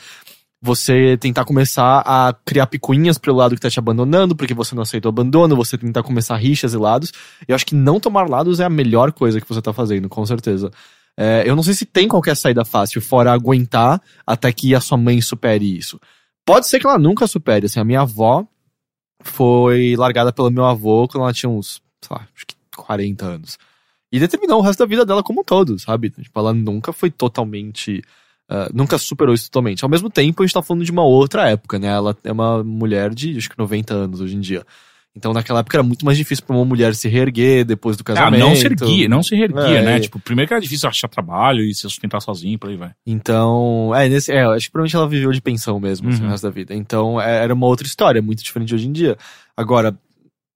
Speaker 2: você tentar começar a criar picuinhas pelo lado que tá te abandonando, porque você não aceitou o abandono, você tentar começar rixas e lados. Eu acho que não tomar lados é a melhor coisa que você tá fazendo, com certeza. É, eu não sei se tem qualquer saída fácil, fora aguentar até que a sua mãe supere isso. Pode ser que ela nunca supere, assim, a minha avó foi largada pelo meu avô quando ela tinha uns, sei lá, acho que 40 anos. E determinou o resto da vida dela como um todo, sabe? Tipo, ela nunca foi totalmente. ah, nunca superou isso totalmente. Ao mesmo tempo, a gente tá falando de uma outra época, né? Ela é uma mulher de, acho que 90 anos hoje em dia. Então, naquela época era muito mais difícil pra uma mulher se reerguer depois do
Speaker 1: Ah,
Speaker 2: casamento.
Speaker 1: não se erguia, não se erguia,
Speaker 2: É,
Speaker 1: né?
Speaker 2: e-
Speaker 1: Tipo, primeiro que era difícil achar trabalho e se sustentar sozinho, por aí vai.
Speaker 2: Então, é, nesse, é, eu acho que provavelmente ela viveu de pensão mesmo, assim,
Speaker 1: Uhum.
Speaker 2: o resto da vida. Então, é, era uma outra história, muito diferente de hoje em dia. Agora,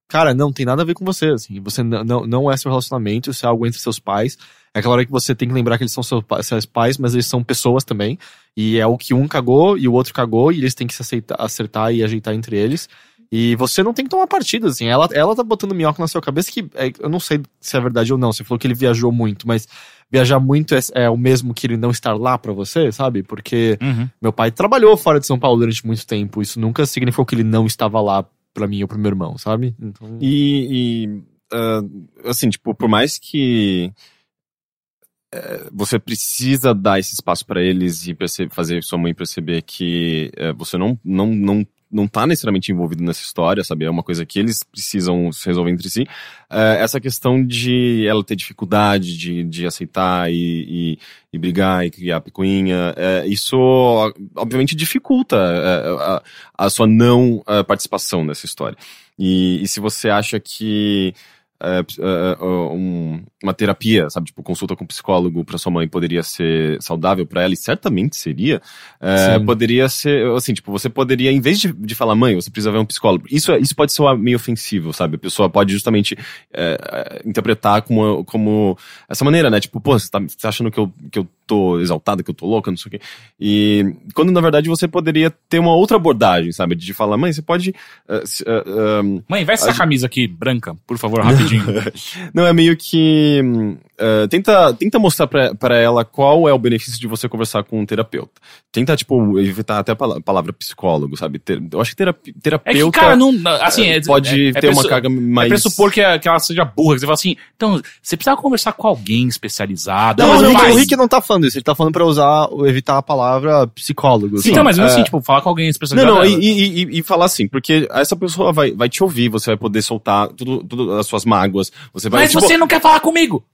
Speaker 2: cara, não tem nada a ver com você, assim, você não, não, não é seu relacionamento, isso é algo entre seus pais. É aquela hora que você tem que lembrar que eles são seus, pa- seus pais, mas eles são pessoas também. E é o que um cagou e o outro cagou, e eles têm que se aceitar, acertar e ajeitar entre eles. E você não tem que tomar partido, assim. Ela, ela tá botando minhoca na sua cabeça que é, eu não sei se é verdade ou não. Você falou que ele viajou muito, mas viajar muito é, é o mesmo que ele não estar lá pra você, sabe? Porque
Speaker 1: Uhum.
Speaker 2: meu pai trabalhou fora de São Paulo durante muito tempo. Isso nunca significou que ele não estava lá pra mim ou pro meu irmão, sabe? Então,
Speaker 3: E, e, ah, assim, tipo, por mais que eh, você precisa dar esse espaço pra eles e perce- fazer sua mãe perceber que eh, você não, não, não, não tá necessariamente envolvido nessa história, sabe? É uma coisa que eles precisam se resolver entre si. eh, essa questão de ela ter dificuldade de, de aceitar e, e- e brigar e criar picuinha, eh, isso ó, obviamente dificulta eh, a, a sua não ah, participação nessa história. E, e se você acha que é, ps- é, é, um- uma terapia, sabe, tipo consulta com um psicólogo para sua mãe poderia ser saudável para ela, e certamente seria, é,
Speaker 2: Sim.
Speaker 3: poderia ser, assim, tipo, você poderia, em vez de, de falar, mãe, você precisa ver um psicólogo, isso, é- isso pode ser meio ofensivo, sabe, a pessoa pode justamente é, é, interpretar como, como essa maneira, né, tipo, pô, você tá, você tá achando que eu, que eu tô exaltada, que eu tô louca, não sei o quê, e quando na verdade você poderia ter uma outra abordagem, sabe, de falar, mãe, você pode... é, se- é, é,
Speaker 1: Mãe, veste essa camisa aqui, branca, por favor, rapidinho.
Speaker 3: não, é meio que. hum, eh, tenta, tenta mostrar pra, pra ela qual é o benefício de você conversar com um terapeuta. Tenta, tipo, evitar até a pala- palavra psicólogo, sabe? Ter- eu acho que terapi-
Speaker 1: É
Speaker 3: terapeuta
Speaker 1: que, cara, não. Assim,
Speaker 3: eh,
Speaker 1: é,
Speaker 3: pode
Speaker 1: é- é
Speaker 3: ter uma
Speaker 1: pressu-
Speaker 3: carga
Speaker 1: É
Speaker 3: mais.
Speaker 1: pressupor que, a- que ela seja burra, que você fala assim, então, você precisava conversar com alguém especializado. Então,
Speaker 2: Não, mas o
Speaker 1: Mas-
Speaker 2: Rick, o Rick não tá falando isso, ele tá falando pra usar, evitar a palavra psicólogo.
Speaker 1: Sim,
Speaker 2: sabe?
Speaker 1: então, mas mesmo
Speaker 3: é.
Speaker 1: assim, tipo, falar com alguém
Speaker 3: Não,
Speaker 1: especializado.
Speaker 3: não,
Speaker 1: é-
Speaker 3: e, e- e- e falar assim, porque essa pessoa vai, vai te ouvir, você vai poder soltar tudo, tudo as suas mágoas, você vai.
Speaker 1: mas
Speaker 3: tipo,
Speaker 1: você não quer falar comigo!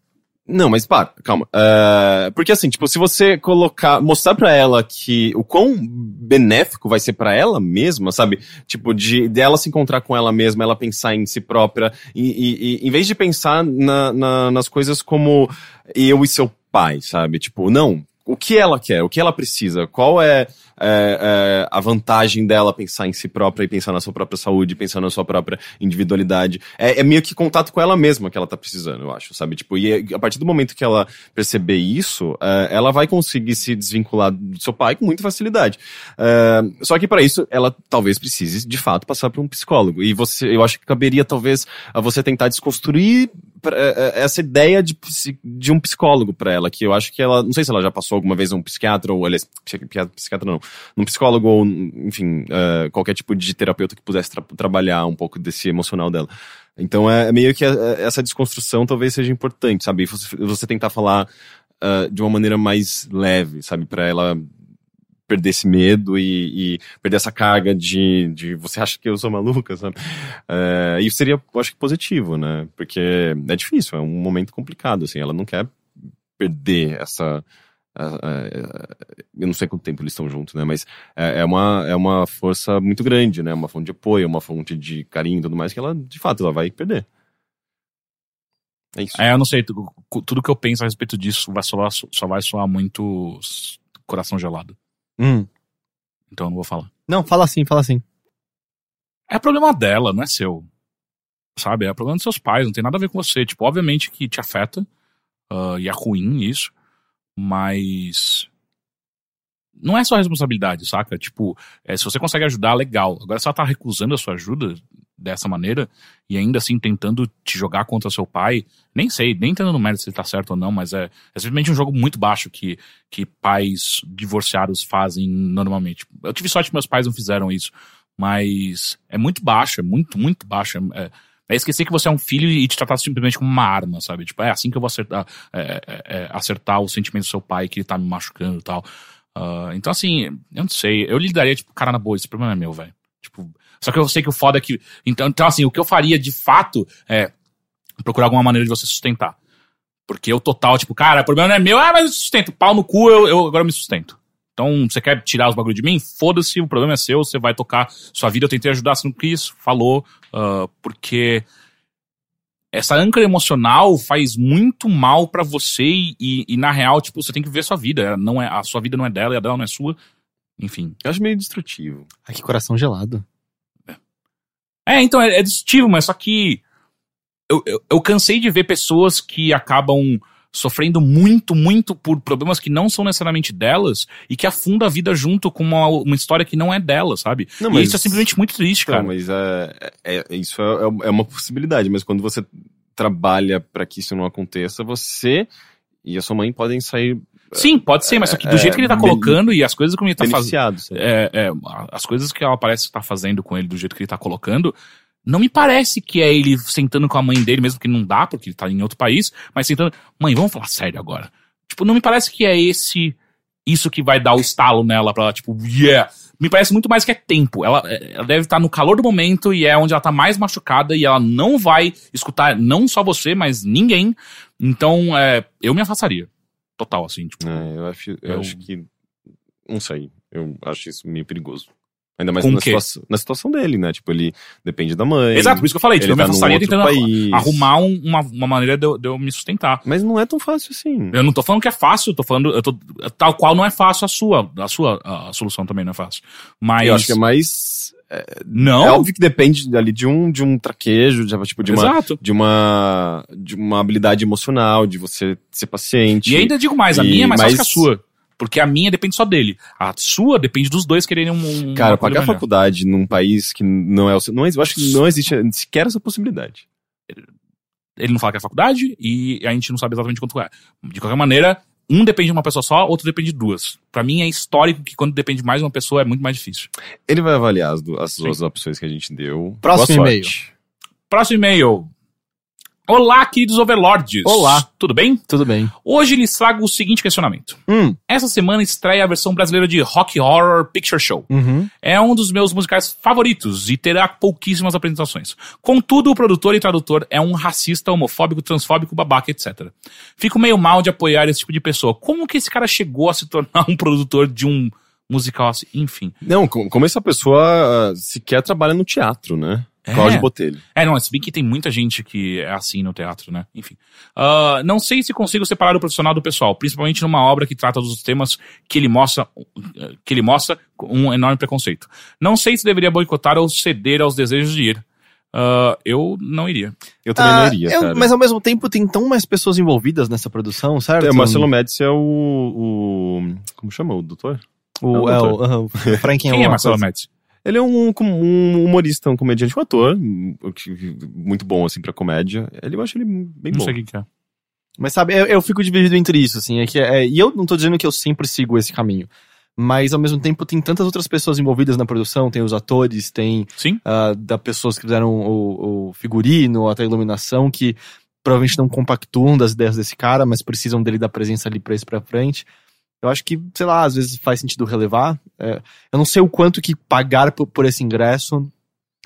Speaker 3: Não, mas para, calma. Ah, porque assim, tipo, se você colocar, mostrar pra ela que o quão benéfico vai ser pra ela mesma, sabe? Tipo, de dela se encontrar com ela mesma, ela pensar em si própria, e, e- e em vez de pensar na- na- nas coisas como eu e seu pai, sabe? Tipo, não. O que ela quer, o que ela precisa, qual é, é, é, a vantagem dela pensar em si própria e pensar na sua própria saúde, pensar na sua própria individualidade. É, é meio que contato com ela mesma que ela tá precisando, eu acho, sabe? Tipo, e a partir do momento que ela perceber isso, é, ela vai conseguir se desvincular do seu pai com muita facilidade. É, só que para isso, ela talvez precise, de fato, passar por um psicólogo. E você, eu acho que caberia, talvez, a você tentar desconstruir pra- eh, eh, essa ideia de, psi- de um psicólogo pra ela, que eu acho que ela, não sei se ela já passou alguma vez a um psiquiatra, ou aliás, psi- psia- psiquiatra não, um psicólogo, ou enfim, eh, qualquer tipo de terapeuta que pudesse tra- trabalhar um pouco desse emocional dela. Então é é meio que eh, essa desconstrução talvez seja importante, sabe? Você, você tentar falar eh, de uma maneira mais leve, sabe? Pra ela perder esse medo e, e perder essa carga de, de você acha que eu sou maluca, sabe? É, e seria, eu acho que positivo, né? Porque é difícil, é um momento complicado, assim. Ela não quer perder essa. a- a- eu não sei quanto tempo eles estão juntos, né? Mas é, é uma, é uma força muito grande, né? Uma fonte de apoio, uma fonte de carinho e tudo mais que ela, de fato, ela vai perder. É isso.
Speaker 1: É, eu não sei, tu- cu- tudo que eu penso a respeito disso vai soar, só vai soar muito s- coração gelado.
Speaker 2: Hum.
Speaker 1: Então eu não vou falar.
Speaker 2: Não, fala assim, fala assim.
Speaker 1: É problema dela, não é seu. Sabe? É problema dos seus pais, não tem nada a ver com você. Tipo, obviamente que te afeta ah, e é ruim isso, mas. Não é sua responsabilidade, saca? Tipo, é, se você consegue ajudar, legal. Agora, se ela tá recusando a sua ajuda dessa maneira e ainda assim tentando te jogar contra seu pai, nem sei, nem entendo no mérito se ele tá certo ou não, mas é, é simplesmente um jogo muito baixo que, que pais divorciados fazem normalmente. Eu tive sorte que meus pais não fizeram isso mas é muito baixo, é muito, muito baixo. É, é esquecer que você é um filho e te tratar simplesmente como uma arma, sabe? Tipo, é assim que eu vou acertar, é, é, é, acertar o sentimento do seu pai que ele tá me machucando e tal. Ah, então, assim, eu não sei. Eu lhe daria, tipo, cara na boa, esse problema não é meu, velho. Tipo, só que eu sei que o foda é que. Então, então, assim, o que eu faria de fato é procurar alguma maneira de você sustentar. Porque eu total, tipo, cara, o problema não é meu, ah, mas eu sustento. Pau no cu, eu, eu agora eu me sustento. Então, você quer tirar os bagulho de mim? Foda-se, o problema é seu, você vai tocar sua vida, eu tentei ajudar, você não quis, falou, ah, porque essa âncora emocional faz muito mal pra você e, e, na real, tipo, você tem que ver sua vida, não é, a sua vida não é dela e a dela não é sua, enfim.
Speaker 3: Eu acho meio destrutivo.
Speaker 2: Ai, que coração gelado.
Speaker 1: É, então, é, é destrutivo, mas só que eu, eu, eu cansei de ver pessoas que acabam sofrendo muito, muito por problemas que não são necessariamente delas e que afunda a vida junto com uma, uma história que não é dela, sabe?
Speaker 3: Não,
Speaker 1: e isso é simplesmente muito triste,
Speaker 3: Então,
Speaker 1: cara.
Speaker 3: mas é, é- é- isso é, é- é uma possibilidade, mas quando você trabalha pra que isso não aconteça, você e a sua mãe podem sair
Speaker 1: Tá Sim, pode ser, mas só que do
Speaker 3: é,
Speaker 1: jeito que ele tá
Speaker 3: bem-
Speaker 1: colocando e as coisas como ele tá fazendo.
Speaker 3: beneficiados. sabe?
Speaker 1: é, é, a- as coisas que ela parece estar fazendo com ele, do jeito que ele tá colocando, não me parece que é ele sentando com a mãe dele, mesmo que não dá, porque ele tá em outro país, mas sentando. Mãe, vamos falar sério agora. Tipo, não me parece que é esse. Isso que vai dar o estalo nela pra ela, tipo, yeah! Me parece muito mais que é tempo. Ela, é, ela deve estar no calor do momento e é onde ela tá mais machucada e ela não vai escutar não só você, mas ninguém. Então, é, eu me afastaria. Total, assim, tipo.
Speaker 3: É, eu acho, eu
Speaker 1: Eu-
Speaker 3: acho que. Não sei. Eu acho isso meio perigoso. Ainda mais
Speaker 1: Com
Speaker 3: na
Speaker 1: o quê?
Speaker 3: situação, na situação dele, né? Tipo, ele depende da mãe.
Speaker 1: Exato, por isso que eu falei, tipo,
Speaker 3: ele
Speaker 1: eu me
Speaker 3: tá num
Speaker 1: afastaria
Speaker 3: outro
Speaker 1: tentando
Speaker 3: país.
Speaker 1: arrumar um- uma, uma maneira de eu, de eu me sustentar.
Speaker 3: Mas não é tão fácil assim.
Speaker 1: Eu não tô falando que é fácil, eu tô falando. Eu tô, tal qual não é fácil a sua. A sua a, a solução também não é fácil. Mas.
Speaker 3: Eu acho que é mais.
Speaker 1: Não,
Speaker 3: É óbvio que depende ali de um, de um traquejo, de, tipo, de uma
Speaker 1: exato.
Speaker 3: de uma de uma habilidade emocional, de você ser paciente.
Speaker 1: E ainda digo mais, a
Speaker 3: E-
Speaker 1: minha é mais fácil que a
Speaker 3: mas-
Speaker 1: sua. Porque a minha depende só dele. A sua depende dos dois quererem um. um-
Speaker 3: Cara,
Speaker 1: uma coisa
Speaker 3: pagar
Speaker 1: melhor.
Speaker 3: faculdade num país que não é o seu. Não, ex- eu acho que não existe sequer essa possibilidade.
Speaker 1: Ele não fala que é faculdade e a gente não sabe exatamente quanto é. De qualquer maneira, um depende de uma pessoa só, outro depende de duas. Pra mim é histórico que quando depende mais de uma pessoa é muito mais difícil.
Speaker 3: Ele vai avaliar as, du- as
Speaker 1: Sim.
Speaker 3: duas opções que a gente deu.
Speaker 2: Próximo
Speaker 3: Boa
Speaker 2: e-mail.
Speaker 3: sorte.
Speaker 1: Próximo e-mail. Olá, queridos overlords.
Speaker 2: Olá.
Speaker 1: Tudo bem?
Speaker 2: Tudo bem.
Speaker 1: Hoje lhes trago o seguinte questionamento.
Speaker 2: Hum.
Speaker 1: Essa semana estreia a versão brasileira de Rock Horror Picture Show.
Speaker 2: Uhum.
Speaker 1: É um dos meus musicais favoritos e terá pouquíssimas apresentações. Contudo, o produtor e tradutor é um racista, homofóbico, transfóbico, babaca, etc. Fico meio mal de apoiar esse tipo de pessoa. Como que esse cara chegou a se tornar um produtor de um musical assim? Enfim.
Speaker 3: Não, com- como essa pessoa ah, sequer trabalha no teatro, né?
Speaker 1: É.
Speaker 3: Cláudio Botelho.
Speaker 1: É, não, se bem que tem muita gente que é assim no teatro, né? Enfim. Ah, não sei se consigo separar o profissional do pessoal, principalmente numa obra que trata dos temas que ele mostra, que ele mostra com um enorme preconceito. Não sei se deveria boicotar ou ceder aos desejos de ir. Ah, eu não iria.
Speaker 3: Eu também
Speaker 2: Ah,
Speaker 3: não iria,
Speaker 2: eu-
Speaker 3: cara.
Speaker 2: Mas ao mesmo tempo tem tão mais pessoas envolvidas nessa produção, certo?
Speaker 3: É, o Marcelo Médici é o, o- Como chama o doutor?
Speaker 2: O, é, o, aham, o Frank
Speaker 1: Quem é, Marcelo Médici?
Speaker 3: Ele é um, um humorista, um comediante, um ator. um- que- que- Muito bom, assim, pra comédia. Ele, eu acho ele bem
Speaker 1: Não
Speaker 3: bom.
Speaker 1: sei quem que é.
Speaker 2: Mas sabe, eu, eu fico dividido entre isso, assim. É que, é, e eu não tô dizendo que eu sempre sigo esse caminho. Mas ao mesmo tempo tem tantas outras pessoas envolvidas na produção, tem os atores, tem
Speaker 1: Sim?
Speaker 2: ah, da pessoas que fizeram o, o figurino, até a iluminação, que provavelmente não compactuam das ideias desse cara, mas precisam dele da presença ali pra isso pra frente. Eu acho que, sei lá, às vezes faz sentido relevar. É, eu não sei o quanto que pagar por, por esse ingresso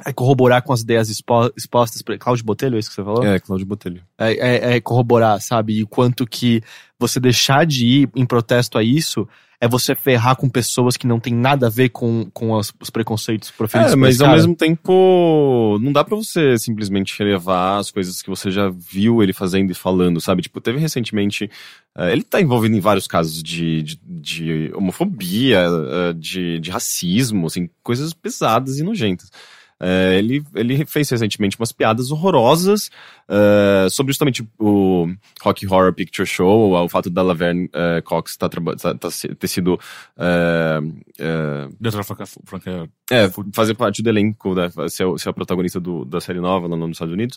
Speaker 2: é corroborar com as ideias expo- expostas por Cláudio Botelho, é isso que você falou?
Speaker 3: É, Cláudio Botelho.
Speaker 2: é, é- é corroborar, sabe? E o quanto que você deixar de ir em protesto a isso é você ferrar com pessoas que não tem nada a ver com, com as- os preconceitos proferidos
Speaker 3: É,
Speaker 2: por
Speaker 3: mas
Speaker 2: esse
Speaker 3: ao
Speaker 2: cara.
Speaker 3: mesmo tempo, não dá pra você simplesmente relevar as coisas que você já viu ele fazendo e falando, sabe? Tipo, teve recentemente. eh, ele tá envolvido em vários casos de, de, de homofobia, eh, de, de racismo, assim, coisas pesadas e nojentas. Eh, ele, ele fez recentemente umas piadas horrorosas eh, sobre justamente o Rock Horror Picture Show, o fato da Laverne eh, Cox tá, traba- tá- tá se- ter sido eh, eh,
Speaker 1: Doutora Franca, Franca-
Speaker 3: é, fu- fazer parte do elenco, né? ser, o- ser a protagonista do- da série nova lá nos Estados Unidos.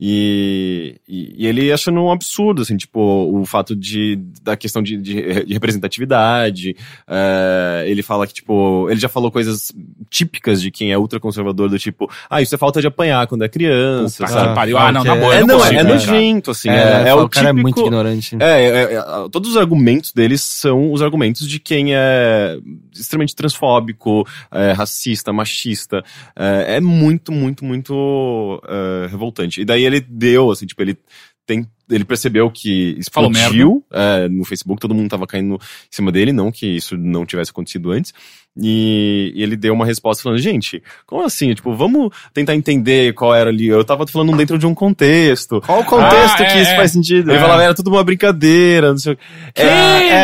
Speaker 3: E, e, e ele achando um absurdo, assim, tipo, o fato de, da questão de, de re- de representatividade. eh, ele fala que, tipo, ele já falou coisas típicas de quem é ultraconservador, do tipo, ah, isso é falta de apanhar quando é criança,
Speaker 1: Puta
Speaker 3: sabe?
Speaker 1: que pariu. Ah, não, na
Speaker 2: que
Speaker 1: boa,
Speaker 3: é,
Speaker 1: eu
Speaker 3: não,
Speaker 1: não
Speaker 3: é,
Speaker 1: consigo,
Speaker 3: é
Speaker 1: cara.
Speaker 3: nojento, assim.
Speaker 2: É,
Speaker 3: É, é,
Speaker 2: o,
Speaker 3: o
Speaker 2: cara é muito
Speaker 3: típico-
Speaker 2: ignorante.
Speaker 3: é, é, é, todos os argumentos deles são os argumentos de quem é extremamente transfóbico, é, racista, machista. É, é muito, muito, muito é, revoltante. E daí ele deu, assim, tipo, ele tem. Ele percebeu que
Speaker 1: Falou
Speaker 3: explodiu é, no Facebook, todo mundo tava caindo em cima dele, não que isso não tivesse acontecido antes. E, e ele deu uma resposta falando, gente, como assim? Tipo, vamos tentar entender qual era ali. Eu tava falando dentro de um contexto.
Speaker 2: Qual o contexto
Speaker 1: Ah, é,
Speaker 2: que isso
Speaker 1: é.
Speaker 2: faz sentido?
Speaker 3: Ele falava, era tudo uma brincadeira, não sei o que.
Speaker 2: É,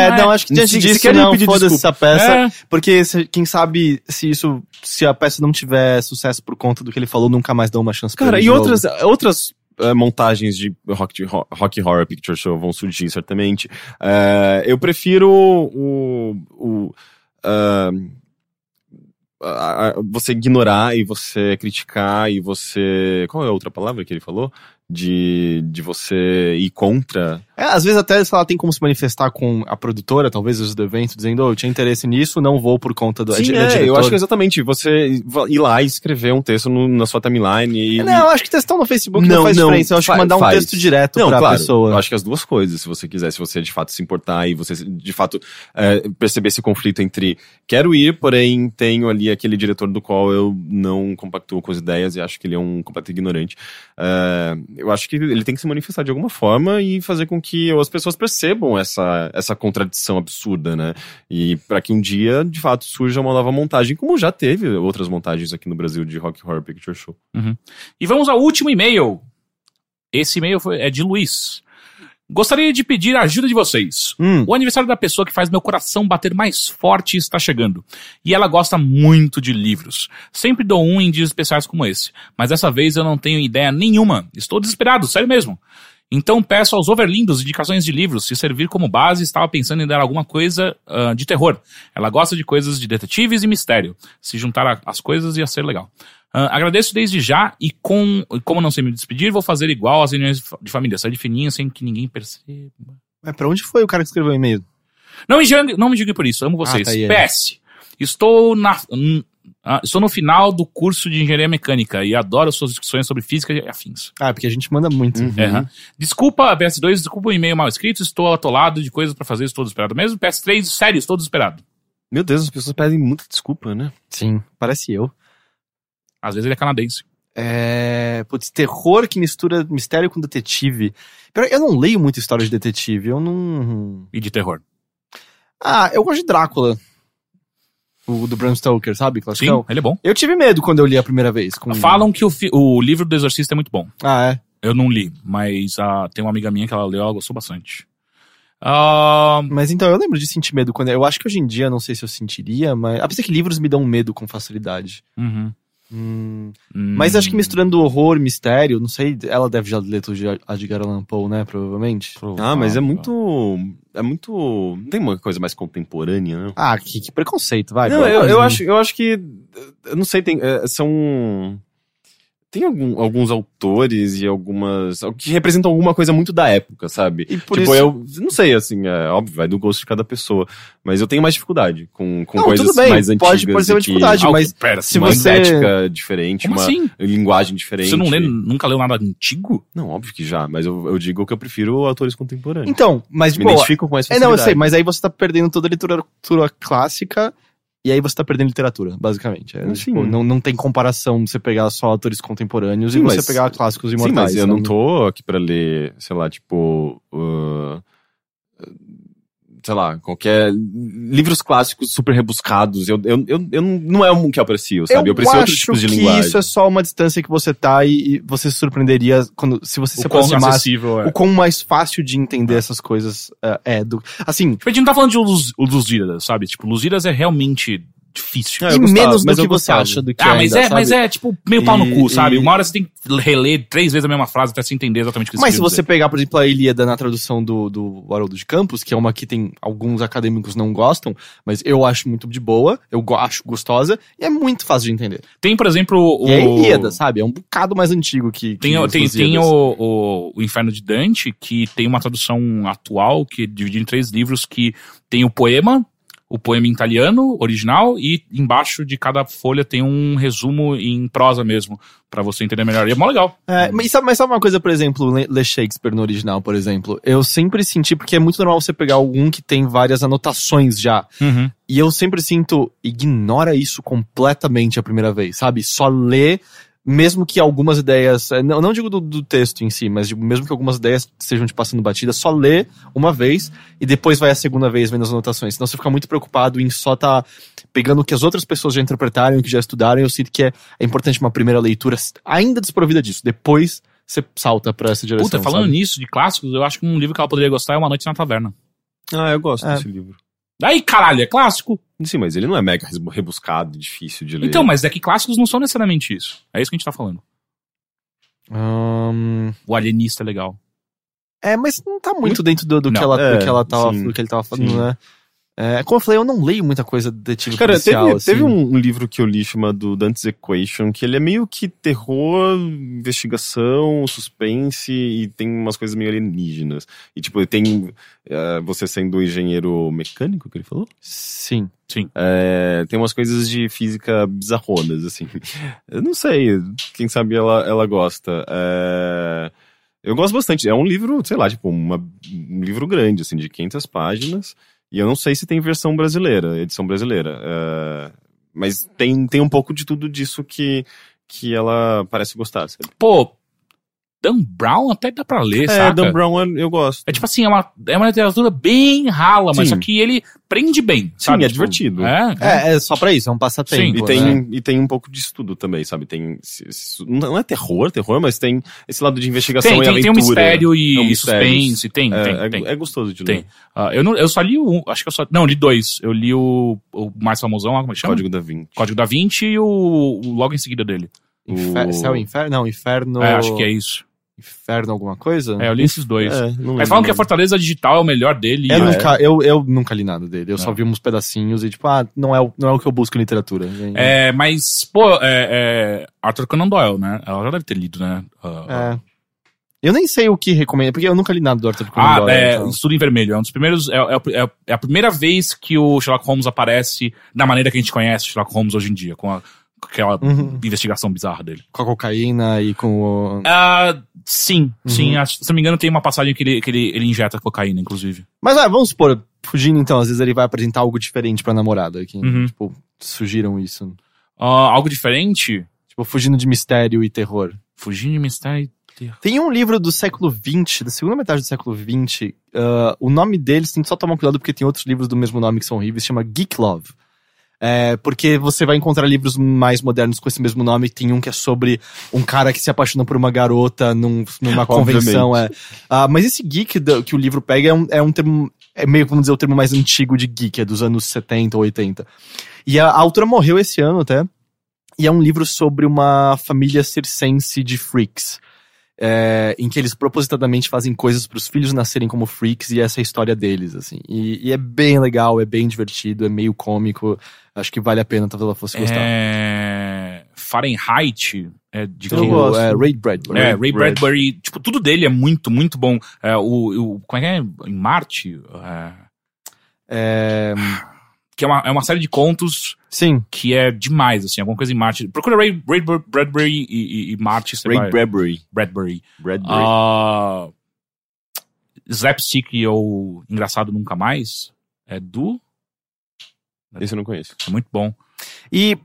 Speaker 2: é,
Speaker 1: mas-
Speaker 2: não, acho que diante
Speaker 3: Se- se
Speaker 2: disso
Speaker 3: querem
Speaker 2: não,
Speaker 3: pedir
Speaker 2: foda-se essa peça.
Speaker 1: É.
Speaker 2: Porque se- quem sabe se isso, se a peça não tiver sucesso por conta do que ele falou, nunca mais dão uma chance pra
Speaker 3: Cara,
Speaker 2: ele
Speaker 3: e
Speaker 2: de novo.
Speaker 3: outras, outras eh, montagens de rock, de Ro- rock Horror Picture Show vão surgir, certamente. Eh, eu prefiro o. o ah, a- a- você ignorar e você criticar e você. Qual é a outra palavra que ele falou? De, de você ir contra.
Speaker 2: É, às vezes até, sei lá, tem como se manifestar com a produtora, talvez, os do evento, dizendo, ô, eu tinha interesse nisso, não vou por conta do...
Speaker 3: Sim,
Speaker 2: da
Speaker 3: é, eu
Speaker 2: diretora."
Speaker 3: acho que é exatamente. Você ir lá e escrever um texto no- na sua timeline e.
Speaker 2: Não, eu acho que textão no Facebook não,
Speaker 3: Não,
Speaker 2: faz
Speaker 3: não,
Speaker 2: diferença. Eu acho que
Speaker 3: fa-
Speaker 2: mandar um
Speaker 3: faz.
Speaker 2: texto direto
Speaker 3: Não,
Speaker 2: pra
Speaker 3: claro. Eu
Speaker 2: pessoa.
Speaker 3: acho que as duas coisas, se você quiser, se você de fato se importar e você de fato eh, perceber esse conflito entre quero ir, porém tenho ali aquele diretor do qual eu não compactuo com as ideias e acho que ele é um completo ignorante. Eh, eu acho que ele tem que se manifestar de alguma forma e fazer com que as pessoas percebam essa, essa contradição absurda, né? E para que um dia, de fato, surja uma nova montagem, como já teve outras montagens aqui no Brasil de Rock Horror Picture Show.
Speaker 1: E vamos ao último e-mail. Esse e-mail foi- é de Luiz. Gostaria de pedir a ajuda de vocês.
Speaker 2: Hum,
Speaker 1: O aniversário da pessoa que faz meu coração bater mais forte está chegando. E ela gosta muito de livros. Sempre dou um em dias especiais como esse. Mas dessa vez eu não tenho ideia nenhuma. Estou desesperado, sério mesmo. Então peço aos overlindos indicações de livros. Se servir como base, estava pensando em dar alguma coisa ah, de terror. Ela gosta de coisas de detetives e mistério. Se juntar a- as coisas ia ser legal. Ah, agradeço desde já e com, como não sei me despedir, vou fazer igual às reuniões de fa- de família. Sair de fininho sem que ninguém perceba.
Speaker 2: mas É, pra onde foi o cara que escreveu o e-mail?
Speaker 1: Não me julgue, não me julgue por isso, amo vocês.
Speaker 2: tá aí, aí.
Speaker 1: PS, estou na. hum, Ah, estou no final do curso de engenharia mecânica e adoro suas discussões sobre física e afins.
Speaker 2: Ah, porque a gente manda muito.
Speaker 3: Uhum.
Speaker 1: É, aham. Desculpa, PS2, desculpa o e-mail mal escrito, estou atolado de coisas pra fazer, estou desesperado mesmo. PS3, sério, estou desesperado.
Speaker 3: Meu Deus, as pessoas pedem muita desculpa, né?
Speaker 2: Sim, parece eu.
Speaker 1: Às vezes ele é canadense.
Speaker 2: É. Putz, terror que mistura mistério com detetive. Pera, eu não leio muito história de detetive. Eu não.
Speaker 1: E de terror.
Speaker 2: Ah, eu gosto de Drácula. O do Bram Stoker, sabe?
Speaker 1: Sim,
Speaker 2: Classicão.
Speaker 1: ele é bom.
Speaker 2: Eu tive medo quando eu li a primeira vez. Com...
Speaker 1: Falam que o, fi- o livro do Exorcista é muito bom.
Speaker 2: Ah, é.
Speaker 1: Eu não li, mas ah, tem uma amiga minha que ela leu, ela gostou bastante. Ah,
Speaker 2: Mas então eu lembro de sentir medo quando. Eu acho que hoje em dia, não sei se eu sentiria, mas. Apesar que livros me dão medo com facilidade.
Speaker 1: uhum.
Speaker 2: Hum,
Speaker 1: Hum.
Speaker 2: Mas acho que misturando horror, mistério, não sei, ela deve já ler tudo de Edgar Allan Poe, né? Provavelmente.
Speaker 3: Ah, mas é muito. É muito. Não tem uma coisa mais contemporânea, né?
Speaker 2: Ah, que, que preconceito, vai.
Speaker 3: não,
Speaker 2: pelo
Speaker 3: eu,
Speaker 2: amor de
Speaker 3: eu,
Speaker 2: Deus.
Speaker 3: acho, eu acho que. Eu não sei, tem. é, são. Tem algum- alguns autores e algumas. que representam alguma coisa muito da época, sabe?
Speaker 2: E por
Speaker 3: tipo,
Speaker 2: isso...
Speaker 3: eu. Não sei, assim, é óbvio, vai do gosto de cada pessoa. Mas eu tenho mais dificuldade com, com
Speaker 2: Não,
Speaker 3: coisas
Speaker 2: tudo bem,
Speaker 3: mais antigas.
Speaker 2: pode- pode ser uma
Speaker 3: e que-
Speaker 2: dificuldade,
Speaker 1: Ah,
Speaker 2: mas
Speaker 1: pera,
Speaker 2: se
Speaker 1: mas-
Speaker 2: você-
Speaker 3: Uma ética diferente,
Speaker 1: Como
Speaker 3: uma
Speaker 1: assim?
Speaker 3: linguagem diferente.
Speaker 1: Você não lê, nunca leu nada antigo?
Speaker 3: Não, óbvio que já, mas eu, eu digo que eu prefiro autores contemporâneos.
Speaker 2: Então, mas de
Speaker 3: Me
Speaker 2: boa.
Speaker 3: identifico com essa
Speaker 2: É, não, eu sei, mas aí você tá perdendo toda a literatura clássica e aí você tá perdendo literatura, basicamente. É,
Speaker 3: Sim.
Speaker 2: tipo, não, não tem comparação de você pegar só autores contemporâneos e
Speaker 3: Sim,
Speaker 2: você
Speaker 3: mas-
Speaker 2: pegar clássicos
Speaker 3: Sim,
Speaker 2: imortais.
Speaker 3: mas eu
Speaker 2: né?
Speaker 3: não tô aqui pra ler, sei lá, tipo. ah, sei lá, qualquer. Livros clássicos super rebuscados. Eu, eu, eu, eu não não é um que eu aprecio, sabe? Eu, aprecio outros tipos de
Speaker 2: que
Speaker 3: linguagem.
Speaker 2: isso é só uma distância que você tá e, e você se surpreenderia quando, se você se
Speaker 1: o quão
Speaker 2: aproximasse.
Speaker 1: acessível é.
Speaker 2: O quão mais fácil de entender essas coisas é, é do. Assim,
Speaker 1: Tipo, a gente não tá falando de Luz, Lusíadas, sabe? Tipo, Lusíadas é realmente difícil.
Speaker 3: É,
Speaker 2: e
Speaker 3: eu gostava,
Speaker 2: menos do
Speaker 3: mas eu
Speaker 2: que você
Speaker 3: gostava.
Speaker 2: acha do que
Speaker 1: Ah, mas
Speaker 2: ainda,
Speaker 1: é, mas
Speaker 2: sabe?
Speaker 1: é tipo meio pau
Speaker 2: E-
Speaker 1: no cu, sabe?
Speaker 2: e-
Speaker 1: Uma hora você tem que reler três vezes a mesma frase pra se entender exatamente o é que
Speaker 2: Mas se
Speaker 1: quer
Speaker 2: você pegar, por exemplo, a Ilíada na tradução do, do Haroldo de Campos, que é uma que tem alguns acadêmicos não gostam, mas eu acho muito de boa, eu go- acho gostosa, e é muito fácil de entender.
Speaker 1: dizer. Tem, por exemplo, o.
Speaker 2: E é a Ilíada, sabe? É um bocado mais antigo que.
Speaker 1: Tem,
Speaker 2: que
Speaker 1: o-
Speaker 2: os
Speaker 1: tem, tem o,
Speaker 2: Lusíadas.
Speaker 1: o, o Inferno de Dante, que tem uma tradução atual, que é dividida em três livros, que tem o poema, o poema em italiano, original, e embaixo de cada folha tem um resumo em prosa mesmo, pra você entender melhor. E é mó legal.
Speaker 2: É, mas, sabe, mas sabe uma coisa, por exemplo, Le- Le Shakespeare no original, por exemplo? Eu sempre senti, porque é muito normal você pegar algum que tem várias anotações já.
Speaker 1: Uhum.
Speaker 2: E eu sempre sinto, ignora isso completamente a primeira vez, sabe? Só lê, mesmo que algumas ideias, eh, não, não digo do, do texto em si, mas digo, mesmo que algumas ideias sejam te passando batida, só lê uma vez e depois vai a segunda vez vendo as anotações. Senão você fica muito preocupado em só tá pegando o que as outras pessoas já interpretaram, o que já estudaram, e eu sinto que é, é importante uma primeira leitura ainda desprovida disso. Depois você salta pra essa direção.
Speaker 1: Puta, falando
Speaker 2: sabe?
Speaker 1: nisso, de clássicos, eu acho que um livro que ela poderia gostar é Uma Noite na Taverna.
Speaker 3: Ah, eu gosto
Speaker 2: É.
Speaker 3: desse livro.
Speaker 1: Daí, caralho, é clássico?
Speaker 3: Sim, mas ele não é mega res- rebuscado, difícil de ler.
Speaker 1: Então, mas é que clássicos não são necessariamente isso. É isso que a gente tá falando.
Speaker 2: Ahn,
Speaker 1: O Alienista é legal.
Speaker 2: É, mas não tá muito dentro do, do
Speaker 1: Não,
Speaker 2: que ela, do
Speaker 3: é,
Speaker 2: que ela tava,
Speaker 3: sim,
Speaker 2: do que ele tava falando,
Speaker 3: sim.
Speaker 2: né? É, como eu falei, eu não leio muita coisa de detetive
Speaker 3: Cara, teve,
Speaker 2: policial, assim.
Speaker 3: teve um, um livro que eu li chamado Dante's Equation, que ele é meio que terror, investigação, suspense e tem umas coisas meio alienígenas. E tipo, tem eh, você sendo engenheiro mecânico, que ele falou?
Speaker 2: Sim.
Speaker 3: É, tem umas coisas de física bizarronas, assim. Eu não sei, quem sabe ela, ela gosta. É, eu gosto bastante. É um livro, sei lá, tipo, uma- um livro grande, assim, de 500 páginas. E eu não sei se tem versão brasileira, edição brasileira. É, mas tem, tem um pouco de tudo disso que, que ela parece gostar, sabe?
Speaker 1: Pô, Dan Brown até dá pra ler,
Speaker 3: é,
Speaker 1: saca?
Speaker 3: Dan Brown eu gosto.
Speaker 1: É tipo assim, é uma, é uma literatura bem rala, mas
Speaker 3: Sim.
Speaker 1: só que ele prende bem,
Speaker 3: Sim,
Speaker 1: sabe?
Speaker 3: é
Speaker 1: Tipo,
Speaker 3: divertido.
Speaker 1: É, é.
Speaker 2: É, é só pra isso, é um passatempo.
Speaker 1: Sim.
Speaker 3: E
Speaker 2: né?
Speaker 3: tem, e tem um pouco disso tudo também, sabe? Tem. se- se- Não é terror, terror, mas tem esse lado de investigação
Speaker 1: Tem,
Speaker 3: e
Speaker 1: tem,
Speaker 3: aventura.
Speaker 1: tem um mistério e
Speaker 3: É um mistério.
Speaker 1: suspense, tem,
Speaker 3: É,
Speaker 1: tem,
Speaker 3: é-
Speaker 1: tem.
Speaker 3: é gostoso de
Speaker 1: Tem.
Speaker 3: ler.
Speaker 1: Ah, eu, não, eu só li um, acho que eu só... Não, li dois. Eu li o, o mais famosão, lá, como é que chama?
Speaker 3: Código da Vinci.
Speaker 1: Código da Vinci e o, o logo em seguida dele.
Speaker 2: Infer...
Speaker 3: O-
Speaker 2: Céu e Inferno? Não, Inferno...
Speaker 1: É, acho que é isso.
Speaker 2: Inferno alguma coisa?
Speaker 1: É, eu li esses dois.
Speaker 3: É, não
Speaker 1: Mas
Speaker 3: lembro
Speaker 1: falam que a
Speaker 3: o nome.
Speaker 1: Fortaleza Digital é o melhor dele.
Speaker 2: Eu,
Speaker 1: e-
Speaker 2: nunca, eu, eu nunca li nada dele, eu só
Speaker 1: Não.
Speaker 2: vi uns pedacinhos e tipo, ah, não é, o- não é o que eu busco em literatura. É,
Speaker 1: É, mas, pô, é, é, Arthur Conan Doyle, né? Ela já deve ter lido, né? Ah,
Speaker 2: é. Eu nem sei o que recomenda, porque eu nunca li nada do Arthur Conan
Speaker 1: Ah,
Speaker 2: Doyle.
Speaker 1: é,
Speaker 2: então.
Speaker 1: Estudo em Vermelho. É um dos primeiros. É, é- é- é a primeira vez que o Sherlock Holmes aparece da maneira que a gente conhece o Sherlock Holmes hoje em dia, com, a- com aquela
Speaker 2: Uhum.
Speaker 1: investigação bizarra dele.
Speaker 2: Com a cocaína e com o...
Speaker 1: Ah, sim,
Speaker 2: Uhum.
Speaker 1: sim. acho- se não me engano, tem uma passagem que ele, que ele, ele injeta cocaína, inclusive.
Speaker 2: Mas ah, vamos supor, fugindo então, às vezes ele vai apresentar algo diferente pra namorada. Que,
Speaker 1: Uhum.
Speaker 2: Tipo, sugiram isso.
Speaker 1: Ah, algo diferente?
Speaker 2: Tipo, fugindo de mistério e terror.
Speaker 1: Fugindo de tá mistério. e terror.
Speaker 2: Tem um livro do século XX, da segunda metade do século XX. ah, o nome deles tem que só tomar cuidado porque tem outros livros do mesmo nome que são horríveis, chama Geek Love. É, porque você vai encontrar livros mais modernos com esse mesmo nome. Tem um que é sobre um cara que se apaixona por uma garota num- numa convenção. É. Ah, mas esse geek da- que o livro pega é um, é um termo, é meio, vamos dizer, o termo mais antigo de geek, é dos anos 70 ou 80. E a, a autora morreu esse ano até. E é um livro sobre uma família circense de freaks é, em que eles propositadamente fazem coisas para os filhos nascerem como freaks e essa é a história deles, assim. E, e é bem legal, é bem divertido, é meio cômico. Acho que vale a pena, talvez ela fosse gostar.
Speaker 1: É, Fahrenheit é de
Speaker 2: Eu
Speaker 1: quem?
Speaker 2: gosto. É, Ray Bradbury.
Speaker 1: É, Ray Bradbury, tipo, tudo dele é muito, muito bom. É, o, o- como é que é? Em Marte? É,
Speaker 2: É,
Speaker 1: que é uma, é uma série de contos
Speaker 2: sim,
Speaker 1: que é demais, assim, alguma coisa em Marte. Procura Ray, Ray Br- Bradbury e, e- e Marte, você vai.
Speaker 3: Ray Bradbury.
Speaker 1: Bradbury.
Speaker 3: Bradbury.
Speaker 1: Ah, Slapstick ou Engraçado Nunca Mais é do...
Speaker 3: Esse eu não conheço.
Speaker 1: É muito bom.
Speaker 2: E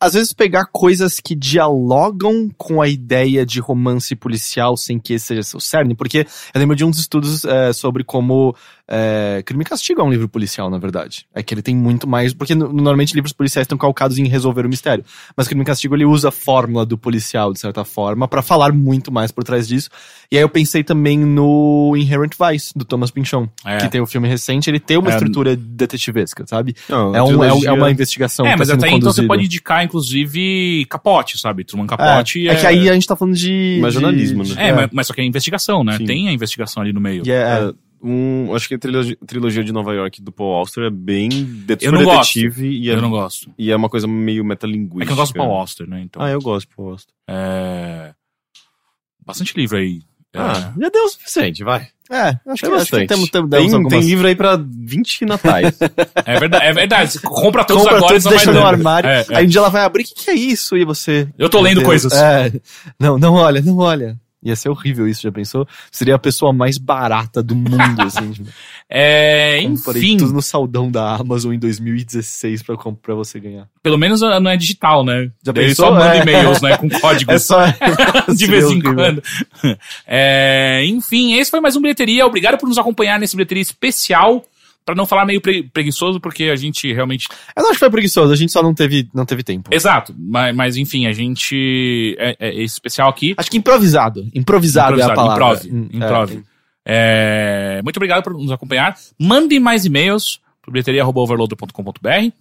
Speaker 2: às vezes pegar coisas que dialogam com a ideia de romance policial sem que esse seja seu cerne, porque eu lembro de uns estudos é, sobre como é, Crime e Castigo é um livro policial, na verdade. É que ele tem muito mais. Porque no- normalmente livros policiais estão calcados em resolver o mistério. Mas Crime e Castigo ele usa a fórmula do policial, de certa forma, pra falar muito mais por trás disso. E aí eu pensei também no Inherent Vice, do Thomas Pynchon,
Speaker 1: É.
Speaker 2: que tem o filme recente, ele tem uma
Speaker 1: É.
Speaker 2: estrutura detetivesca, sabe?
Speaker 3: Não,
Speaker 2: É,
Speaker 3: a
Speaker 2: um- é um- é
Speaker 3: trilogia-
Speaker 2: uma investigação.
Speaker 1: É,
Speaker 2: que
Speaker 1: mas
Speaker 2: tá sendo
Speaker 1: até aí, então você
Speaker 2: conduzida.
Speaker 1: pode indicar, inclusive, Capote, sabe? Truman Capote.
Speaker 2: É, é que aí a gente tá falando de.
Speaker 3: Mas
Speaker 2: de-
Speaker 3: jornalismo,
Speaker 2: de-
Speaker 3: né?
Speaker 1: É, mas, mas só que é investigação, né?
Speaker 3: Sim.
Speaker 1: Tem a investigação ali no meio.
Speaker 2: E é- é.
Speaker 3: É, um, acho que a trilogia, trilogia de Nova York do Paul Auster é bem de,
Speaker 1: Eu
Speaker 3: super
Speaker 1: não gosto.
Speaker 3: detetive e é,
Speaker 1: Eu não gosto.
Speaker 3: e é uma coisa meio metalinguística.
Speaker 1: É que eu gosto do Paul Auster, né? Então,
Speaker 3: Ah, eu gosto do Paul Auster.
Speaker 1: é... Bastante livro aí. É,
Speaker 3: Ah, já deu o suficiente, vai.
Speaker 2: É, acho
Speaker 3: É
Speaker 2: que, acho que
Speaker 3: bastante.
Speaker 2: temos, temos
Speaker 3: Tem,
Speaker 2: demos algumas.
Speaker 3: tem livro aí pra 20 natais.
Speaker 1: É verdade, é verdade. Compra todos
Speaker 2: Compra
Speaker 1: agora
Speaker 2: todos,
Speaker 1: e só vai
Speaker 2: deixa no
Speaker 1: dando.
Speaker 2: armário.
Speaker 1: É, é.
Speaker 2: Aí um dia ela vai abrir, o que, que é isso? E você.
Speaker 1: Eu tô lendo
Speaker 2: Meu Deus,
Speaker 1: coisas.
Speaker 2: É. Não, não olha, não olha. Ia ser horrível isso, já pensou? Seria a pessoa mais barata do mundo, assim. tipo,
Speaker 1: É,
Speaker 2: comprei
Speaker 1: enfim,
Speaker 2: tudo no saldão da Amazon em 2016 pra, comp- pra você ganhar.
Speaker 1: pelo menos não é digital, né?
Speaker 2: Já
Speaker 1: Ele
Speaker 2: pensou?
Speaker 1: só manda
Speaker 2: É.
Speaker 1: e-mails, né? Com códigos.
Speaker 2: É só. assim,
Speaker 1: de vez em
Speaker 2: horrível.
Speaker 1: quando. É, enfim, esse foi mais um Bilheteria. Obrigado por nos acompanhar nesse Bilheteria especial. Pra não falar meio pre- preguiçoso, porque a gente realmente.
Speaker 2: Eu não acho É, que foi preguiçoso, a gente só não teve, não teve tempo.
Speaker 1: Exato, mas, mas enfim, a gente. É, é esse especial aqui.
Speaker 2: Acho que improvisado. Improvisado, é a palavra.
Speaker 1: improve.
Speaker 2: Hum, é.
Speaker 1: improve. É, muito obrigado por nos acompanhar. Mandem mais e-mails pro bilheteria.overloader.com.br.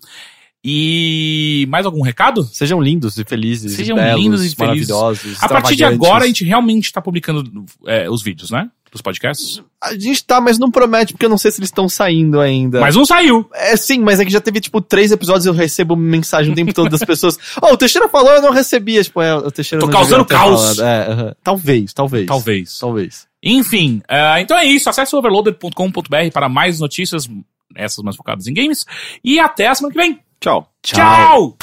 Speaker 1: E mais algum recado?
Speaker 2: Sejam lindos e felizes.
Speaker 1: Sejam
Speaker 2: e belos,
Speaker 1: lindos e felizes.
Speaker 2: maravilhosos.
Speaker 1: A partir de
Speaker 2: extravagantes.
Speaker 1: agora, a gente realmente está publicando é, os vídeos, né? Dos podcasts.
Speaker 2: A gente tá, mas não promete, porque eu não sei se eles estão saindo ainda.
Speaker 1: Mas um saiu.
Speaker 2: É sim, mas é que já teve, tipo, três episódios e eu recebo mensagem o tempo todo das pessoas. Ó, o Teixeira falou, eu não recebia. Tipo, é, o Teixeira
Speaker 1: Tô
Speaker 2: não
Speaker 1: causando
Speaker 2: devia ter
Speaker 1: caos.
Speaker 2: falado. É, aham. Talvez, talvez.
Speaker 1: Talvez.
Speaker 2: Talvez.
Speaker 1: Enfim, ah, então é isso. Acesse o overloader.com.br para mais notícias, essas mais focadas em games. E até a semana que vem.
Speaker 3: Tchau.
Speaker 1: Tchau.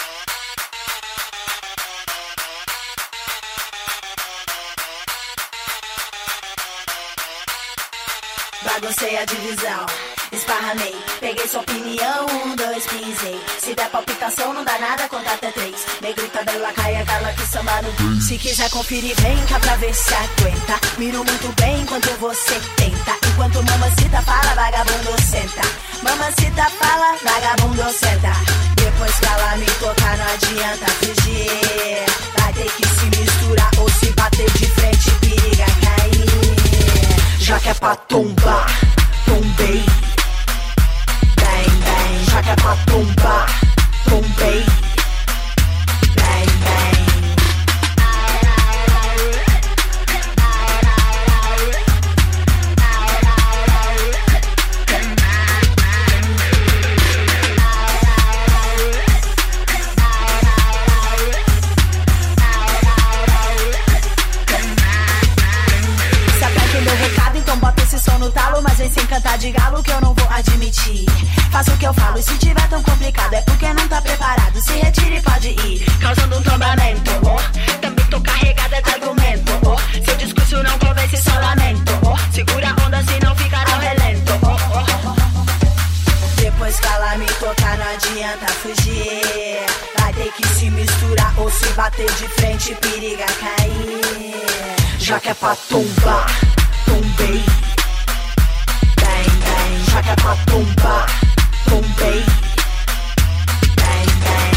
Speaker 5: Baguncei a divisão, esparramei, peguei sua opinião, um, dois, pisei. Se der palpitação, não dá nada, conta até três. Negrita, bela, caia, gala que samba no beat. Se quiser conferir, vem cá pra ver se aguenta. Miro muito bem enquanto você tenta. Enquanto mamacita fala, vagabundo senta. Mamacita fala, vagabundo senta. Depois que ela me tocar, não adianta fugir. Vai ter que se misturar ou se bater de frente, periga cair. Já que é pra tombar, tombei. Bem, bem, já que é pra tombar, tombei. Bem, bem. então eu falo. E se tiver tão complicado, é porque não tá preparado. Se retire e pode ir, causando um tombamento. Oh, também tô carregada de argumento. Oh, seu discurso não convence, só lamento. Oh, segura a onda, senão ficará ao relento. Oh, oh, oh. Depois que ela me tocar, não adianta fugir. Vai ter que se misturar ou se bater de frente, periga cair. Já que é pra tombar, tombei. Bang, bang, já que é pra tombar, tombei. Bang, bang.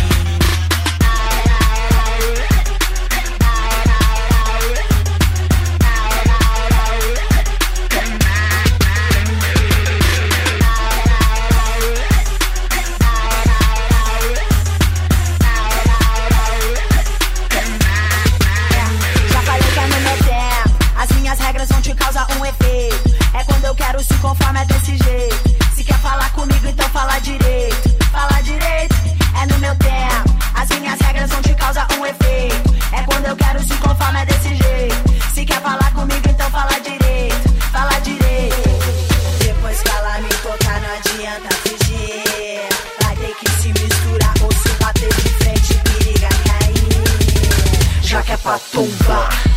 Speaker 5: Já falei que é no meu tempo. As minhas regras vão te causar um efeito. É quando eu quero, se conforme é desse jeito. Se quer falar comigo, então fala direito. Fala direito, é no meu tempo. As minhas regras vão te causar um efeito. É quando eu quero, se conforme é desse jeito. Se quer falar comigo, então fala direito. Fala direito. Depois que ela me tocar, não adianta fugir. Vai ter que se misturar ou se bater de frente, periga cair. Já que é pra tombar. é